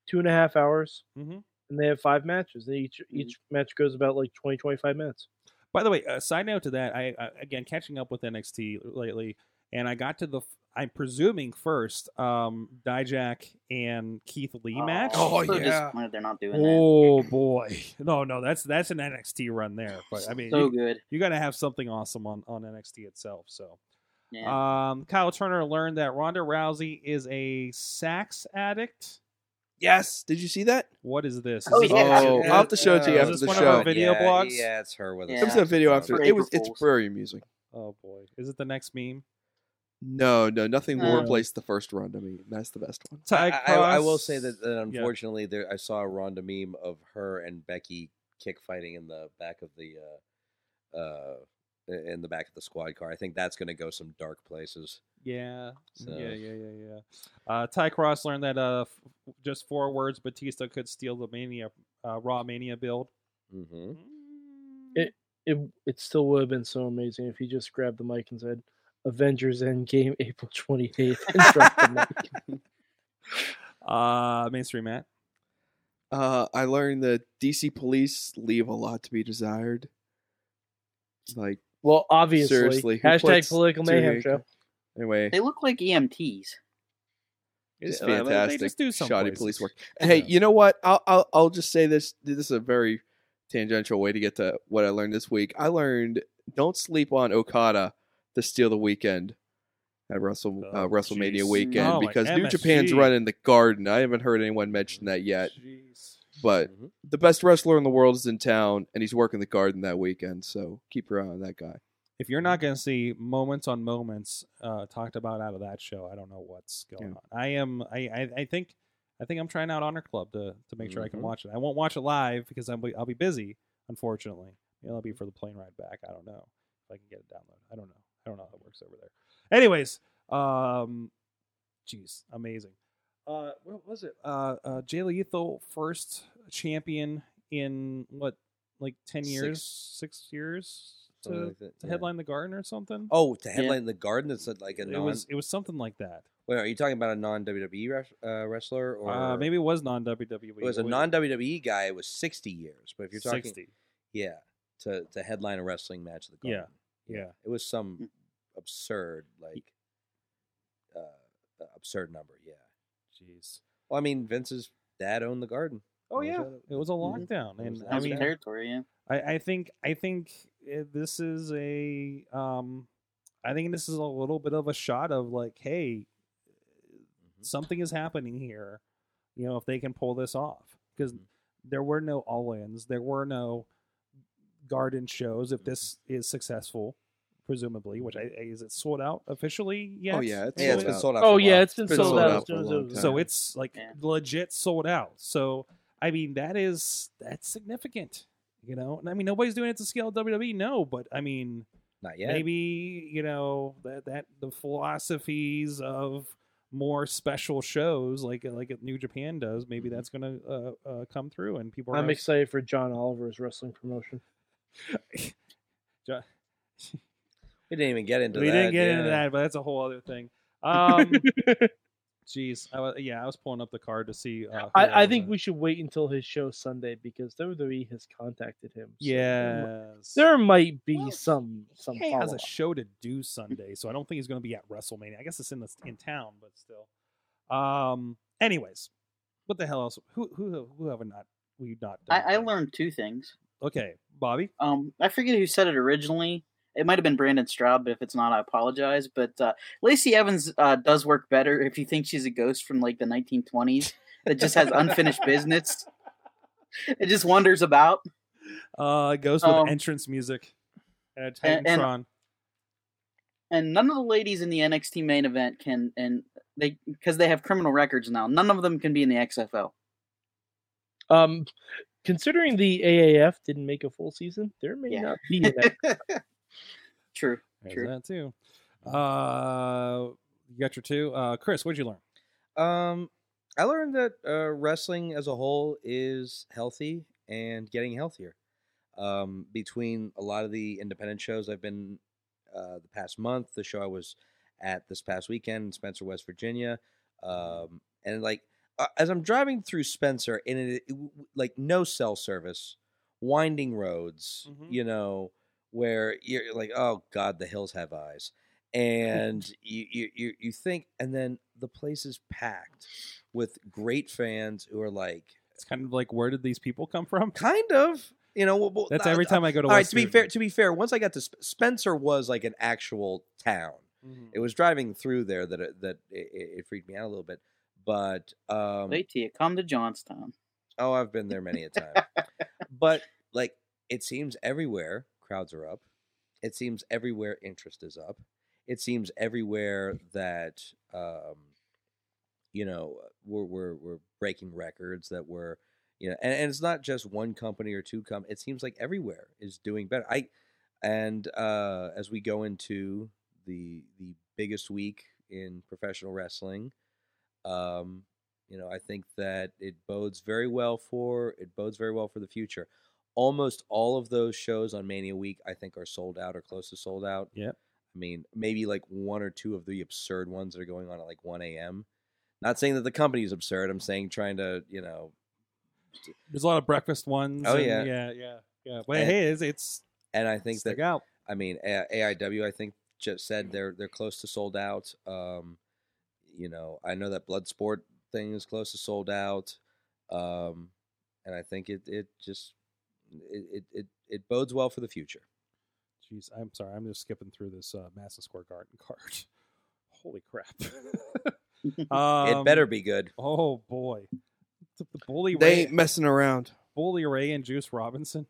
S3: two and a half hours,
S2: Mhm.
S3: and they have five matches. And each each match goes about like 20, 25 minutes.
S2: By the way, a side note to that, I uh, again catching up with NXT lately, and I got to the f- I'm presuming first um Dijak and Keith Lee match.
S5: Oh, so disappointed they're not doing that.
S2: Oh boy, no, no, that's that's an NXT run there. But I mean, you,
S5: So good.
S2: you got to have something awesome on on NXT itself. So,
S5: Yeah.
S2: um, Kyle Turner learned that Ronda Rousey is a sax addict.
S6: Yes. Did you see that?
S2: What is this?
S5: Oh,
S2: Is this-
S5: yeah.
S6: Oh, I'll have to show it to you
S4: Uh,
S6: after
S2: is this
S6: the
S2: one
S6: show.
S2: of our video
S4: yeah,
S2: blogs?
S4: Yeah, it's her with
S5: Yeah. uh,
S4: a
S6: It was a video after. It was. It's
S5: April Fools.
S6: very amusing.
S2: Oh boy, is it the next meme?
S6: No, no, nothing will
S5: No.
S6: replace the first run to me. That's the best one.
S4: I,
S2: Ty
S4: I- I will
S2: Cross-
S4: say that, that
S2: Yeah.
S4: unfortunately, there I saw a Ronda meme of her and Becky kick fighting in the back of the uh, uh, in the back of the squad car. I think that's going to go some dark places.
S2: Yeah.
S4: So-
S2: Yeah, yeah, yeah, yeah. Uh, Ty Cross learned that uh, f- just four words Batista could steal the Mania, uh, Raw Mania build.
S4: hmm
S3: It it still would have been so amazing if he just grabbed the mic and said, "Avengers Endgame, April twenty eighth, and dropped the mic.
S2: Uh, mainstream Matt.
S6: Uh, I learned that DC police leave a lot to be desired. Like
S3: Well, obviously,
S6: Seriously, who
S3: hashtag
S6: clicks
S3: political
S6: to
S3: mayhem
S6: make-
S3: show.
S6: anyway,
S5: They look like E EMTs.
S6: it's
S2: Yeah, they- they
S6: fantastic.
S2: just do some
S6: shoddy
S2: places.
S6: police work. And hey, you know what? I'll, I'll I'll just say this. This is a very tangential way to get to what I learned this week. I learned don't sleep on Okada to steal the weekend at Wrestle uh,
S9: Oh,
S6: WrestleMania
S9: jeez.
S6: weekend
S9: Oh, like
S6: because New
S9: MSG.
S6: Japan's running the Garden. I haven't heard anyone mention that yet,
S3: Jeez.
S6: but
S2: Mm-hmm.
S6: the best wrestler in the world is in town and he's working the Garden that weekend. So keep your eye on that guy.
S2: if you're not going to see moments on moments uh, talked about out of that show, I don't know what's going
S6: Yeah.
S2: on. I am. I, I. I think. I think I'm trying out Honor Club to to make sure I can
S4: Mhm.
S2: watch it. I won't watch it live because I'll be I'll be busy. Unfortunately, Maybe I'll be for the plane ride back. I don't know if I can get it downloaded. I don't know. I don't know how that works over there. Anyways, um, jeez, amazing. Uh, what was it? Uh, uh, Jay Lethal first champion in what, like ten years, six, years to
S4: Something like that,
S2: to
S4: yeah.
S2: headline the garden or something.
S4: Oh, to headline the Garden. That's like a
S2: it
S4: non.
S2: was it was something like that.
S4: wait, are you talking about a non WWE res- uh, wrestler or
S2: Uh, maybe it was E, non WWE.
S4: it was
S6: E.
S4: a non WWE guy? It was sixty years. But if you're talking,
S2: sixty.
S4: yeah, to to headline a wrestling match at the
S2: Yeah.
S4: Garden.
S2: Yeah,
S4: it was some absurd like uh, uh, absurd number. Yeah.
S2: jeez.
S4: Well, I mean, Vince's dad owned the Garden.
S2: Oh
S4: It was Mm-hmm.
S2: yeah,
S4: a-
S2: it was a
S5: Mhm.
S2: lockdown, and
S5: That
S2: I
S5: was
S2: mean,
S5: territory, yeah.
S2: I, I think I think uh, this is a um, I think this is a little bit of a shot of like, hey,
S6: Mm-hmm.
S4: Mm-hmm.
S2: something is happening here. You know, if they can pull this off, because
S6: Mm-hmm.
S4: Mhm.
S2: there were no all-ins, there were no garden shows. If
S6: Mm-hmm.
S4: Mhm.
S2: this is successful, presumably, which I, I- is it sold out officially yet?
S6: Oh yeah, it's
S4: Yeah, it's
S6: sold
S4: been
S6: out.
S4: sold out.
S3: Oh
S4: for a
S3: yeah,
S4: while.
S3: it's been, sold, out. as
S6: for a
S3: soon as it
S6: long
S3: was
S6: time.
S2: So
S3: announced.
S2: it's like
S5: Yeah.
S2: legit sold out. So I mean that is that's significant, you know. And I mean nobody's doing it to scale WWE, no, but I mean
S4: not yet.
S2: maybe you know that that the philosophies of more special shows like like New Japan does, maybe that's gonna uh, uh, come through and people. Are
S3: Mm-hmm. I'm
S2: gonna-
S3: excited for John Oliver's wrestling promotion.
S4: We didn't even get into
S2: we
S4: that.
S2: didn't get into
S4: yeah.
S2: that, but that's a whole other thing. Um, jeez, I was, yeah, I was pulling up the card to see. Uh, who all
S3: I, I
S2: was
S3: think
S2: in.
S3: we should wait until his show Sunday because WWE has contacted him. so there mi-
S2: Yes,
S3: there might be
S5: Well,
S3: some some.
S2: he has a
S3: follow-up.
S2: show to do Sunday, so I don't think he's going to be at WrestleMania. I guess it's in the, in town, but still. Um. Anyways, what the hell else? Who who who have I not we not? done
S5: I, I
S2: yet?
S5: learned two things.
S2: Okay, Bobby.
S5: Um, I forget who said it originally. It might have been Brandon Straub, but if it's not, I apologize. But uh, Lacey Evans uh, does work better if you think she's a ghost from like the 1920s that just has unfinished business. It just wanders about.
S2: Uh, it goes with
S5: Um,
S2: entrance music and a
S5: and- and-
S2: Titantron.
S5: and none of the ladies in the NXT main event can and they because they have criminal records now. None of them can be in the XFL.
S3: Um, considering the AAF didn't make a full season, there may
S5: Yeah.
S3: not be. An ex-
S5: True.
S2: There's
S5: true.
S2: that too. Uh, you got your two. Uh, Chris, what'd you learn?
S4: Um, I learned that uh, wrestling as a whole is healthy and getting healthier. Um, between a lot of the independent shows I've been uh, the past month, the show I was at this past weekend in Spencer, West Virginia,
S2: Mm-hmm.
S4: um, and like uh, as I'm driving through Spencer, and it, it w- w- like no cell service, winding roads,
S2: Mhm.
S4: you know, where you're like, oh God, the hills have eyes and you, you you you think and then the place is packed with great fans who are like
S2: It's kind of like where did these people come from?
S4: kind of you know well, well,
S2: That's
S4: I-
S2: every
S4: I-
S2: time I go to.
S4: all right
S2: West
S4: to be
S2: Newton.
S4: fair to be fair once i got to Sp- spencer was like an actual town
S2: Mhm.
S4: it was driving through there that it, that it, it it freaked me out a little bit but um
S5: Wait till you come to Johnstown.
S4: Oh, I've been there many a time. but like it seems everywhere crowds are up. It seems everywhere interest is up. It seems everywhere that um you know we're we're we're breaking records that we're you know and, and it's not just one company or two com it seems like everywhere is doing better. I and uh as we go into the the biggest week in professional wrestling um you know i think that it bodes very well for it bodes very well for the future almost all of those shows on mania week i think are sold out or close to sold out
S2: Yep.
S4: i mean maybe like one or two of the absurd ones that are going on at like 1 a.m not saying that the company is absurd i'm saying trying to you know
S2: There's a lot of breakfast ones.
S4: Oh,
S2: and
S4: yeah.
S2: yeah, yeah, yeah. But
S4: And-
S2: hey, it's, it's
S4: and i think
S2: stick
S4: that
S2: out.
S4: I mean, A- AIW, I think just said they're they're close to sold out. Um, you know, I know that Bloodsport thing is close to sold out. Um, and I think it it just it, it, it, it bodes well for the future.
S2: Jeez, I'm sorry. I'm just skipping through this uh, Madison Square Garden card. Holy crap! Um,
S4: it better be good.
S2: Oh boy, the, the bully
S6: They
S2: Ray,
S6: ain't messing around.
S2: bully Ray and Juice Robinson.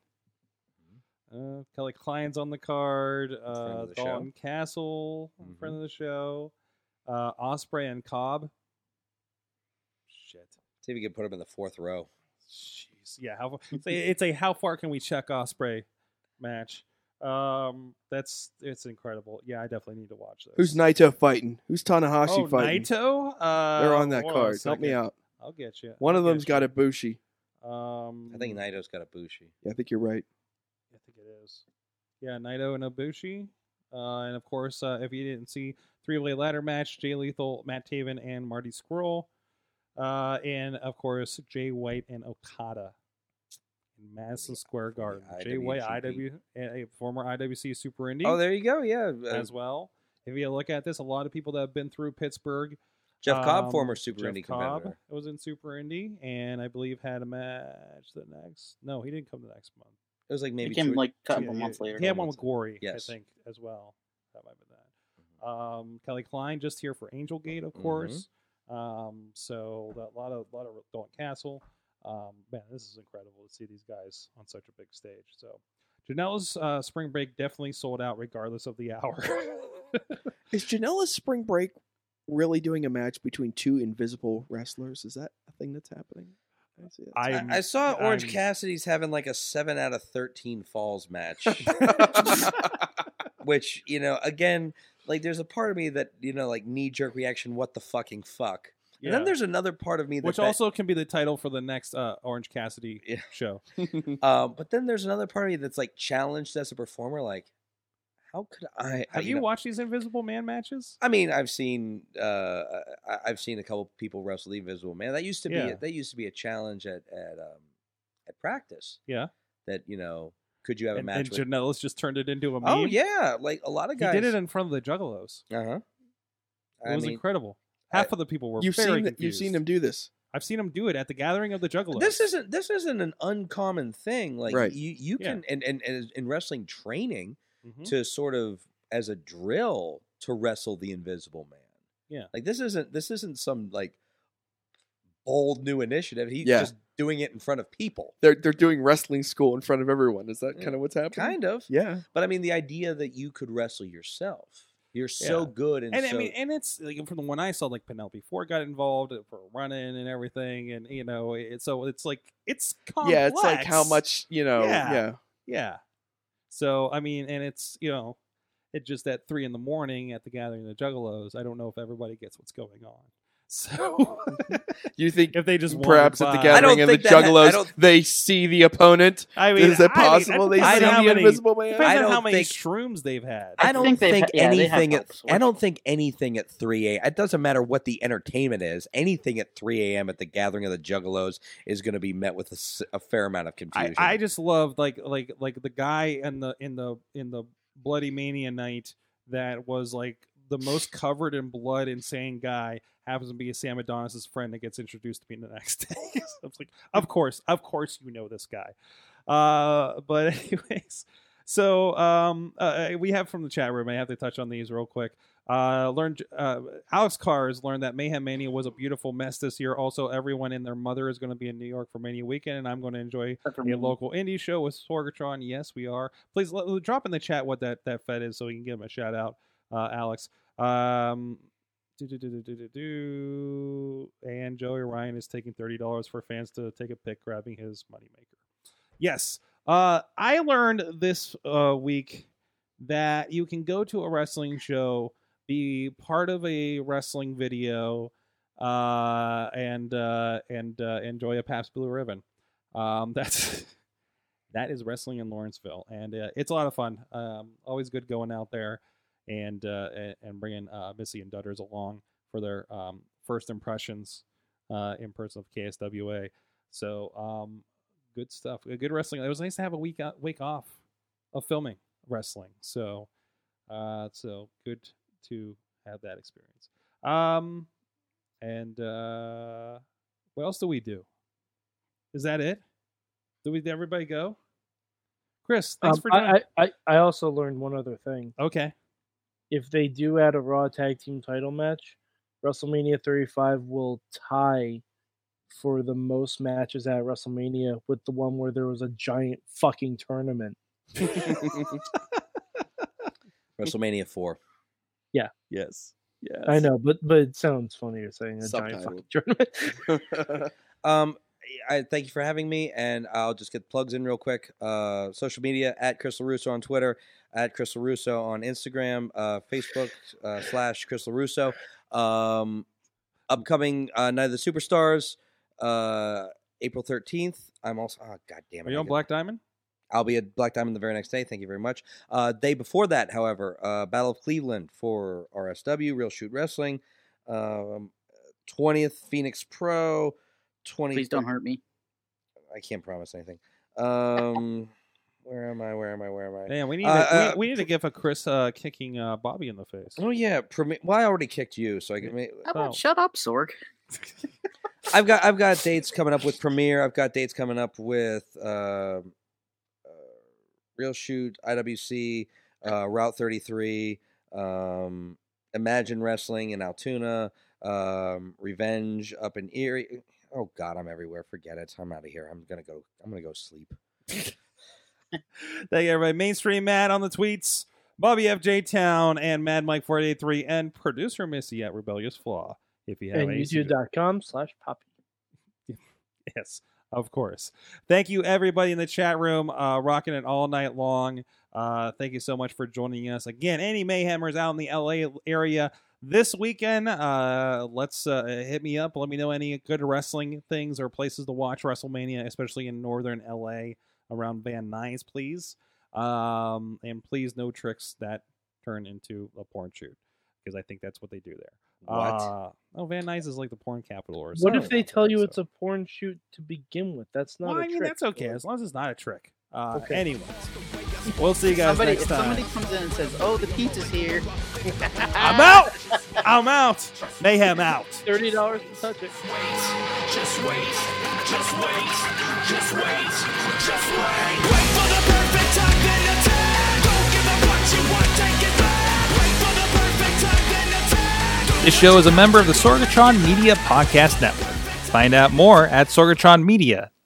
S2: Uh, Kelly Klein's on the card.
S4: Mm-hmm. friend
S2: Uh,
S4: of the show. Mm-hmm.
S2: Dalton Castle, friend of the show. Uh, Osprey and Cobb. Shit.
S4: See if you can put him in the fourth row.
S2: Jeez, yeah. How, it's, a, it's a how far can we check Osprey match? Um, that's it's incredible. Yeah, I definitely need to watch this.
S6: Who's Naito fighting? Who's Tanahashi
S2: oh,
S6: fighting?
S2: Naito? Uh,
S6: They're on that
S2: hold a
S6: card. Help me
S2: second.
S6: out.
S2: I'll get you.
S6: One
S2: I'll
S6: of them's
S2: get
S6: got a Bushi.
S2: you. Um,
S4: I think Naito's got a bushy.
S6: Yeah, I think you're right.
S2: I think it is. Yeah, Naito and Ibushi. Uh, and of course, uh, if you didn't see three way ladder match, Jay Lethal, Matt Taven, and Marty Squirrel. Uh, and of course, Jay White and Okada in
S4: Oh,
S2: Madison Square Garden. Jay White, IW,
S4: IWGP.
S2: a a eh, former IWC Super Indie
S4: Oh, there you go. Yeah. Uh,
S2: as well. If you look at this, a lot of people that have been through Pittsburgh.
S4: Jeff Cobb,
S2: um,
S4: former Super
S2: Jeff
S4: Indy
S2: Cobb
S4: competitor.
S2: was in Super Indy, and I believe had a match the next. No, he didn't come the next month.
S4: It was like
S5: It
S4: maybe
S5: came
S4: two-
S5: like a couple
S2: Yeah, yeah.
S5: months later.
S2: He had
S4: Couple
S2: one
S4: months
S2: with Glory,
S4: Yes. Mm-hmm.
S2: I think, as well. That might be that. Um, Kelly Klein just here for Angel Gate, of course. Um, so a lot of lot of Dalton Castle. Um, man, this is incredible to see these guys on such a big stage. So Janelle's uh, spring break definitely sold out, regardless of the hour.
S6: Is Janela's spring break really doing a match between two invisible wrestlers? Is that a thing that's happening? I see it.
S4: I,
S2: I'm-
S4: I saw Orange
S2: I'm-
S4: Cassidy's having like a seven out of thirteen falls match, which you know, again, like there's a part of me that you know, like knee jerk reaction, what the fucking fuck. And
S2: Yeah.
S4: then there's another part of me that,
S2: which
S4: that-
S2: also can be the title for the next uh, Orange Cassidy
S4: Yeah.
S2: show.
S4: um, but then there's another part of me that's like challenged as a performer, like how could I?
S2: Have you
S4: know-
S2: watched these Invisible Man matches?
S4: I mean, I've seen uh, I- I've seen a couple people wrestle the Invisible Man. That used to be
S2: Yeah.
S4: a, that used to be a challenge at at um, at practice.
S2: Yeah.
S4: That you know, could you have a
S2: And,
S4: match
S2: and
S4: with?
S2: Janelle's just turned it into a meme.
S4: Oh yeah, like a lot of
S2: he
S4: guys
S2: did it in front of the Juggalos.
S4: Uh huh.
S2: It
S4: I
S2: was
S4: mean,
S2: incredible.
S4: I-
S2: Half of the people were
S6: you've
S2: very
S6: seen
S2: confused.
S6: you've seen him do this.
S2: I've seen him do it at the gathering of the Juggalos.
S4: this isn't this isn't an uncommon thing. Like
S6: Right.
S4: you you
S2: Yeah.
S4: can and, and and in wrestling training
S2: Mhm.
S4: to sort of as a drill to wrestle the Invisible Man.
S2: Yeah.
S4: Like this isn't this isn't some like bold new initiative. He's
S6: Yeah.
S4: just doing it in front of people.
S6: They're they're doing wrestling school in front of everyone. Is that
S2: Mm,
S4: Yeah.
S6: kind of what's happening?
S4: Kind of.
S6: Yeah.
S4: But I mean the idea that you could wrestle yourself. You're so
S2: Yeah.
S4: good and,
S2: and
S4: so
S2: I mean, and it's like from the one I saw, like Penelope Ford got involved for running and everything, and you know, it, so it's like it's complex.
S6: Yeah, it's like how much you know.
S2: Yeah.
S6: Yeah.
S2: Yeah. So I mean, and it's you know, it just at three in the morning at the gathering of the Juggalos. I don't know if everybody gets what's going on. So
S6: You think
S2: if they just wandered
S6: perhaps at the
S2: by-
S4: I don't
S6: gathering of the
S4: think that- I
S6: juggalos
S4: don't-
S6: they see the opponent?
S2: I mean,
S6: Is that
S2: I mean,
S6: possible?
S2: it
S6: they
S2: depends
S6: see
S2: on how
S6: the
S2: many-
S6: invisible man.
S2: Depends
S4: I
S2: on how
S4: don't
S2: many
S4: think-
S2: shrooms they've had.
S4: I
S5: I
S4: don't
S5: think
S4: think,
S5: they've ha- yeah, they have
S4: anything. at,
S5: helps.
S4: I don't think anything at three a. It doesn't matter what the entertainment is. Anything at three a.m. at the gathering of the Juggalos is going to be met with a, s- a fair amount of
S2: I,
S4: confusion.
S2: I just love like like like the guy in the in the in the bloody mania night that was like the most covered in blood insane guy happens to be Sam Adonis's friend that gets introduced to me the next day. So I was like, of course, of course you know this guy. Uh, but anyways, so um, uh, we have from the chat room. I have to touch on these real quick. Uh, learned uh, Alex Cars learned that Mayhem Mania was a beautiful mess this year. Also, everyone and their mother is going to be in New York for Mania weekend, and I'm going to enjoy
S5: Except for
S2: a
S5: me.
S2: local indie show with Sorgatron. Yes, we are. Please let, drop in the chat what that that fed is so we can give him a shout out, uh, Alex. Um, do, do, do, do, do, do, do. And Joey Ryan is taking thirty dollars for fans to take a pic, grabbing his moneymaker. Yes, uh, I learned this uh, week that you can go to a wrestling show, be part of a wrestling video, uh, and uh, and uh, enjoy a Pabst Blue Ribbon. Um, that's that is wrestling in Lawrenceville, and uh, it's a lot of fun. Um, always good going out there and uh, a- and bringing uh, Missy and Dutters along for their um, first impressions uh, in person of KSWA. So um, good stuff, Uh, good wrestling. It was nice to have a week o- week off of filming wrestling. So uh, so good to have that experience. Um, and uh, what else do we do? Is that it? Did we did everybody go? Chris, thanks
S3: Um,
S2: for joining.
S3: I, I, I I also learned one other thing.
S2: okay.
S3: If they do add a Raw tag team title match, WrestleMania 35 will tie for the most matches at WrestleMania with the one where there was a giant fucking tournament.
S4: WrestleMania four.
S6: Yes. Yes.
S3: I know, but but it sounds funnier saying a giant
S6: Subtitle.
S3: fucking tournament.
S4: Um, I thank you for having me, and I'll just get plugs in real quick. Uh, social media at Chris Russo on Twitter, at Chris Russo on Instagram, uh, Facebook uh, slash Chris Russo. Um, upcoming uh, Night of the Superstars, uh, April thirteenth. I'm also oh god damn it.
S2: Are you
S4: I
S2: on
S4: get-
S2: Black Diamond?
S4: I'll be at Black Diamond the very next day. Thank you very much. Uh, day before that, however, uh, Battle of Cleveland for RSW, Real Shoot Wrestling, um, 20th Phoenix Pro, 20th.
S5: Please don't hurt me.
S4: I can't promise anything. Um, where am I? Where am I? Where am I?
S2: Man, we need
S4: Uh,
S2: to,
S4: uh,
S2: we, we need to give a Chris uh, kicking uh, Bobby in the face.
S4: Oh yeah, premi- well I already kicked you, so I can. ma-
S5: How
S2: Oh.
S5: about shut up, Sorg?
S4: I've got I've got dates coming up with Premiere. I've got dates coming up with um, uh, Real Shoot, IWC, uh, Route 33, um, Imagine Wrestling in Altoona, um, Revenge up in Erie. Oh God, I'm everywhere. Forget it. I'm out of here. I'm gonna go. I'm gonna go sleep.
S2: Thank you, everybody. Mainstream Matt on the tweets, Bobby FJ Town, and Mad Mike 483, and producer Missy at Rebellious Flaw. If you have
S3: and
S2: any suggestions.
S3: youtube.com slash poppy.
S2: Yes, of course. Thank you, everybody in the chat room, uh, rocking it all night long. Uh, thank you so much for joining us again. Any Mayhemers out in the LA area this weekend? Uh, let's uh, hit me up. Let me know any good wrestling things or places to watch WrestleMania, especially in northern LA around Van Nuys, please. Um, and please, no tricks that turn into a porn shoot because I think that's what they do there. Uh, oh, Van Nuys is like the porn capital or
S3: What
S2: something
S3: if they
S2: like
S3: tell
S2: that,
S3: you
S2: so-
S3: it's a porn shoot to begin with? That's not
S2: well,
S3: a
S2: I mean,
S3: trick,
S2: that's okay
S3: Sorg.
S2: as long as it's not a trick. Uh,
S3: Okay.
S2: Anyways, we'll see you guys
S5: Somebody,
S2: next
S5: if
S2: time.
S5: somebody comes in and says, "Oh, the pizza's here,"
S2: I'm out. I'm out. Mayhem out.
S3: Thirty dollars to touch it.
S1: Just wait, just wait, just wait, just wait. Wait for the perfect time, then attack. Don't give up what you want, take it back. Wait for the perfect time, then attack. Don't
S9: This show is a member of the Sorgatron Media Podcast Network. Find out more at sorgatronmedia.com.